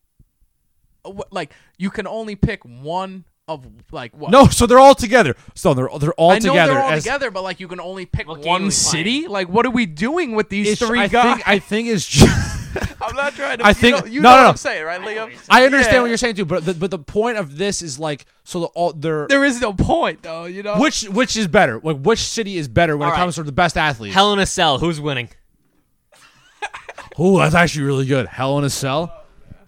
Speaker 2: What- Like you can only pick one of like what?
Speaker 1: No, so they're all together. So they're they're all
Speaker 2: I know
Speaker 1: together.
Speaker 2: they're all
Speaker 1: as-
Speaker 2: together, but like you can only pick
Speaker 3: What game are we
Speaker 2: one
Speaker 3: playing?
Speaker 2: city. Like what are we doing with these
Speaker 1: it's-
Speaker 2: three
Speaker 1: I
Speaker 2: guys?
Speaker 1: think I think it's. Just,
Speaker 2: I'm not trying to.
Speaker 1: I
Speaker 2: you
Speaker 1: think-
Speaker 2: know, you
Speaker 1: no,
Speaker 2: know
Speaker 1: no,
Speaker 2: what
Speaker 1: no.
Speaker 2: I'm saying, right,
Speaker 3: know
Speaker 2: Liam?
Speaker 3: what you're
Speaker 1: I understand
Speaker 2: Yeah.
Speaker 1: what you're saying too, but the, but the point of this is like so the all they're.
Speaker 2: There is no point, though. You know,
Speaker 1: which which is better? Like which city is better when
Speaker 3: All
Speaker 1: it
Speaker 3: right.
Speaker 1: comes to the best athletes?
Speaker 3: Hell in a Cell. Who's winning?
Speaker 1: Oh, that's actually really good. Hell in a Cell.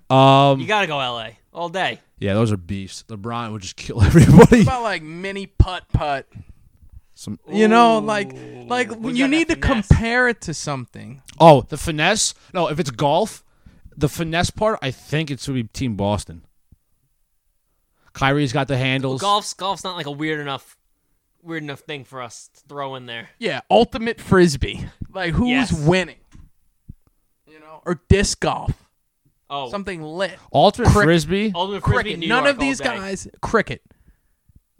Speaker 3: You
Speaker 1: Um,
Speaker 3: gotta go L.A. all day.
Speaker 1: yeah, those are beasts. LeBron would just kill everybody.
Speaker 2: about like mini putt putt.
Speaker 1: Some,
Speaker 2: You know, like like
Speaker 3: Who's
Speaker 2: you
Speaker 3: got
Speaker 2: need to
Speaker 3: that finesse?
Speaker 2: compare it to something.
Speaker 1: oh, the finesse. No, if it's golf, the finesse part, I think it's would be Team Boston. Kyrie's got the handles.
Speaker 3: Golf's golf's not like a weird enough weird enough thing for us to throw in there.
Speaker 2: Yeah, ultimate frisbee. Like who's
Speaker 3: Yes.
Speaker 2: winning? You know, or disc golf,
Speaker 3: Oh,
Speaker 2: something lit.
Speaker 1: Ultimate
Speaker 2: Cricket.
Speaker 1: frisbee.
Speaker 3: Ultimate Frisbee,
Speaker 2: Cricket.
Speaker 3: New
Speaker 2: None
Speaker 3: York
Speaker 2: of
Speaker 3: all
Speaker 2: these
Speaker 3: day.
Speaker 2: guys. Cricket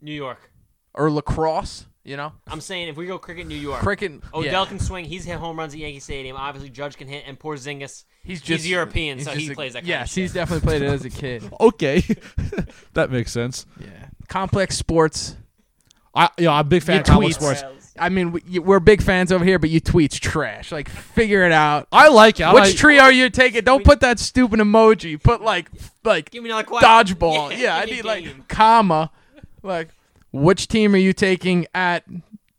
Speaker 3: New York.
Speaker 2: or lacrosse. You know,
Speaker 3: I'm saying if we go cricket, New York.
Speaker 2: cricket.
Speaker 3: Odell
Speaker 2: yeah.
Speaker 3: can swing. He's hit home runs at Yankee Stadium. Obviously, Judge can hit, and poor Zingas.
Speaker 2: He's just
Speaker 3: European,
Speaker 2: he's
Speaker 3: so he
Speaker 2: just a-
Speaker 3: plays that kind of
Speaker 2: Yes,
Speaker 3: shit.
Speaker 2: he's definitely played it as a kid.
Speaker 1: Okay, that makes sense.
Speaker 2: Yeah, complex sports.
Speaker 1: I, you know, I'm a big fan
Speaker 2: Your
Speaker 1: of combat
Speaker 2: tweets.
Speaker 1: sports.
Speaker 2: I mean, we- you- we're big fans over here, but you tweet's trash. Like, figure it out.
Speaker 1: I like it. I
Speaker 2: Which
Speaker 1: like-
Speaker 2: tree are you taking? Don't put that stupid emoji. Put like, like
Speaker 3: Give me another question.
Speaker 2: dodgeball. Yeah, I
Speaker 3: give me
Speaker 2: need
Speaker 3: a game.
Speaker 2: like comma. Like, which team are you taking at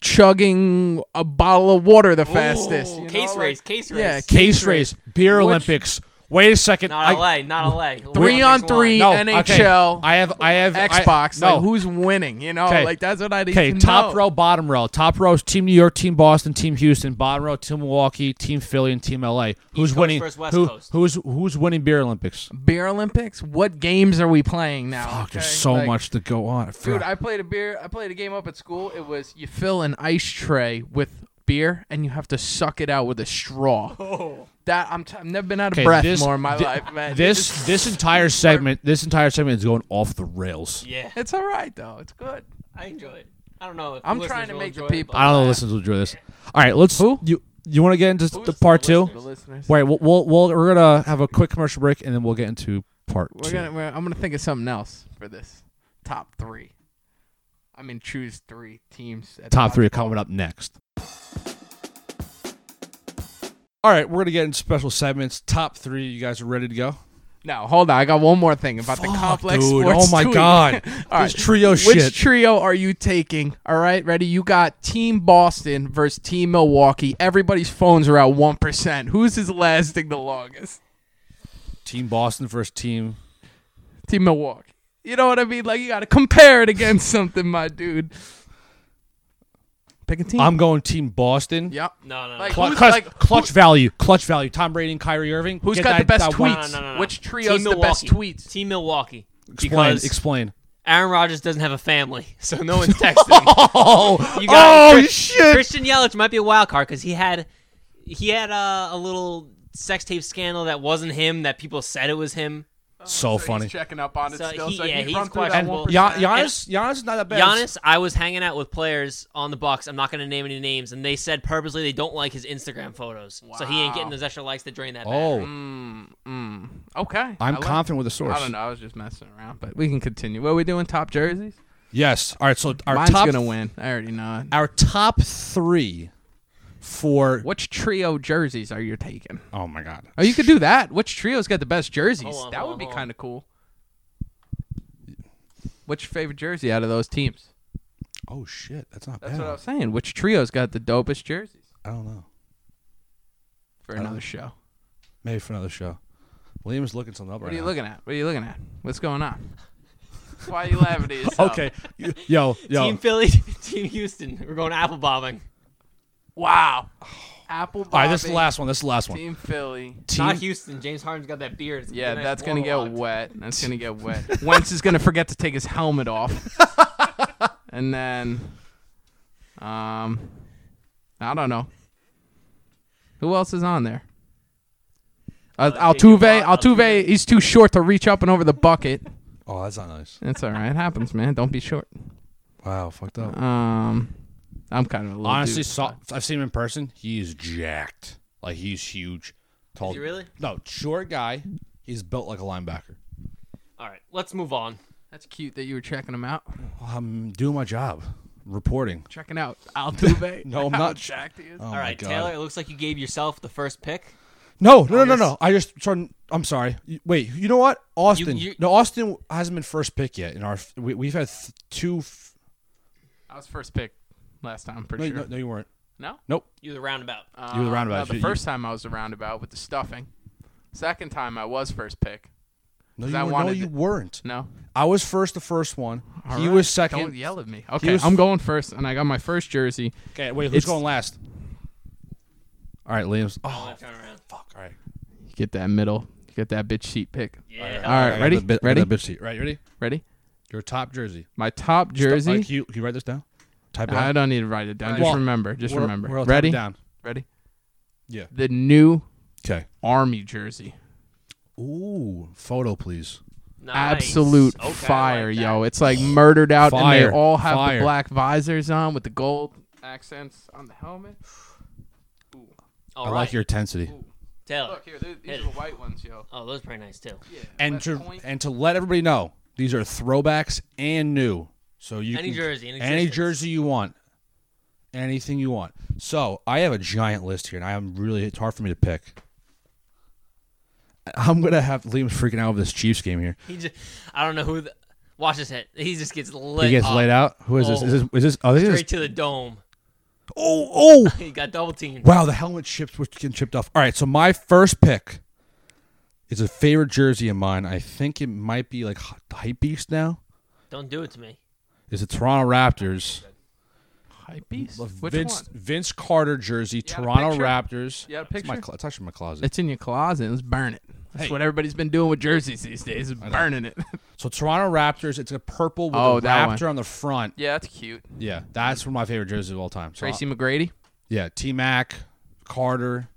Speaker 2: chugging a bottle of water the fastest?
Speaker 3: Ooh,
Speaker 2: you know,
Speaker 3: case
Speaker 2: like-
Speaker 3: race, case race.
Speaker 2: Yeah,
Speaker 1: case race, beer Olympics. Wait a second.
Speaker 3: Not
Speaker 1: I-
Speaker 3: LA, not LA.
Speaker 2: Three on
Speaker 3: Olympics
Speaker 2: three,
Speaker 1: No,
Speaker 2: NHL,
Speaker 1: Okay. I have. I have. I-
Speaker 2: Xbox.
Speaker 1: no.
Speaker 2: Like, who's winning? You know,
Speaker 1: Okay.
Speaker 2: like that's what I need
Speaker 1: Okay,
Speaker 2: to
Speaker 1: top
Speaker 2: know.
Speaker 1: row, bottom row. Top row is Team New York, Team Boston, Team Houston. Bottom row, Team Milwaukee, Team Philly, and Team LA. Who's
Speaker 3: Coast
Speaker 1: winning?
Speaker 3: versus West
Speaker 1: who-
Speaker 3: Coast.
Speaker 1: Who's who's winning beer Olympics?
Speaker 2: Beer Olympics. What games are we playing now?
Speaker 1: Fuck, there's
Speaker 2: Okay,
Speaker 1: so
Speaker 2: like-
Speaker 1: much to go on. I
Speaker 2: Dude,
Speaker 1: forgot.
Speaker 2: I played a beer. I played a game up at school. It was you fill an ice tray with beer and you have to suck it out with a straw.
Speaker 3: Oh.
Speaker 2: That I'm t- I've never been out of
Speaker 1: Okay,
Speaker 2: breath
Speaker 1: this-
Speaker 2: more in my
Speaker 1: thi-
Speaker 2: life, man.
Speaker 1: this this entire segment, this entire segment is going off the rails.
Speaker 3: Yeah,
Speaker 2: it's all right though. It's good.
Speaker 3: I enjoy it. I don't know. If
Speaker 2: I'm
Speaker 3: the
Speaker 2: trying
Speaker 3: listeners
Speaker 2: to
Speaker 3: will
Speaker 2: make the
Speaker 3: enjoy it,
Speaker 2: people-
Speaker 3: but-
Speaker 1: I don't know. Listen to enjoy this. All right, let's.
Speaker 2: Who?
Speaker 1: you you want to get into the
Speaker 3: Who's
Speaker 1: part
Speaker 3: the
Speaker 1: two?
Speaker 3: listener?
Speaker 2: The listeners.
Speaker 1: Wait, we'll, we'll, we'll we're gonna have a quick commercial break and then we'll get into part
Speaker 2: We're
Speaker 1: 2
Speaker 2: gonna. We're, I'm gonna think of something else for this top three. I mean, choose three teams. At
Speaker 1: top three are
Speaker 2: dodgeball.
Speaker 1: coming up next. All right, we're gonna get into special segments. Top three, you guys are ready to go?
Speaker 2: No, hold on. I got one more thing about the
Speaker 1: Fuck,
Speaker 2: complex
Speaker 1: dude.
Speaker 2: sports.
Speaker 1: Oh my
Speaker 2: tweet.
Speaker 1: God.
Speaker 2: All
Speaker 1: This trio
Speaker 2: Which
Speaker 1: shit.
Speaker 2: trio are you taking? All right, ready? You got Team Boston versus Team Milwaukee. Everybody's phones are at one percent. Whose is lasting the longest?
Speaker 1: Team Boston versus Team.
Speaker 2: Team Milwaukee. You know what I mean? Like you got to compare it against something, my dude. Pick a team.
Speaker 1: I'm going team Boston.
Speaker 2: yep.
Speaker 3: No, no, no.
Speaker 2: Like,
Speaker 1: Clu-
Speaker 2: who's-
Speaker 1: clutch,
Speaker 2: like,
Speaker 1: clutch
Speaker 2: who-
Speaker 1: value, clutch value. Tom Brady, and Kyrie Irving.
Speaker 2: Who's
Speaker 1: Get
Speaker 2: got the
Speaker 1: that-
Speaker 2: best
Speaker 1: that one-
Speaker 2: tweets?
Speaker 3: No, no, no, no.
Speaker 2: Which
Speaker 3: Team
Speaker 2: trio's the best
Speaker 3: Milwaukee.
Speaker 2: tweets?
Speaker 3: Team Milwaukee.
Speaker 1: Explain.
Speaker 3: Because
Speaker 1: Explain.
Speaker 3: Aaron Rodgers doesn't have a family, so no one's texting him.
Speaker 1: Oh,
Speaker 3: You got
Speaker 1: oh
Speaker 3: Chris-
Speaker 1: shit!
Speaker 3: Christian Yelich might be a wild card because he had he had uh, a little sex tape scandal that wasn't him that people said it was him.
Speaker 1: so funny.
Speaker 2: He's checking up on it
Speaker 3: So
Speaker 2: still.
Speaker 3: he-
Speaker 2: so
Speaker 3: yeah,
Speaker 2: he'd
Speaker 3: he's
Speaker 2: run through that
Speaker 3: questionable.
Speaker 2: 1%.
Speaker 1: Gian- Giannis, Giannis is not that bad.
Speaker 3: Giannis, I was hanging out with players on the Bucks. I'm not going to name any names, and they said purposely they don't like his Instagram photos, so he ain't
Speaker 2: Wow.
Speaker 3: getting those extra likes that drain that. bad.
Speaker 1: Oh,
Speaker 2: Mm, mm. Okay. I
Speaker 1: I'm
Speaker 2: like-
Speaker 1: confident with the source.
Speaker 2: I don't know. I was just messing around, but we can continue. What are we doing? Top jerseys?
Speaker 1: Yes. All right. So our
Speaker 2: Mine's
Speaker 1: top
Speaker 2: gonna win. I already know. it.
Speaker 1: our top three for
Speaker 2: Which trio jerseys are you taking?
Speaker 1: oh my god.
Speaker 2: Oh, you could do that. Which trio's got the best jerseys?
Speaker 3: Hold on,
Speaker 2: that
Speaker 3: hold
Speaker 2: would
Speaker 3: on,
Speaker 2: be
Speaker 3: hold on.
Speaker 2: kind of cool. Which favorite jersey out of those teams?
Speaker 1: Oh shit, that's not
Speaker 2: That's
Speaker 1: bad.
Speaker 2: what I was saying. Which trio's got the dopest jerseys
Speaker 1: I don't know.
Speaker 2: for another show?
Speaker 1: Maybe for another show. William's looking something up
Speaker 2: What
Speaker 1: right
Speaker 2: are you
Speaker 1: now.
Speaker 2: looking at? What are you looking at? What's going on? Why are you laughing at yourself?
Speaker 1: Okay. You- yo, yo.
Speaker 3: Team Philly, Team Houston. We're going apple bombing.
Speaker 2: Wow. Apple.
Speaker 1: All right, this is the last one. This is the last one.
Speaker 2: Team Philly.
Speaker 3: Not
Speaker 1: Team
Speaker 3: Houston. James Harden's got that beard. It's
Speaker 2: Yeah,
Speaker 3: nice
Speaker 2: that's gonna get
Speaker 3: warlocked.
Speaker 2: wet. That's gonna get wet. Wentz is gonna forget to take his helmet off, and then, um, I don't know. Who else is on there? Uh,
Speaker 3: Uh,
Speaker 2: Altuve.
Speaker 3: Jacob Al-
Speaker 2: Altuve.
Speaker 3: Altuve.
Speaker 2: He's too short to reach up and over the bucket.
Speaker 1: Oh, that's not nice.
Speaker 2: It's all right. It happens, man. Don't be short.
Speaker 1: Wow, fucked up.
Speaker 2: Um, I'm kind of a little
Speaker 1: Honestly,
Speaker 2: dude.
Speaker 1: saw, I've seen him in person. He is jacked. Like he's huge, tall.
Speaker 3: he really?
Speaker 1: No, short guy. He's built like a linebacker.
Speaker 3: All right, let's move on.
Speaker 2: That's cute that you were checking him out.
Speaker 1: I'm doing my job, reporting.
Speaker 2: Checking out Altuve.
Speaker 1: No, I'm
Speaker 2: How
Speaker 1: not-
Speaker 2: jacked he is.
Speaker 1: Oh
Speaker 3: All right,
Speaker 1: my God.
Speaker 3: Taylor. It looks like you gave yourself the first pick.
Speaker 1: No, no, no, no, no. I just turned. I'm sorry. You- Wait, you know what? Austin.
Speaker 3: you-
Speaker 1: no, Austin hasn't been first pick yet. In our, we, we've had th- two. F-
Speaker 2: I was first pick last time. I'm
Speaker 1: no,
Speaker 2: pretty sure.
Speaker 1: no, no, you weren't.
Speaker 2: no?
Speaker 1: Nope.
Speaker 3: You the roundabout.
Speaker 1: You were the
Speaker 2: Uh,
Speaker 1: roundabout.
Speaker 2: no, the
Speaker 1: You-
Speaker 2: first time I was the roundabout with the stuffing. Second time I was first pick.
Speaker 1: No,
Speaker 2: 'Cause
Speaker 1: you,
Speaker 2: I
Speaker 1: weren't. no,
Speaker 2: wanted
Speaker 1: you
Speaker 2: to-
Speaker 1: weren't.
Speaker 2: No,
Speaker 1: I was first, the first one.
Speaker 2: All
Speaker 1: he
Speaker 2: right.
Speaker 1: was second.
Speaker 2: Don't yell at me. Okay,
Speaker 1: was-
Speaker 2: I'm going first, and I got my first jersey.
Speaker 1: Okay, wait. Who's
Speaker 2: It's-
Speaker 1: going last? All right, Liam's.
Speaker 3: Oh,
Speaker 1: Oh,
Speaker 3: turn around.
Speaker 1: fuck. All right.
Speaker 2: Get that middle. Get that bitch seat pick.
Speaker 3: Yeah.
Speaker 2: All right,
Speaker 1: I got
Speaker 2: ready?
Speaker 1: the bit- I got
Speaker 2: ready?
Speaker 1: the bitch seat. Right, you ready?
Speaker 2: Ready?
Speaker 1: Your top jersey.
Speaker 2: My top jersey.
Speaker 1: Like, can, you, can you write this down? Type it
Speaker 2: I
Speaker 1: out.
Speaker 2: don't need to write it down.
Speaker 1: Right.
Speaker 2: Just
Speaker 1: Well,
Speaker 2: remember. Just
Speaker 1: We're-
Speaker 2: remember.
Speaker 1: we're all typed
Speaker 2: ready?
Speaker 1: Down.
Speaker 2: Ready?
Speaker 1: Yeah.
Speaker 2: The new
Speaker 1: Okay.
Speaker 2: Army jersey.
Speaker 1: Ooh, photo, please.
Speaker 3: Nice.
Speaker 2: Absolute
Speaker 3: Okay, I like
Speaker 2: fire,
Speaker 3: that.
Speaker 2: yo. It's like murdered out,
Speaker 1: Fire.
Speaker 2: and they all have
Speaker 1: Fire.
Speaker 2: the black visors on with the gold accents on the helmet.
Speaker 3: All
Speaker 1: I
Speaker 3: right,
Speaker 1: like your intensity.
Speaker 3: Taylor.
Speaker 2: Look here, these,
Speaker 3: Hit
Speaker 2: these
Speaker 3: it.
Speaker 2: are the white ones, yo.
Speaker 3: Oh, those are pretty nice too.
Speaker 2: Yeah,
Speaker 1: and
Speaker 2: West
Speaker 1: to
Speaker 2: Point.
Speaker 1: and to let everybody know, these are throwbacks and new. So you
Speaker 3: Any
Speaker 1: can,
Speaker 3: jersey, in
Speaker 1: any
Speaker 3: existence.
Speaker 1: jersey you want, anything you want. So I have a giant list here, and I am really it's hard for me to pick. I'm gonna have Liam's freaking out over this Chiefs game here.
Speaker 3: He just, I don't know who. The, watch this hit. He just gets lit.
Speaker 1: He gets
Speaker 3: up,
Speaker 1: laid out. Who is this? Is this? Is this? Oh, this is,
Speaker 3: straight to the dome.
Speaker 1: oh, oh!
Speaker 3: He got double teamed.
Speaker 1: Wow, the helmet chips were getting chipped off. All right, so my first pick is a favorite jersey of mine. I think it might be like hype beast now.
Speaker 3: Don't do it to me.
Speaker 1: Is the Toronto Raptors?
Speaker 2: Hype beast.
Speaker 1: A
Speaker 2: Which
Speaker 1: Vince
Speaker 2: one?
Speaker 1: Vince Carter jersey,
Speaker 2: got a
Speaker 1: Toronto
Speaker 2: picture?
Speaker 1: Raptors.
Speaker 2: You got a
Speaker 1: It's, my
Speaker 2: picture?
Speaker 1: clo- it's actually in my closet.
Speaker 2: It's in your closet. Let's burn it. That's
Speaker 1: Hey.
Speaker 2: what everybody's been doing with jerseys these days. Is burning it.
Speaker 1: so Toronto Raptors. It's a purple with
Speaker 2: Oh,
Speaker 1: a
Speaker 2: that
Speaker 1: raptor
Speaker 2: one.
Speaker 1: on the front.
Speaker 2: yeah, that's cute.
Speaker 1: Yeah, that's one of my favorite jerseys of all time. So,
Speaker 2: Tracy McGrady.
Speaker 1: yeah, T Mac, Carter.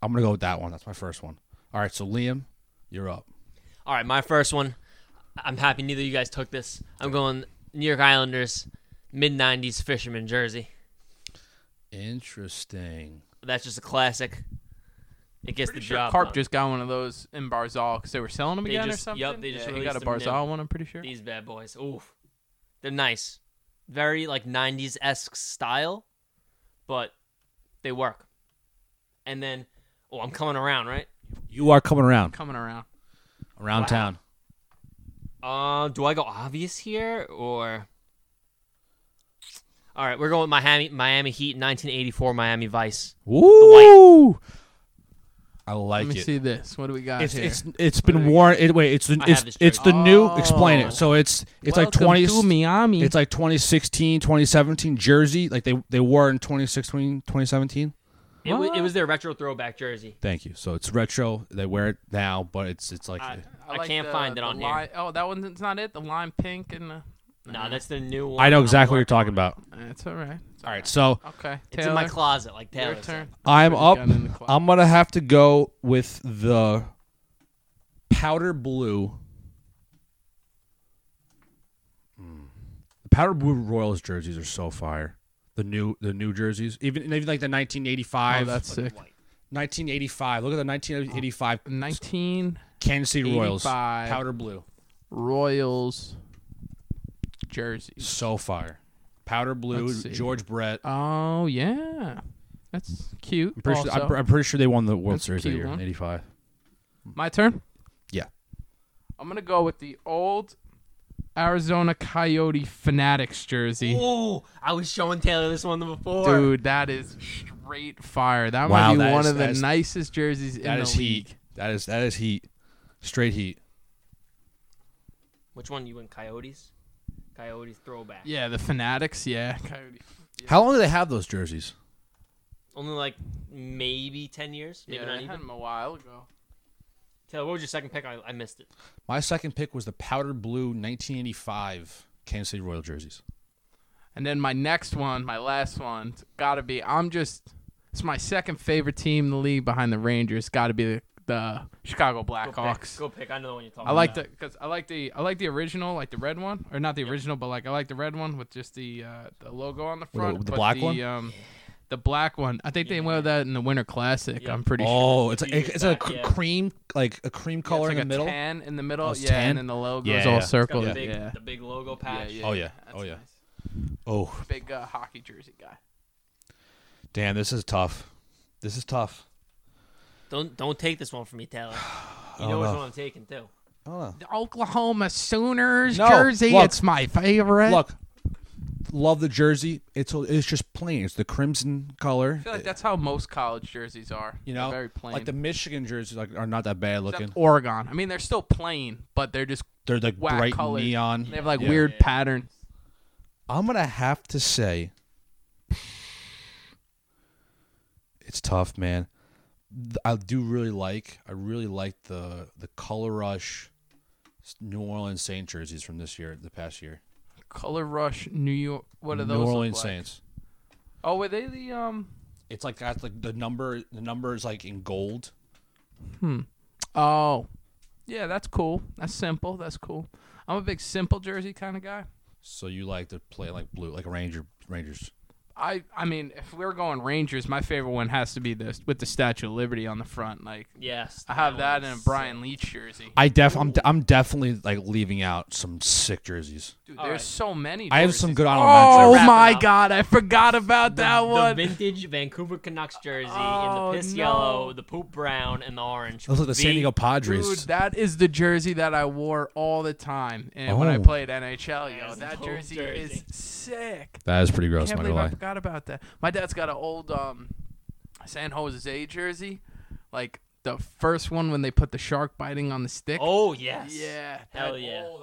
Speaker 1: I'm gonna go with that one. That's my first one. All right, so Liam, you're up.
Speaker 3: All right, my first one. I'm happy neither of you guys took this. I'm going New York Islanders, mid '90s fisherman jersey.
Speaker 1: Interesting.
Speaker 3: That's just a classic. It gets the
Speaker 2: Sure,
Speaker 3: job.
Speaker 2: Carp
Speaker 3: done.
Speaker 2: just got one of those in Barzal because they were selling them
Speaker 3: They
Speaker 2: again or
Speaker 3: just-
Speaker 2: something.
Speaker 3: yup, they just
Speaker 2: yeah, he got a
Speaker 3: released them
Speaker 2: Barzal
Speaker 3: new.
Speaker 2: one. I'm pretty sure.
Speaker 3: These bad boys. Oof. They're nice. Very like 90s esque style, but they work. And then, oh, I'm coming around, right?
Speaker 1: You are coming around
Speaker 2: Coming around.
Speaker 1: around town.
Speaker 3: Uh, do I go obvious here or? All right, we're going with Miami, Miami Heat, 1984 Miami Vice.
Speaker 1: Woo! I like
Speaker 2: Let me
Speaker 1: it.
Speaker 2: see this. What do we got
Speaker 1: It's
Speaker 2: here?
Speaker 1: it's it's
Speaker 2: do
Speaker 1: been
Speaker 2: we
Speaker 1: worn. It, wait, it's the
Speaker 3: I have
Speaker 1: it's
Speaker 3: this
Speaker 1: it's the
Speaker 3: jersey.
Speaker 1: new. Explain
Speaker 2: Oh.
Speaker 1: it. So it's it's like
Speaker 2: Welcome
Speaker 1: twenty.
Speaker 2: to Miami.
Speaker 1: It's like 2016, 2017 jersey. Like they they wore in 2016, 2017.
Speaker 3: It, wa- it was their retro throwback jersey.
Speaker 1: Thank you. So it's retro. They wear it now, but it's it's like
Speaker 3: I,
Speaker 2: I
Speaker 3: I
Speaker 2: like
Speaker 3: can't
Speaker 2: the-
Speaker 3: find it
Speaker 2: the
Speaker 3: on here.
Speaker 2: lime- Oh, that one's not it. The lime pink and the. Mm-hmm.
Speaker 3: Nah, that's the new one.
Speaker 1: I know
Speaker 3: I'm
Speaker 1: exactly what you're
Speaker 3: working on.
Speaker 1: talking about.
Speaker 2: That's all right.
Speaker 1: All right, so
Speaker 2: Okay.
Speaker 3: It's in my
Speaker 2: Taylor,
Speaker 3: closet, like Taylor.
Speaker 2: Your turn.
Speaker 1: I'm up.
Speaker 2: gun in the closet.
Speaker 1: I'm gonna have to go with the powder blue. Mm. The powder blue Royals jerseys are so fire. The new the new jerseys, even and even like the 1985.
Speaker 2: Oh, that's sick.
Speaker 1: 1985. Look at the 1985
Speaker 2: Nineteen
Speaker 1: Kansas City Royals
Speaker 2: 85.
Speaker 1: powder blue.
Speaker 2: Royals jerseys.
Speaker 1: So fire. Powder blue.
Speaker 2: Let's see.
Speaker 1: George Brett.
Speaker 2: Oh yeah, that's cute.
Speaker 1: I'm pretty, sure,
Speaker 2: also.
Speaker 1: I'm, I'm pretty sure they won the World
Speaker 2: That's a
Speaker 1: Series that
Speaker 2: cute
Speaker 1: year
Speaker 2: one.
Speaker 1: in '85.
Speaker 2: my turn.
Speaker 1: Yeah.
Speaker 2: I'm gonna go with the old Arizona Coyote Fanatics jersey.
Speaker 3: Ooh, I was showing Taylor this one before.
Speaker 2: Dude, that is straight fire. That
Speaker 1: Wow,
Speaker 2: might be
Speaker 1: that
Speaker 2: one
Speaker 1: is-
Speaker 2: of the
Speaker 1: that is-
Speaker 2: nicest jerseys in
Speaker 1: That
Speaker 2: the
Speaker 1: is
Speaker 2: league.
Speaker 1: heat. That is that is heat. Straight heat.
Speaker 3: Which one you in? Coyotes. Coyotes throwback.
Speaker 2: Yeah, the Fanatics. Yeah, Coyote.
Speaker 1: How long do they have those jerseys?
Speaker 3: Only like maybe ten years, maybe
Speaker 2: yeah,
Speaker 3: not
Speaker 2: I
Speaker 3: even.
Speaker 2: had them a while ago.
Speaker 3: Taylor, what was your second pick? I, I missed it.
Speaker 1: My second pick was the powder blue 1985 Kansas City Royal jerseys.
Speaker 2: And then my next one, my last one, it's gotta be. I'm just. It's my second favorite team in the league behind the Rangers. Gotta be the, the Chicago
Speaker 3: Go
Speaker 2: Blackhawks.
Speaker 3: pick. Go pick. I know the one you're talking.
Speaker 2: I like the
Speaker 3: about.
Speaker 2: because I like the I like the original, like the red one, or not the original, but like I like the red one with just the uh, the logo on the
Speaker 1: the-
Speaker 2: front.
Speaker 1: with the
Speaker 2: but
Speaker 1: black one?
Speaker 2: Um, the black one. I think they wear that in the Winter Classic.
Speaker 3: Yep.
Speaker 2: I'm pretty sure.
Speaker 1: Oh, it's like
Speaker 3: few years
Speaker 1: it's a
Speaker 3: back,
Speaker 1: cr-
Speaker 3: yeah.
Speaker 1: cream like a cream
Speaker 2: Yeah,
Speaker 1: color
Speaker 2: it's like
Speaker 1: in the middle.
Speaker 2: a tan in the middle.
Speaker 1: Oh, it's
Speaker 2: yeah,
Speaker 1: tan?
Speaker 2: and then the logo
Speaker 1: Yeah,
Speaker 2: is
Speaker 1: yeah.
Speaker 2: all
Speaker 1: It's
Speaker 3: It's got
Speaker 2: circled.
Speaker 3: the
Speaker 2: Yeah.
Speaker 3: big,
Speaker 2: yeah.
Speaker 3: the big logo
Speaker 2: Yeah,
Speaker 3: patch.
Speaker 2: yeah,
Speaker 1: Oh, yeah.
Speaker 2: That's
Speaker 1: Oh, yeah.
Speaker 2: nice.
Speaker 1: Oh,
Speaker 2: Big uh, hockey jersey guy.
Speaker 1: damn, this is tough. This is tough.
Speaker 3: Don't don't take this one from me, Taylor. You
Speaker 1: Oh,
Speaker 3: know which
Speaker 1: no.
Speaker 3: one I'm taking too.
Speaker 1: Oh.
Speaker 2: The Oklahoma Sooners
Speaker 1: No,
Speaker 2: jersey.
Speaker 1: look.
Speaker 2: it's my favorite.
Speaker 1: Look, love the jersey. It's it's just plain. It's the crimson color.
Speaker 2: I feel like that's how most college jerseys are.
Speaker 1: you
Speaker 2: They're
Speaker 1: know,
Speaker 2: very plain.
Speaker 1: like the Michigan jerseys like are not that bad looking.
Speaker 2: Except Oregon. I mean, they're still plain, but they're just
Speaker 1: They're like
Speaker 2: whack
Speaker 1: bright
Speaker 2: colors.
Speaker 1: neon.
Speaker 2: They have like
Speaker 1: Yeah.
Speaker 2: weird patterns.
Speaker 1: I'm gonna have to say, it's tough, man. Th- I do really like. I really like the the color rush, s- New Orleans Saints jerseys from this year, the past year.
Speaker 2: Color Rush, New York. What are those?
Speaker 1: New
Speaker 2: look
Speaker 1: Orleans
Speaker 2: like?
Speaker 1: Saints.
Speaker 2: Oh, were they the um?
Speaker 1: It's like that's like the number. The number is like in gold.
Speaker 2: Oh, yeah, that's cool. That's simple. That's cool. I'm a big simple jersey kind of guy.
Speaker 1: So you like to play like blue, like Ranger Rangers.
Speaker 2: I I mean, if we're going Rangers, my favorite one has to be this with the Statue of Liberty on the front. Like
Speaker 3: Yes.
Speaker 2: I have that in
Speaker 3: one's
Speaker 2: a Brian Leach jersey.
Speaker 1: I def. I'm, de- I'm definitely like leaving out some sick jerseys.
Speaker 2: Dude,
Speaker 3: All
Speaker 2: there's
Speaker 3: right.
Speaker 2: so many.
Speaker 1: I have
Speaker 2: jerseys.
Speaker 1: some good honorable
Speaker 2: Oh
Speaker 1: mentions.
Speaker 3: Wrap 'em
Speaker 2: my
Speaker 3: up.
Speaker 2: God! I forgot about
Speaker 3: the-
Speaker 2: that one.
Speaker 3: The vintage Vancouver Canucks jersey
Speaker 2: Oh,
Speaker 3: in the piss
Speaker 2: no.
Speaker 3: yellow, the poop brown, and the orange.
Speaker 1: Those are the San Diego Padres.
Speaker 2: Dude, that is the jersey that I wore all the time and when I
Speaker 1: Oh.
Speaker 2: played NHL. Yo,
Speaker 3: That's
Speaker 2: that
Speaker 3: dope
Speaker 2: jersey,
Speaker 3: jersey.
Speaker 2: is sick.
Speaker 1: that is pretty gross.
Speaker 2: Can't
Speaker 1: I'm not
Speaker 2: believe
Speaker 1: gonna
Speaker 2: I
Speaker 1: lie.
Speaker 2: forgot about that. My dad's got an old um, San Jose jersey, like the first one when they put the shark biting on the stick.
Speaker 3: Oh yes.
Speaker 2: yeah, Oh,
Speaker 3: Hell
Speaker 2: that-
Speaker 3: yeah.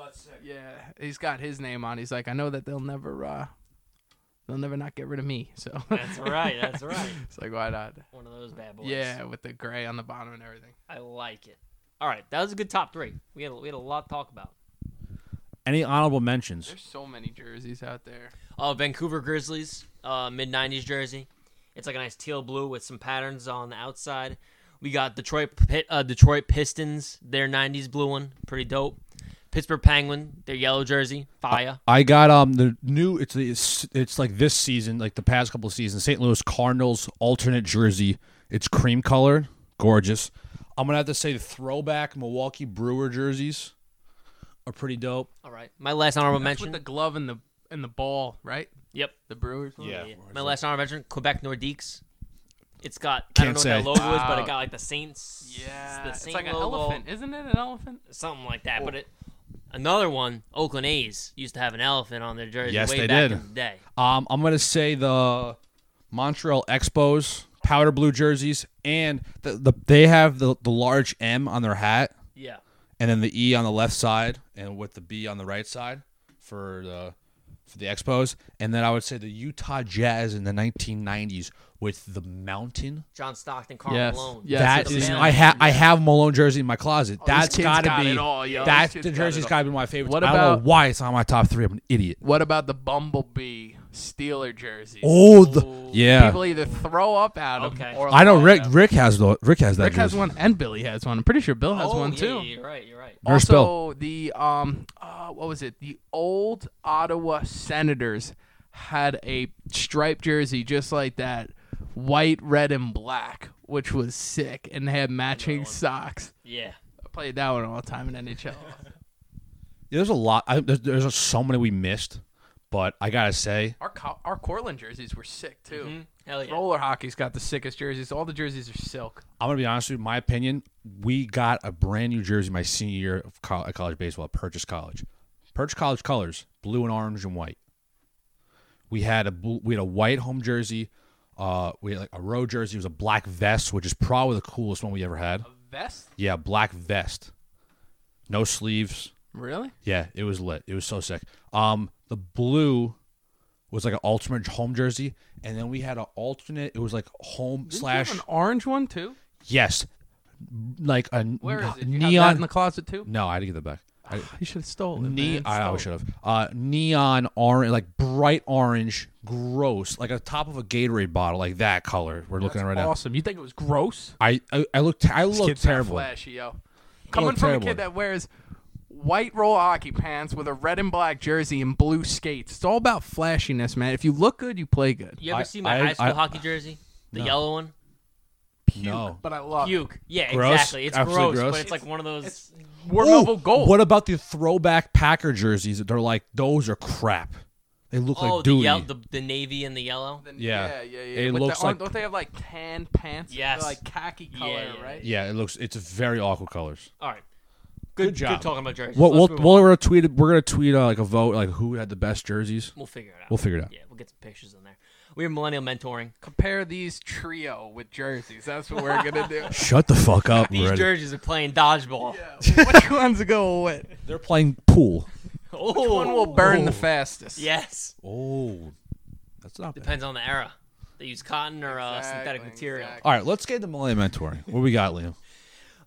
Speaker 2: yeah. He's got his name on. He's like, I know that they'll never, uh, they'll never not get rid of me. So
Speaker 3: That's right. That's right.
Speaker 2: it's like why not?
Speaker 3: One of those bad boys.
Speaker 2: Yeah, with the gray on the bottom and everything.
Speaker 3: I like it. All right, that was a good top three. We had we had a lot to talk about.
Speaker 1: Any honorable mentions?
Speaker 2: There's so many jerseys out there.
Speaker 3: Oh, Vancouver Grizzlies, uh, mid '90s jersey. It's like a nice teal blue with some patterns on the outside. We got Detroit Pit, uh, Detroit Pistons, their '90s blue one, pretty dope. Pittsburgh Penguin, their yellow jersey, fire.
Speaker 1: I got um the new it's the- it's, it's like this season, like the past couple of seasons, St. Louis Cardinals alternate jersey. It's cream color, gorgeous. I'm gonna have to say the throwback Milwaukee Brewer jerseys are pretty dope.
Speaker 3: All right, my last honorable
Speaker 2: That's
Speaker 3: mention.
Speaker 2: with the glove and the and the ball, right?
Speaker 3: yep,
Speaker 2: The Brewers. one?
Speaker 1: Yeah.
Speaker 3: my last honorable mention. Quebec Nordiques. It's got I don't
Speaker 1: Can't
Speaker 3: know
Speaker 1: say.
Speaker 3: what that logo is, but
Speaker 2: Wow.
Speaker 3: it got like the Saints.
Speaker 2: Yeah.
Speaker 3: the
Speaker 2: it's
Speaker 3: Saint
Speaker 2: like an
Speaker 3: logo.
Speaker 2: elephant, isn't it? An elephant.
Speaker 3: something like that. But it, another one, Oakland A's used to have an elephant on their jersey
Speaker 1: Yes,
Speaker 3: way
Speaker 1: they
Speaker 3: back
Speaker 1: did.
Speaker 3: in the day.
Speaker 1: Um, I'm gonna say the Montreal Expos powder blue jerseys, and the, the they have the, the large M on their hat,
Speaker 3: Yeah.
Speaker 1: and then the E on the left side, and with the B on the right side for the for the Expos, and then I would say the Utah Jazz in the 1990s with the mountain.
Speaker 3: John Stockton, Carl
Speaker 4: Yes.
Speaker 3: Malone.
Speaker 4: Yes.
Speaker 1: that
Speaker 4: it's
Speaker 1: is,
Speaker 4: the
Speaker 1: I have I have Malone jersey in my closet. That's
Speaker 4: Oh, kid's
Speaker 1: gotta
Speaker 4: got
Speaker 1: be
Speaker 4: it all, yo.
Speaker 1: that's
Speaker 4: This
Speaker 1: the
Speaker 4: kid's got it
Speaker 1: jersey's
Speaker 4: all.
Speaker 1: gotta be my favorite.
Speaker 4: What
Speaker 1: I don't
Speaker 4: about-
Speaker 1: know why it's not on my top three. I'm an idiot.
Speaker 4: What about the
Speaker 2: Bumblebee Steeler jerseys.
Speaker 1: Oh, the, yeah.
Speaker 2: People either throw up at them
Speaker 3: Okay.
Speaker 2: or
Speaker 1: I know
Speaker 2: laugh
Speaker 1: Rick.
Speaker 2: at 'em.
Speaker 1: Rick has the, Rick has that.
Speaker 2: Rick has
Speaker 1: jersey.
Speaker 2: one and Billy has one. I'm pretty sure Bill has
Speaker 3: Oh,
Speaker 2: one
Speaker 3: yeah,
Speaker 2: too.
Speaker 3: yeah, you're right. You're right.
Speaker 1: Nurse Bill.
Speaker 2: also, the um, uh, what was it? The old Ottawa Senators had a striped jersey just like that, white, red, and black, which was sick, and they had matching socks.
Speaker 3: Yeah.
Speaker 2: I played that one all the time in NHL.
Speaker 1: There's a lot. I, there's, there's so many we missed, but I gotta say,
Speaker 2: our Co- our Cortland jerseys were sick too.
Speaker 3: Mm-hmm. Hell yeah.
Speaker 2: Roller hockey's got the sickest jerseys. All the jerseys are silk.
Speaker 1: I'm gonna be honest with you. My opinion, we got a brand new jersey my senior year of college, at college baseball at Purchase College. Purchase College colors: blue and orange and white. We had a blue, we had a white home jersey. Uh, we had like a road jersey. It was a black vest, which is probably the coolest one we ever had.
Speaker 2: Vest?
Speaker 1: Yeah, black vest, no sleeves.
Speaker 2: Really?
Speaker 1: Yeah, it was lit. It was so sick. Um, the blue was like an alternate home jersey, and then we had an alternate. It was like home slash
Speaker 2: an orange one too.
Speaker 1: yes, like a n-
Speaker 2: Where is it? You have that
Speaker 1: neon.
Speaker 2: in the closet too.
Speaker 1: no, I had to get that back. I,
Speaker 2: You should have stolen. it.
Speaker 1: ne-
Speaker 2: man.
Speaker 1: I always should
Speaker 2: Stole it.
Speaker 1: have. Uh, neon orange, like bright orange, gross, like a top of a Gatorade bottle, like that color. We're looking at right now.
Speaker 2: Awesome. You think it was gross?
Speaker 1: I I, I look I look
Speaker 2: kid's not
Speaker 1: terrible.
Speaker 2: Flashy, yo. Coming
Speaker 1: looked
Speaker 2: from
Speaker 1: terrible.
Speaker 2: a kid that wears white roll hockey pants with a red and black jersey and blue skates. It's all about flashiness, man. If you look good, you play good.
Speaker 3: You ever
Speaker 1: I-
Speaker 3: see my
Speaker 1: I-
Speaker 3: high school
Speaker 1: I-
Speaker 3: hockey jersey? The yellow one?
Speaker 1: No.
Speaker 2: But I love you.
Speaker 3: Puke. Yeah,
Speaker 1: Gross.
Speaker 3: exactly. It's
Speaker 1: Absolutely
Speaker 3: gross,
Speaker 1: gross.
Speaker 3: but it's like one of those.
Speaker 2: War
Speaker 1: Ooh,
Speaker 2: level gold.
Speaker 1: What about the throwback Packer jerseys? that They're like those are crap. They look
Speaker 3: Oh,
Speaker 1: like
Speaker 3: the,
Speaker 1: dude.
Speaker 3: yellow, the, the navy and the yellow.
Speaker 2: Then-
Speaker 1: Yeah.
Speaker 2: yeah, yeah, yeah.
Speaker 1: It
Speaker 2: With the
Speaker 1: looks
Speaker 2: on-
Speaker 1: like-
Speaker 2: don't they have like tan pants?
Speaker 3: Yes.
Speaker 2: They're, like khaki
Speaker 3: Yeah,
Speaker 2: color,
Speaker 3: yeah,
Speaker 2: right?
Speaker 1: yeah, it looks. It's very awkward colors.
Speaker 3: All right.
Speaker 1: Good job.
Speaker 3: Good talking about jerseys.
Speaker 1: We'll
Speaker 3: Let's
Speaker 1: we'll,
Speaker 3: move on.
Speaker 1: we'll we're gonna tweet. We're gonna tweet uh, like a vote, like who had the best jerseys.
Speaker 3: We'll figure it out.
Speaker 1: We'll figure it out.
Speaker 3: Yeah, we'll get some pictures in there. We have millennial mentoring.
Speaker 2: Compare these trio with jerseys. That's what we're gonna do.
Speaker 1: Shut the fuck up
Speaker 3: These
Speaker 1: already.
Speaker 3: jerseys are playing dodgeball.
Speaker 2: Which one's to go with?
Speaker 1: They're playing pool.
Speaker 3: Oh,
Speaker 2: Which one will burn the fastest?
Speaker 3: Yes.
Speaker 1: Oh, that's not bad.
Speaker 3: Depends on the era. They use cotton or uh, synthetic
Speaker 2: Exactly,
Speaker 3: material.
Speaker 2: exactly.
Speaker 1: All right, let's get the Malay mentoring. What we got, Liam?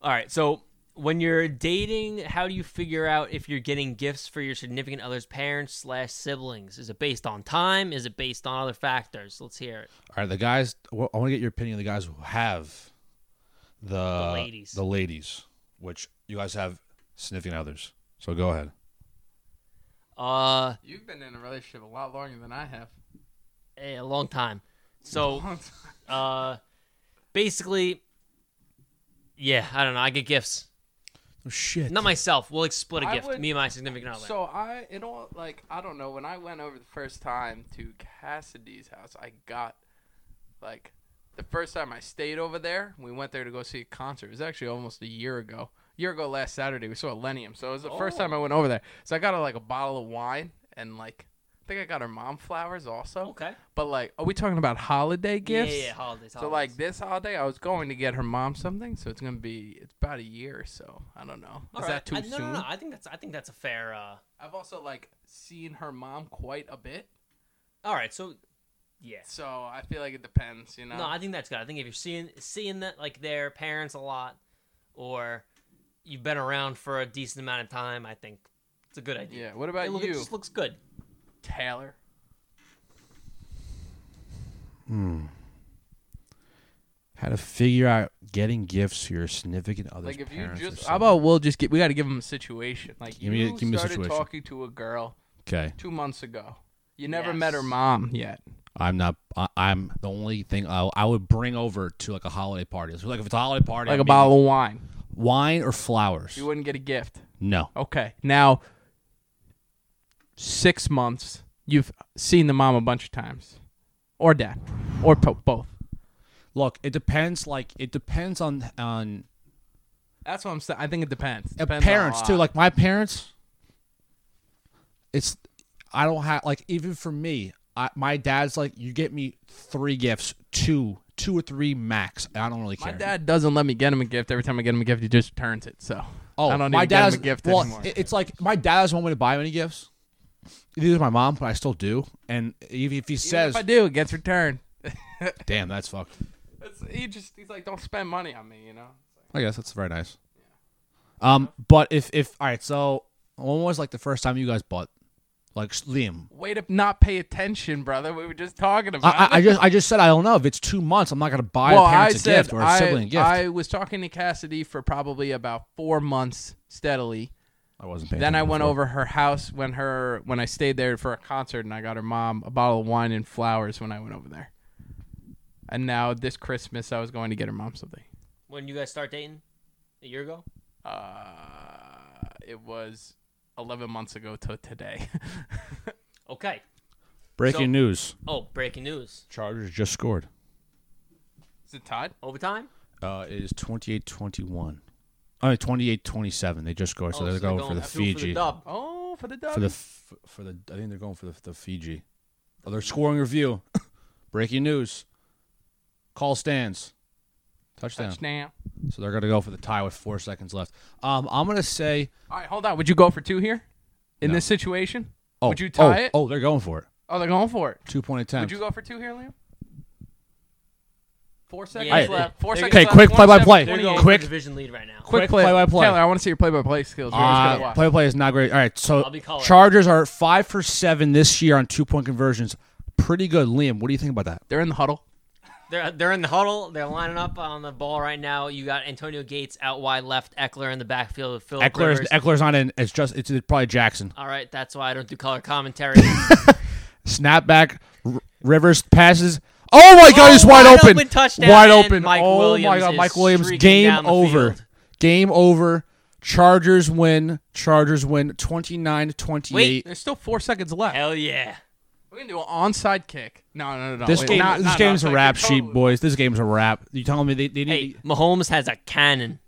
Speaker 3: All right. So when you're dating, how do you figure out if you're getting gifts for your significant other's parents slash siblings? Is it based on time? Is it based on other factors? Let's hear it.
Speaker 1: All right, the guys. well, I want to get your opinion of the guys who have the the
Speaker 3: ladies.
Speaker 1: the ladies, which you guys have significant others. So go ahead.
Speaker 3: Uh,
Speaker 2: You've been in a relationship a lot longer than I have.
Speaker 3: eh, a long time. So, uh, basically, yeah. I don't know. I get gifts.
Speaker 1: Oh shit.
Speaker 3: Not myself. We'll like split a
Speaker 2: I
Speaker 3: gift.
Speaker 2: would-
Speaker 3: Me and my significant other.
Speaker 2: So I, it all like I don't know. When I went over the first time to Cassidy's house, I got like the first time I stayed over there. We went there to go see a concert. It was actually almost a year ago. A year ago last Saturday, we saw Elenium. So it was the first
Speaker 3: Oh.
Speaker 2: time I went over there. So I got her like a bottle of wine and like I think I got her mom flowers also.
Speaker 3: Okay.
Speaker 2: But like, are we talking about holiday
Speaker 3: yeah,
Speaker 2: gifts?
Speaker 3: yeah, yeah, holidays.
Speaker 2: So like this holiday, I was going to get her mom something. So it's gonna be it's about a year or so. I don't know. Is that too
Speaker 3: I, no,
Speaker 2: soon?
Speaker 3: No, no, I think that's I think that's a fair. Uh,
Speaker 2: I've also like seen her mom quite a bit,
Speaker 3: all right, so yes.
Speaker 2: so I feel like it depends, you know.
Speaker 3: No, I think that's good. I think if you're seeing seeing that like their parents a lot, or you've been around for a decent amount of time, I think it's a good idea.
Speaker 2: yeah. What
Speaker 3: It
Speaker 2: about
Speaker 3: look-
Speaker 2: you,
Speaker 3: It just looks good.
Speaker 2: Taylor?
Speaker 1: How to figure out getting gifts to your significant other's
Speaker 2: Like if you
Speaker 1: parents or
Speaker 2: just, how
Speaker 1: something.
Speaker 2: about we'll just get? We got to give him a situation. Like
Speaker 1: Give me a-
Speaker 2: you
Speaker 1: give me a
Speaker 2: started
Speaker 1: situation.
Speaker 2: talking to a girl
Speaker 1: okay.
Speaker 2: two months ago. You never met her
Speaker 3: Yes.
Speaker 2: mom yet.
Speaker 1: I'm not. I, I'm the only thing I, I would bring over to like a holiday party. So like if it's a holiday party,
Speaker 2: Like
Speaker 1: I'd
Speaker 2: a
Speaker 1: be
Speaker 2: bottle of wine,
Speaker 1: wine or flowers.
Speaker 2: you wouldn't get a gift.
Speaker 1: No,
Speaker 2: Okay, now six months. You've seen the mom a bunch of times, or dad, or po- both.
Speaker 1: look, it depends. Like it depends on on
Speaker 2: That's what I'm saying. I think it depends.
Speaker 1: uh,
Speaker 2: Depends on a
Speaker 1: parents too.
Speaker 2: lot.
Speaker 1: Like my parents, it's I don't have like even for me. I, my dad's like, you get me three gifts, two two or three max. I don't really care.
Speaker 2: My dad doesn't let me get him a gift. Every time I get him a gift, he just returns it. So
Speaker 1: Oh,
Speaker 2: I don't
Speaker 1: my
Speaker 2: even get him
Speaker 1: dad's-
Speaker 2: a gift
Speaker 1: well,
Speaker 2: anymore.
Speaker 1: it- It's like my dad doesn't want me to buy him any gifts. Neither does my mom, but I still do. And even if he
Speaker 2: Even
Speaker 1: says,
Speaker 2: if I do, it gets returned.
Speaker 1: "Damn, that's fucked,"
Speaker 2: It's, he just he's like, don't spend money on me, you know.
Speaker 1: I guess that's very nice. Um, but if if all right, so when was like the first time you guys bought, like Liam?
Speaker 2: Way to not pay attention, brother. We were just talking about.
Speaker 1: I, I, I
Speaker 2: it.
Speaker 1: just I just said I don't know if it's two months. I'm not gonna buy
Speaker 2: well,
Speaker 1: a
Speaker 2: I
Speaker 1: parents a
Speaker 2: said
Speaker 1: gift or a
Speaker 2: I,
Speaker 1: sibling a gift.
Speaker 2: I was talking to Cassidy for probably about four months steadily.
Speaker 1: I wasn't paying.
Speaker 2: Then I
Speaker 1: attention
Speaker 2: went
Speaker 1: before.
Speaker 2: over her house when her when I stayed there for a concert, and I got her mom a bottle of wine and flowers when I went over there. And now this Christmas, I was going to get her mom something.
Speaker 3: When you guys start dating? A year ago?
Speaker 2: Uh, it was eleven months ago to today.
Speaker 3: Okay.
Speaker 1: Breaking
Speaker 3: so-
Speaker 1: news:
Speaker 3: Oh, breaking news.
Speaker 1: Chargers just scored.
Speaker 2: Is it tied?
Speaker 3: Overtime?
Speaker 1: Uh, it is 28-21. I mean, 28-27. They just scored, so
Speaker 3: oh,
Speaker 1: they're going, for the
Speaker 3: two
Speaker 1: Fiji.
Speaker 3: For the dub.
Speaker 2: Oh, for the dub.
Speaker 1: for the f- for the I think they're going for the, the Fiji. Oh, they're scoring review. Breaking news. Call stands. Touchdown.
Speaker 2: touchdown.
Speaker 1: So they're gonna go for the tie with four seconds left. Um, I'm gonna say.
Speaker 2: All right, hold on. Would you go for two here in
Speaker 1: No.
Speaker 2: this situation?
Speaker 1: Oh,
Speaker 2: Would you tie
Speaker 1: oh,
Speaker 2: it?
Speaker 1: Oh, they're going for it.
Speaker 2: Oh, they're going for it.
Speaker 1: Two point attempt.
Speaker 2: Would you go for two here, Liam? Four seconds
Speaker 3: Alright.
Speaker 2: left. Four
Speaker 3: Okay,
Speaker 2: seconds
Speaker 1: okay,
Speaker 2: left.
Speaker 1: quick play by play.
Speaker 3: They're
Speaker 1: Quick,
Speaker 3: going for
Speaker 1: quick,
Speaker 3: division lead right now.
Speaker 1: quick play by play.
Speaker 2: Taylor, I want to see your play by play skills. We're just gonna
Speaker 1: Uh,
Speaker 2: watch.
Speaker 1: play play is not great. All right, so
Speaker 3: I'll be calling.
Speaker 1: Chargers are five for seven this year on two point conversions. Pretty good, Liam. What do you think about that?
Speaker 2: They're in the huddle.
Speaker 3: They're they're in the huddle. They're lining up on the ball right now. You got Antonio Gates out wide left, Eckler in the backfield with Phil
Speaker 1: Eckler's
Speaker 3: Rivers.
Speaker 1: Eckler's not in. It's just it's probably Jackson.
Speaker 3: All right, that's why I don't do color commentary.
Speaker 1: snapback, r- Rivers passes. Oh my God, he's wide,
Speaker 3: wide
Speaker 1: open.
Speaker 3: open touchdown,
Speaker 1: Wide
Speaker 3: and
Speaker 1: open.
Speaker 3: Mike
Speaker 1: oh my
Speaker 3: Williams
Speaker 1: God,
Speaker 3: is
Speaker 1: Mike Williams.
Speaker 3: streaking
Speaker 1: Game
Speaker 3: down the
Speaker 1: over.
Speaker 3: field.
Speaker 1: Game over. Chargers win. Chargers win 29 28.
Speaker 2: There's still four seconds left.
Speaker 3: Hell yeah!
Speaker 2: We're gonna do an onside kick. No, no, no, no.
Speaker 1: This
Speaker 2: Wait,
Speaker 1: game,
Speaker 2: not-
Speaker 1: this
Speaker 2: not
Speaker 1: game's a
Speaker 2: onside
Speaker 1: wrap
Speaker 2: kick.
Speaker 1: sheet,
Speaker 2: Totally.
Speaker 1: boys. This game's a wrap. You telling me they, they need?
Speaker 3: Hey, Mahomes has a cannon.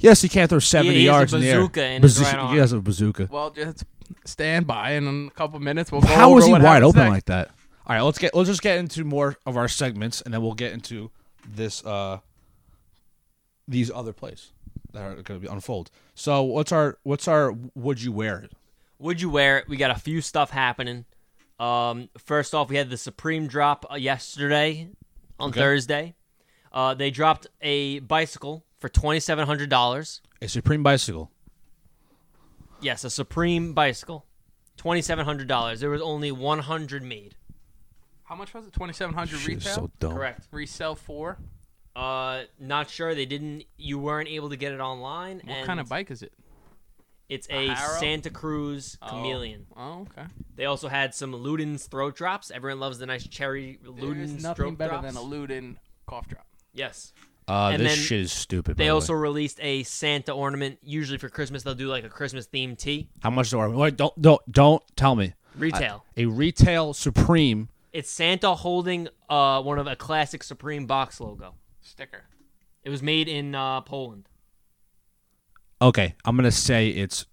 Speaker 1: Yes, he can't throw seventy
Speaker 3: He has a
Speaker 1: yards in the air.
Speaker 3: bazooka in his
Speaker 1: Bazooka-
Speaker 3: right
Speaker 1: he has a bazooka.
Speaker 2: Well, just stand by, and in a couple minutes we'll go
Speaker 1: How
Speaker 2: over
Speaker 1: was he
Speaker 2: what
Speaker 1: wide
Speaker 2: happens
Speaker 1: open
Speaker 2: next.
Speaker 1: like that? All right, let's get let's just get into more of our segments, and then we'll get into this uh these other plays that are going to unfold. So what's our what's our would you wear it?
Speaker 3: Would you wear it? We got a few stuff happening. Um, first off, we had the Supreme drop uh, yesterday on Thursday. Uh, they dropped a bicycle for twenty seven hundred dollars.
Speaker 1: A Supreme bicycle.
Speaker 3: Yes, a Supreme bicycle, twenty seven hundred dollars. There was only one hundred made.
Speaker 2: How much was it? Twenty seven hundred
Speaker 1: Shit is
Speaker 2: retail.
Speaker 1: so dumb.
Speaker 3: Correct.
Speaker 2: Resell for
Speaker 3: Uh, not sure. They didn't. You weren't able to get it online.
Speaker 2: what
Speaker 3: and
Speaker 2: kind of bike is it?
Speaker 3: It's a
Speaker 2: Harrow?
Speaker 3: Santa Cruz chameleon.
Speaker 2: Oh, okay.
Speaker 3: They also had some Luden's throat drops. Everyone loves the nice cherry
Speaker 2: There's
Speaker 3: Luden's
Speaker 2: nothing
Speaker 3: throat
Speaker 2: better
Speaker 3: drops.
Speaker 2: than a Luden cough drop.
Speaker 3: yes.
Speaker 1: Uh,
Speaker 3: And
Speaker 1: this
Speaker 3: then
Speaker 1: shit is stupid. by
Speaker 3: They
Speaker 1: the way.
Speaker 3: also released a Santa ornament. Usually for Christmas, they'll do like a Christmas themed tea.
Speaker 1: how much do I? Wait, don't don't don't tell me.
Speaker 3: Retail.
Speaker 1: A retail Supreme.
Speaker 3: it's Santa holding uh one of a classic Supreme box logo.
Speaker 2: Sticker.
Speaker 3: It was made in uh, Poland.
Speaker 1: Okay, I'm gonna say it's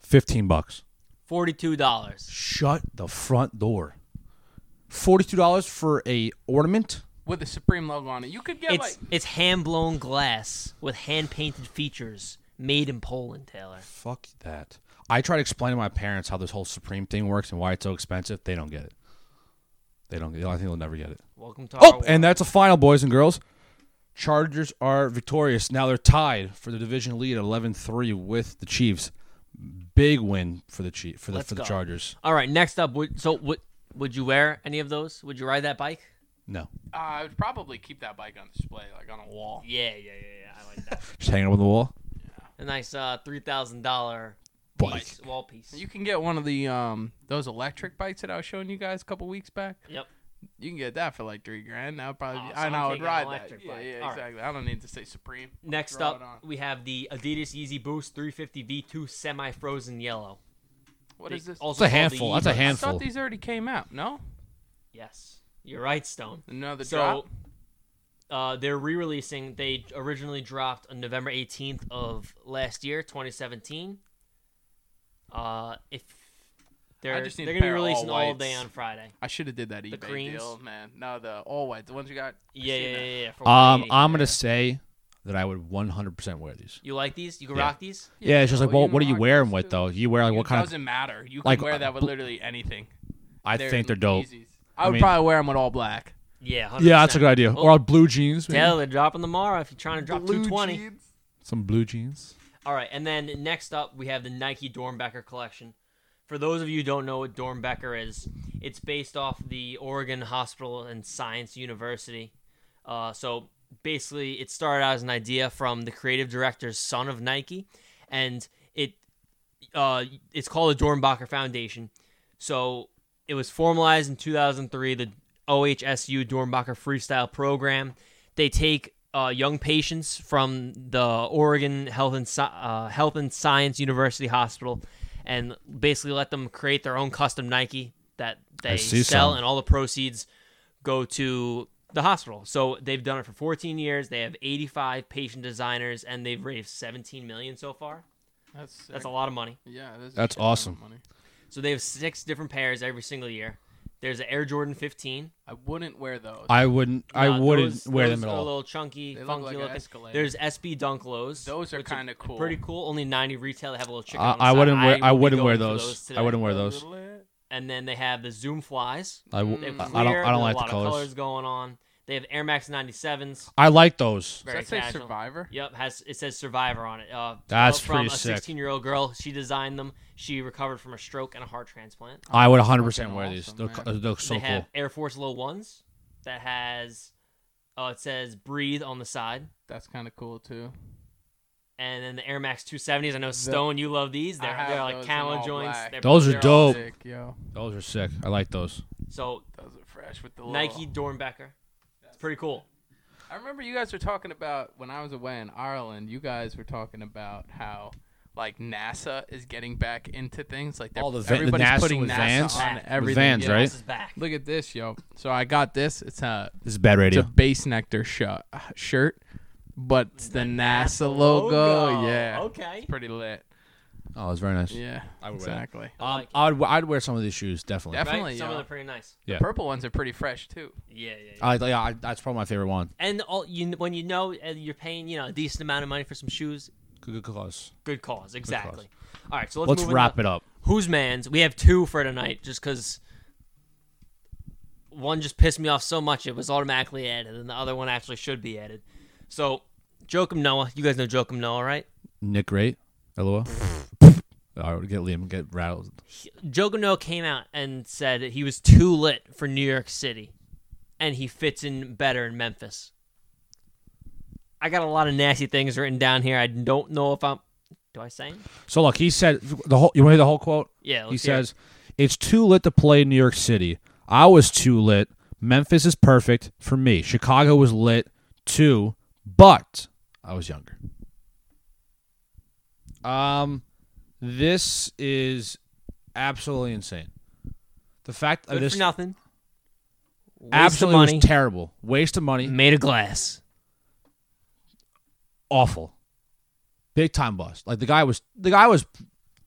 Speaker 1: fifteen bucks.
Speaker 3: Forty two dollars.
Speaker 1: Shut the front door. Forty two dollars for a ornament.
Speaker 2: with the Supreme logo on it. You could get
Speaker 3: It's
Speaker 2: like
Speaker 3: it's hand blown glass with hand painted features made in Poland. Taylor.
Speaker 1: Fuck that. I try to explain to my parents how this whole Supreme thing works and why it's so expensive. They don't get it. They don't. I think they'll never get it.
Speaker 3: Welcome to our
Speaker 1: Oh,
Speaker 3: world.
Speaker 1: and that's a final, boys and girls. Chargers are victorious. Now they're tied for the division lead at 11-3 with the Chiefs. Big win for the Chief for the
Speaker 3: Let's
Speaker 1: for the
Speaker 3: go.
Speaker 1: Chargers.
Speaker 3: All right, next up, would, so would would you wear any of those? Would you ride that bike?
Speaker 1: No,
Speaker 2: uh, I would probably keep that bike on display, like on a wall.
Speaker 3: Yeah, yeah, yeah, yeah. I like that.
Speaker 1: just hanging on the wall.
Speaker 3: A nice uh, three thousand dollar
Speaker 1: Bike.
Speaker 3: wall piece.
Speaker 2: You can get one of the um those electric bikes that I was showing you guys a couple weeks back.
Speaker 3: Yep.
Speaker 2: You can get that for like three grand. That would probably be,
Speaker 3: Oh, so
Speaker 2: and
Speaker 3: I'm
Speaker 2: I would
Speaker 3: taking an
Speaker 2: ride that.
Speaker 3: electric
Speaker 2: Yeah,
Speaker 3: bike.
Speaker 2: yeah,
Speaker 3: All right.
Speaker 2: exactly. I don't need to say Supreme.
Speaker 3: Next
Speaker 2: Throw it
Speaker 3: up,
Speaker 2: on.
Speaker 3: we have the Adidas Easy Boost 350 V2 Semi Frozen Yellow.
Speaker 2: What is this?
Speaker 1: That's a handful. That's a
Speaker 2: I
Speaker 1: handful.
Speaker 2: thought these already came out. No,
Speaker 3: Yes, you're right, Stone.
Speaker 2: another
Speaker 3: So,
Speaker 2: drop.
Speaker 3: uh, they're re-releasing. They originally dropped on November 18th of last year, 2017. Uh, if They're,
Speaker 2: just need a
Speaker 3: they're gonna be
Speaker 2: pair of
Speaker 3: releasing all
Speaker 2: all-whites.
Speaker 3: day on Friday.
Speaker 2: I should have did that eBay
Speaker 3: creams?
Speaker 2: deal, man. No, the all white, the ones you got. I
Speaker 3: Yeah,
Speaker 2: seen
Speaker 3: yeah,
Speaker 2: that.
Speaker 3: yeah, yeah. for
Speaker 1: Um,
Speaker 3: 180.
Speaker 1: I'm gonna say that I would 100 percent wear these.
Speaker 3: You like these? You can
Speaker 1: Yeah.
Speaker 3: rock these?
Speaker 1: Yeah, it's just like,
Speaker 2: well,
Speaker 1: well,
Speaker 2: you
Speaker 1: what do you
Speaker 2: rock
Speaker 1: wear them
Speaker 2: these
Speaker 1: with
Speaker 2: too.
Speaker 1: though? You wear like what
Speaker 2: it
Speaker 1: kind of?
Speaker 2: doesn't matter. You can
Speaker 1: like, uh,
Speaker 2: wear that with
Speaker 1: bl-
Speaker 2: literally anything.
Speaker 1: I
Speaker 2: They're
Speaker 1: think they're dope.
Speaker 2: Yeezys. I would
Speaker 1: mean-
Speaker 2: probably wear them with all black.
Speaker 3: Yeah. 100%.
Speaker 1: Yeah, that's a good idea.
Speaker 3: Oh,
Speaker 1: Or blue jeans, maybe.
Speaker 3: Taylor, they're dropping tomorrow if you're trying to drop 220.
Speaker 1: some blue jeans.
Speaker 3: All right, and then next up we have the Nike Dornbecker collection. For those of you who don't know what Dornbecker is, it's based off the Oregon Hospital and Science University. Uh, so basically, it started out as an idea from the creative director's son of Nike, and it uh, it's called the Dornbacher Foundation. So it was formalized in 2003, the OHSU Dornbacher Freestyle Program. They take uh, young patients from the Oregon Health and, Sci- uh, Health and Science University Hospital and basically let them create their own custom Nike that they
Speaker 1: see
Speaker 3: sell,
Speaker 1: some.
Speaker 3: and all the proceeds go to the hospital. So they've done it for 14 years. They have 85 patient designers, and they've raised 17 million so far.
Speaker 2: That's sick.
Speaker 3: That's a lot of money.
Speaker 2: Yeah, that's, a
Speaker 1: That's
Speaker 2: shit ton of
Speaker 1: awesome.
Speaker 2: money.
Speaker 3: So they have six different pairs every single year. There's an Air Jordan 15.
Speaker 2: I wouldn't wear those.
Speaker 1: I wouldn't. I
Speaker 3: Uh,
Speaker 1: wouldn't
Speaker 3: those-
Speaker 1: wear
Speaker 3: those
Speaker 1: them at
Speaker 3: are A
Speaker 1: all.
Speaker 3: little chunky,
Speaker 2: They look
Speaker 3: funky
Speaker 2: like an
Speaker 3: looking.
Speaker 2: escalator.
Speaker 3: There's SB Dunk Lows.
Speaker 2: those are
Speaker 3: which
Speaker 2: kind of cool.
Speaker 3: pretty cool. Only 90 retail have a little chicken.
Speaker 1: I,
Speaker 3: on the
Speaker 1: I
Speaker 3: side.
Speaker 1: wouldn't wear. I
Speaker 3: would be
Speaker 1: wouldn't
Speaker 3: going
Speaker 1: wear
Speaker 3: for
Speaker 1: those. I
Speaker 3: today.
Speaker 1: wouldn't wear those.
Speaker 3: And then they have the Zoom Flies.
Speaker 1: I, w-
Speaker 2: They have
Speaker 1: I- I
Speaker 3: Clear.
Speaker 1: don't. I
Speaker 3: There's
Speaker 1: don't like
Speaker 3: a
Speaker 1: the
Speaker 3: lot
Speaker 1: colors.
Speaker 3: Of colors going on. They have Air Max 97s.
Speaker 1: I like those.
Speaker 2: Does
Speaker 3: Very
Speaker 2: that say
Speaker 3: casual.
Speaker 2: Survivor?
Speaker 3: Yep, has it says Survivor on it. Uh,
Speaker 1: That's
Speaker 3: developed from
Speaker 1: pretty sick.
Speaker 3: a 16 year old girl. She designed them. She recovered from a stroke and a heart transplant.
Speaker 1: I would 100 percent
Speaker 2: fucking
Speaker 1: wear
Speaker 2: awesome,
Speaker 1: these. They're, co-
Speaker 2: man.
Speaker 1: they look so
Speaker 3: they
Speaker 1: cool.
Speaker 3: have Air Force Low Ones that has, uh, it says breathe on the side,
Speaker 2: That's kind of cool too.
Speaker 3: and then the Air Max 270s. I know Stone, you love these.
Speaker 2: I
Speaker 3: They're,
Speaker 2: have
Speaker 3: they're like
Speaker 2: those in
Speaker 3: camel
Speaker 2: all
Speaker 3: joints.
Speaker 2: black.
Speaker 3: They're-
Speaker 1: Those are
Speaker 3: they're all-
Speaker 1: dope.
Speaker 2: Sick, yo.
Speaker 1: Those are sick. I like those.
Speaker 3: So
Speaker 2: Those are fresh with the
Speaker 3: Nike
Speaker 2: little-
Speaker 3: Dornbecker, it's pretty cool.
Speaker 2: I remember you guys were talking about when I was away in Ireland. You guys were talking about how like NASA is getting back into things. Like they're,
Speaker 1: All the va- the
Speaker 2: everybody's
Speaker 1: NASA
Speaker 2: putting
Speaker 1: with
Speaker 2: NASA
Speaker 1: Vans?
Speaker 2: on
Speaker 3: With
Speaker 2: everything.
Speaker 1: Vans,
Speaker 2: yeah.
Speaker 1: right?
Speaker 3: This is back.
Speaker 2: Look at this, yo. So I got this. It's a
Speaker 1: This is bad
Speaker 2: it's a
Speaker 1: radio.
Speaker 2: base nectar sh- shirt, but it's the, NASA, logo. Yeah,
Speaker 3: Okay.
Speaker 2: pretty lit.
Speaker 1: Oh, it's very nice.
Speaker 2: Yeah,
Speaker 1: I would wear that.
Speaker 2: exactly.
Speaker 3: I like
Speaker 1: Um,
Speaker 3: it.
Speaker 1: I'd w- I'd wear some of these shoes definitely.
Speaker 2: Def-
Speaker 3: right?
Speaker 2: Definitely,
Speaker 3: Some
Speaker 2: yeah.
Speaker 3: of them are pretty nice.
Speaker 1: Yeah.
Speaker 2: Purple ones are pretty fresh too.
Speaker 3: Yeah, yeah, yeah.
Speaker 1: I yeah. I, that's probably my favorite one.
Speaker 3: and all you when you know uh, you're paying you know a decent amount of money for some shoes,
Speaker 1: Good, good cause.
Speaker 3: good cause. Exactly. All right, so let's,
Speaker 1: Let's
Speaker 3: move
Speaker 1: wrap
Speaker 3: on.
Speaker 1: it up.
Speaker 3: Who's man's? We have two for tonight, just because one just pissed me off so much it was automatically added, and the other one actually should be added. So, Joakim Noah, you guys know Joakim Noah, right?
Speaker 1: Nick Great. LOL. All right, get Liam get rattled.
Speaker 3: Joakim Noah came out and said that he was too lit for New York City, and he fits in better in Memphis. I got a lot of nasty things written down here. I don't know if I'm. Do I say? 'em?
Speaker 1: So look, he said the whole. You want to hear the whole quote?
Speaker 3: Yeah.
Speaker 1: He
Speaker 3: let's hear it.
Speaker 1: says, "It's too lit to play in New York City. I was too lit. Memphis is perfect for me. Chicago was lit too, but I was younger." Um, this is absolutely insane. The fact
Speaker 3: Good
Speaker 1: of uh, this
Speaker 3: for nothing. Waste
Speaker 1: absolutely
Speaker 3: of
Speaker 1: was
Speaker 3: money.
Speaker 1: terrible. Waste of money.
Speaker 3: made of glass.
Speaker 1: Awful. Big time bust. Like the guy was the guy was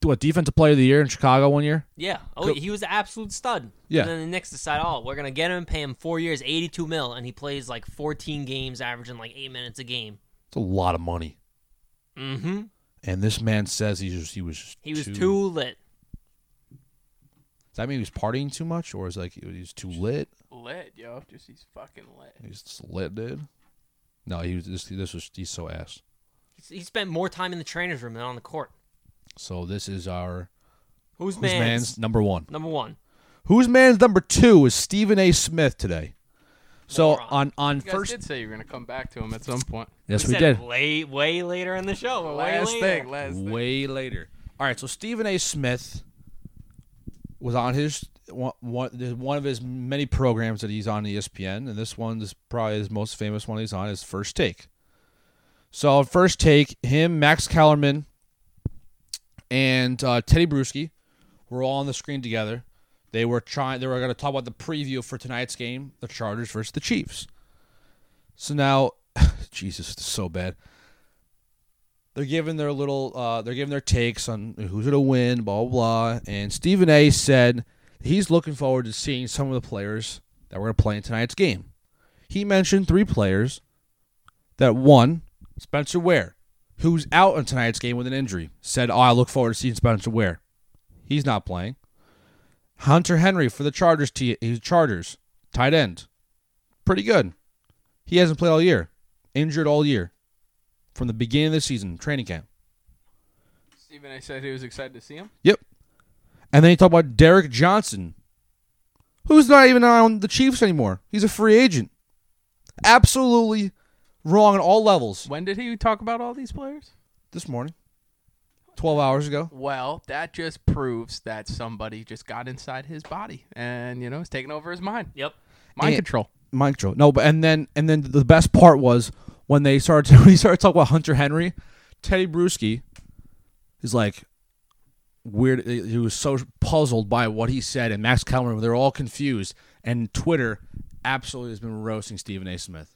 Speaker 1: what defensive player of the year in Chicago one year.
Speaker 3: Yeah. Oh,
Speaker 1: Go-
Speaker 3: he was an absolute stud.
Speaker 1: Yeah.
Speaker 3: And then the Knicks decide, oh, we're gonna get him, pay him four years, eighty-two mil, and he plays like fourteen games, averaging like eight minutes a game.
Speaker 1: It's a lot of money.
Speaker 3: Mm-hmm.
Speaker 1: And this man says he's just, he was just
Speaker 3: He was too,
Speaker 1: too
Speaker 3: lit.
Speaker 1: Does that mean he was partying too much, or is like he was too lit?
Speaker 2: Lit, yo. Just he's fucking lit.
Speaker 1: He's just lit, dude. No, he was. This, this was. He's so ass.
Speaker 3: He's- He spent more time in the trainer's room than on the court.
Speaker 1: So this is our
Speaker 3: Who's,
Speaker 1: who's
Speaker 3: man's,
Speaker 1: man's number one.
Speaker 3: number one?
Speaker 1: Who's man's number two is Stephen A. Smith today. So
Speaker 3: Moron.
Speaker 1: on on
Speaker 2: You guys
Speaker 1: first,
Speaker 2: did say you were gonna come back to him at some point.
Speaker 1: yes, we,
Speaker 3: said
Speaker 1: did.
Speaker 3: Way, way later in the show. but Way
Speaker 2: Last
Speaker 3: later.
Speaker 2: thing, last thing.
Speaker 1: Way later. All right, so Stephen A. Smith was on his one, one one of his many programs that he's on E ESPN, and this one is probably his most famous one he's on is First Take. So First Take, him, Max Kellerman, and uh, Teddy Bruschi were all on the screen together. They were trying. They were going to talk about the preview for tonight's game, the Chargers versus the Chiefs. So now, Jesus, this is so bad. They're giving their little, uh, they're giving their takes on who's going to win, blah, blah, blah. And Stephen A said he's looking forward to seeing some of the players that were going to play in tonight's game. He mentioned three players that won Spencer Ware, who's out on tonight's game with an injury, said, Oh, I look forward to seeing Spencer Ware. He's not playing. Hunter Henry for the Chargers, t- he's Chargers, tight end. Pretty good. He hasn't played all year, injured all year from the beginning of the season, training camp.
Speaker 2: Stephen A said he was excited to see him.
Speaker 1: Yep. And then you talk about Derek Johnson, who's not even on the Chiefs anymore. He's a free agent. Absolutely wrong on all levels.
Speaker 2: When did he talk about all these players?
Speaker 1: This morning, 12 hours ago.
Speaker 2: Well, that just proves that somebody just got inside his body and, you know, is taking over his mind.
Speaker 3: Yep.
Speaker 2: Mind
Speaker 1: And-
Speaker 2: control.
Speaker 1: Mind control. No, but and then and then the best part was when they started when he started talking about Hunter Henry, Teddy Bruschi is like weird. He was so puzzled by what he said, and Max Kellerman. They're all confused, and Twitter absolutely has been roasting Stephen A. Smith,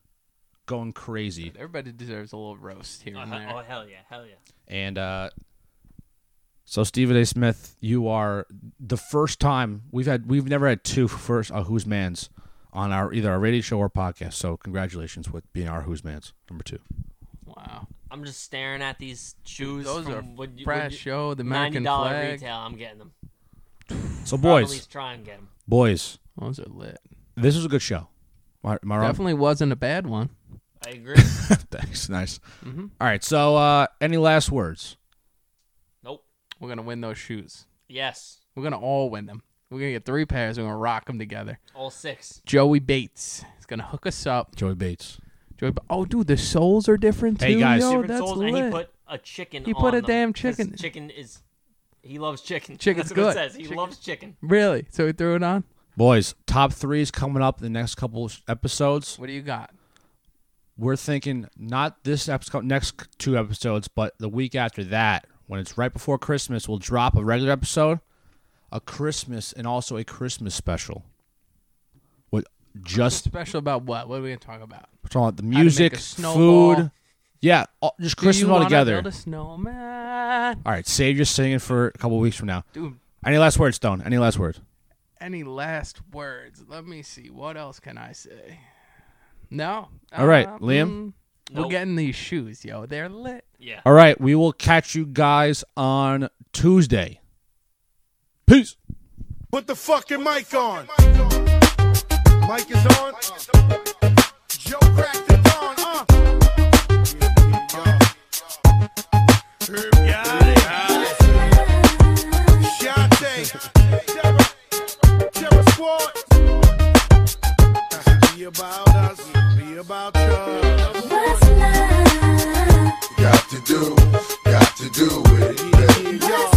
Speaker 1: going crazy.
Speaker 2: Everybody deserves a little roast here
Speaker 3: Oh,
Speaker 2: and
Speaker 3: he-
Speaker 2: there.
Speaker 3: oh, hell yeah, hell yeah.
Speaker 1: And uh, so Stephen A. Smith, you are the first time we've had we've never had two first uh, who's mans on our either our radio show or podcast. So congratulations with being our who's mans number two.
Speaker 2: Wow.
Speaker 3: I'm just staring at these shoes.
Speaker 2: Those
Speaker 3: from
Speaker 2: are
Speaker 3: when you, when
Speaker 2: Fresh
Speaker 3: you-
Speaker 2: show, the
Speaker 3: Ninety
Speaker 2: American
Speaker 3: dollar
Speaker 2: flag.
Speaker 3: retail. I'm getting them.
Speaker 1: So
Speaker 3: Or at
Speaker 1: boys,
Speaker 3: least try and get them.
Speaker 1: boys,
Speaker 2: Those are lit.
Speaker 1: this was a good show. Am I, am I wrong?
Speaker 2: Definitely wasn't a bad one.
Speaker 3: I agree.
Speaker 1: Thanks, nice. All right. So uh, any last words?
Speaker 3: nope.
Speaker 2: We're going to win those shoes.
Speaker 3: Yes.
Speaker 2: We're going to all win them. We're going to get three pairs. We're going to rock them together.
Speaker 3: All six.
Speaker 2: Joey Bates is going to hook us up.
Speaker 1: Joey Bates.
Speaker 2: Joey ba- oh, dude, the soles are different, too.
Speaker 1: Hey, guys.
Speaker 2: Yo,
Speaker 1: Different
Speaker 2: Oh, that's
Speaker 3: Souls,
Speaker 2: lit.
Speaker 3: and he put a chicken.
Speaker 2: He put
Speaker 3: on
Speaker 2: a
Speaker 3: them,
Speaker 2: damn
Speaker 3: 'cause
Speaker 2: chicken.
Speaker 3: Chicken is. He loves chicken.
Speaker 2: Chicken's
Speaker 3: That's what
Speaker 2: good.
Speaker 3: It says. He
Speaker 2: Chicken-
Speaker 3: loves chicken.
Speaker 2: really? So he threw it on?
Speaker 1: Boys, top three is coming up in the next couple sh- episodes.
Speaker 2: What do you got?
Speaker 1: we're thinking not this episode, next two episodes, but the week after that, when it's right before Christmas, we'll drop a regular episode, a Christmas, and also a Christmas special. With just
Speaker 2: Special about what? What are we going to talk about?
Speaker 1: we're talking about the
Speaker 2: make
Speaker 1: music,
Speaker 2: a snowball.
Speaker 1: food, yeah, all, just
Speaker 2: Do
Speaker 1: Christmas
Speaker 2: you
Speaker 1: all
Speaker 2: wanna
Speaker 1: together.
Speaker 2: Build a snowman.
Speaker 1: all right, save your singing for a couple weeks from now.
Speaker 2: Dude,
Speaker 1: Any last words, Stone? Any last words?
Speaker 2: any last words? Let me see. What else can I say? No.
Speaker 1: All right,
Speaker 2: Um,
Speaker 1: Liam?
Speaker 2: We're
Speaker 3: Nope.
Speaker 2: getting these shoes, yo. They're lit.
Speaker 3: Yeah.
Speaker 1: All right, we will catch you guys on Tuesday. Peace.
Speaker 4: Put the fucking mic on. Mic is on. Joe cracked it on. Uh. Shante. Terror- Terror Squad. Be about us. Be about us.
Speaker 5: What's love?
Speaker 6: got to do, got to do with it.
Speaker 4: Yeah, yeah.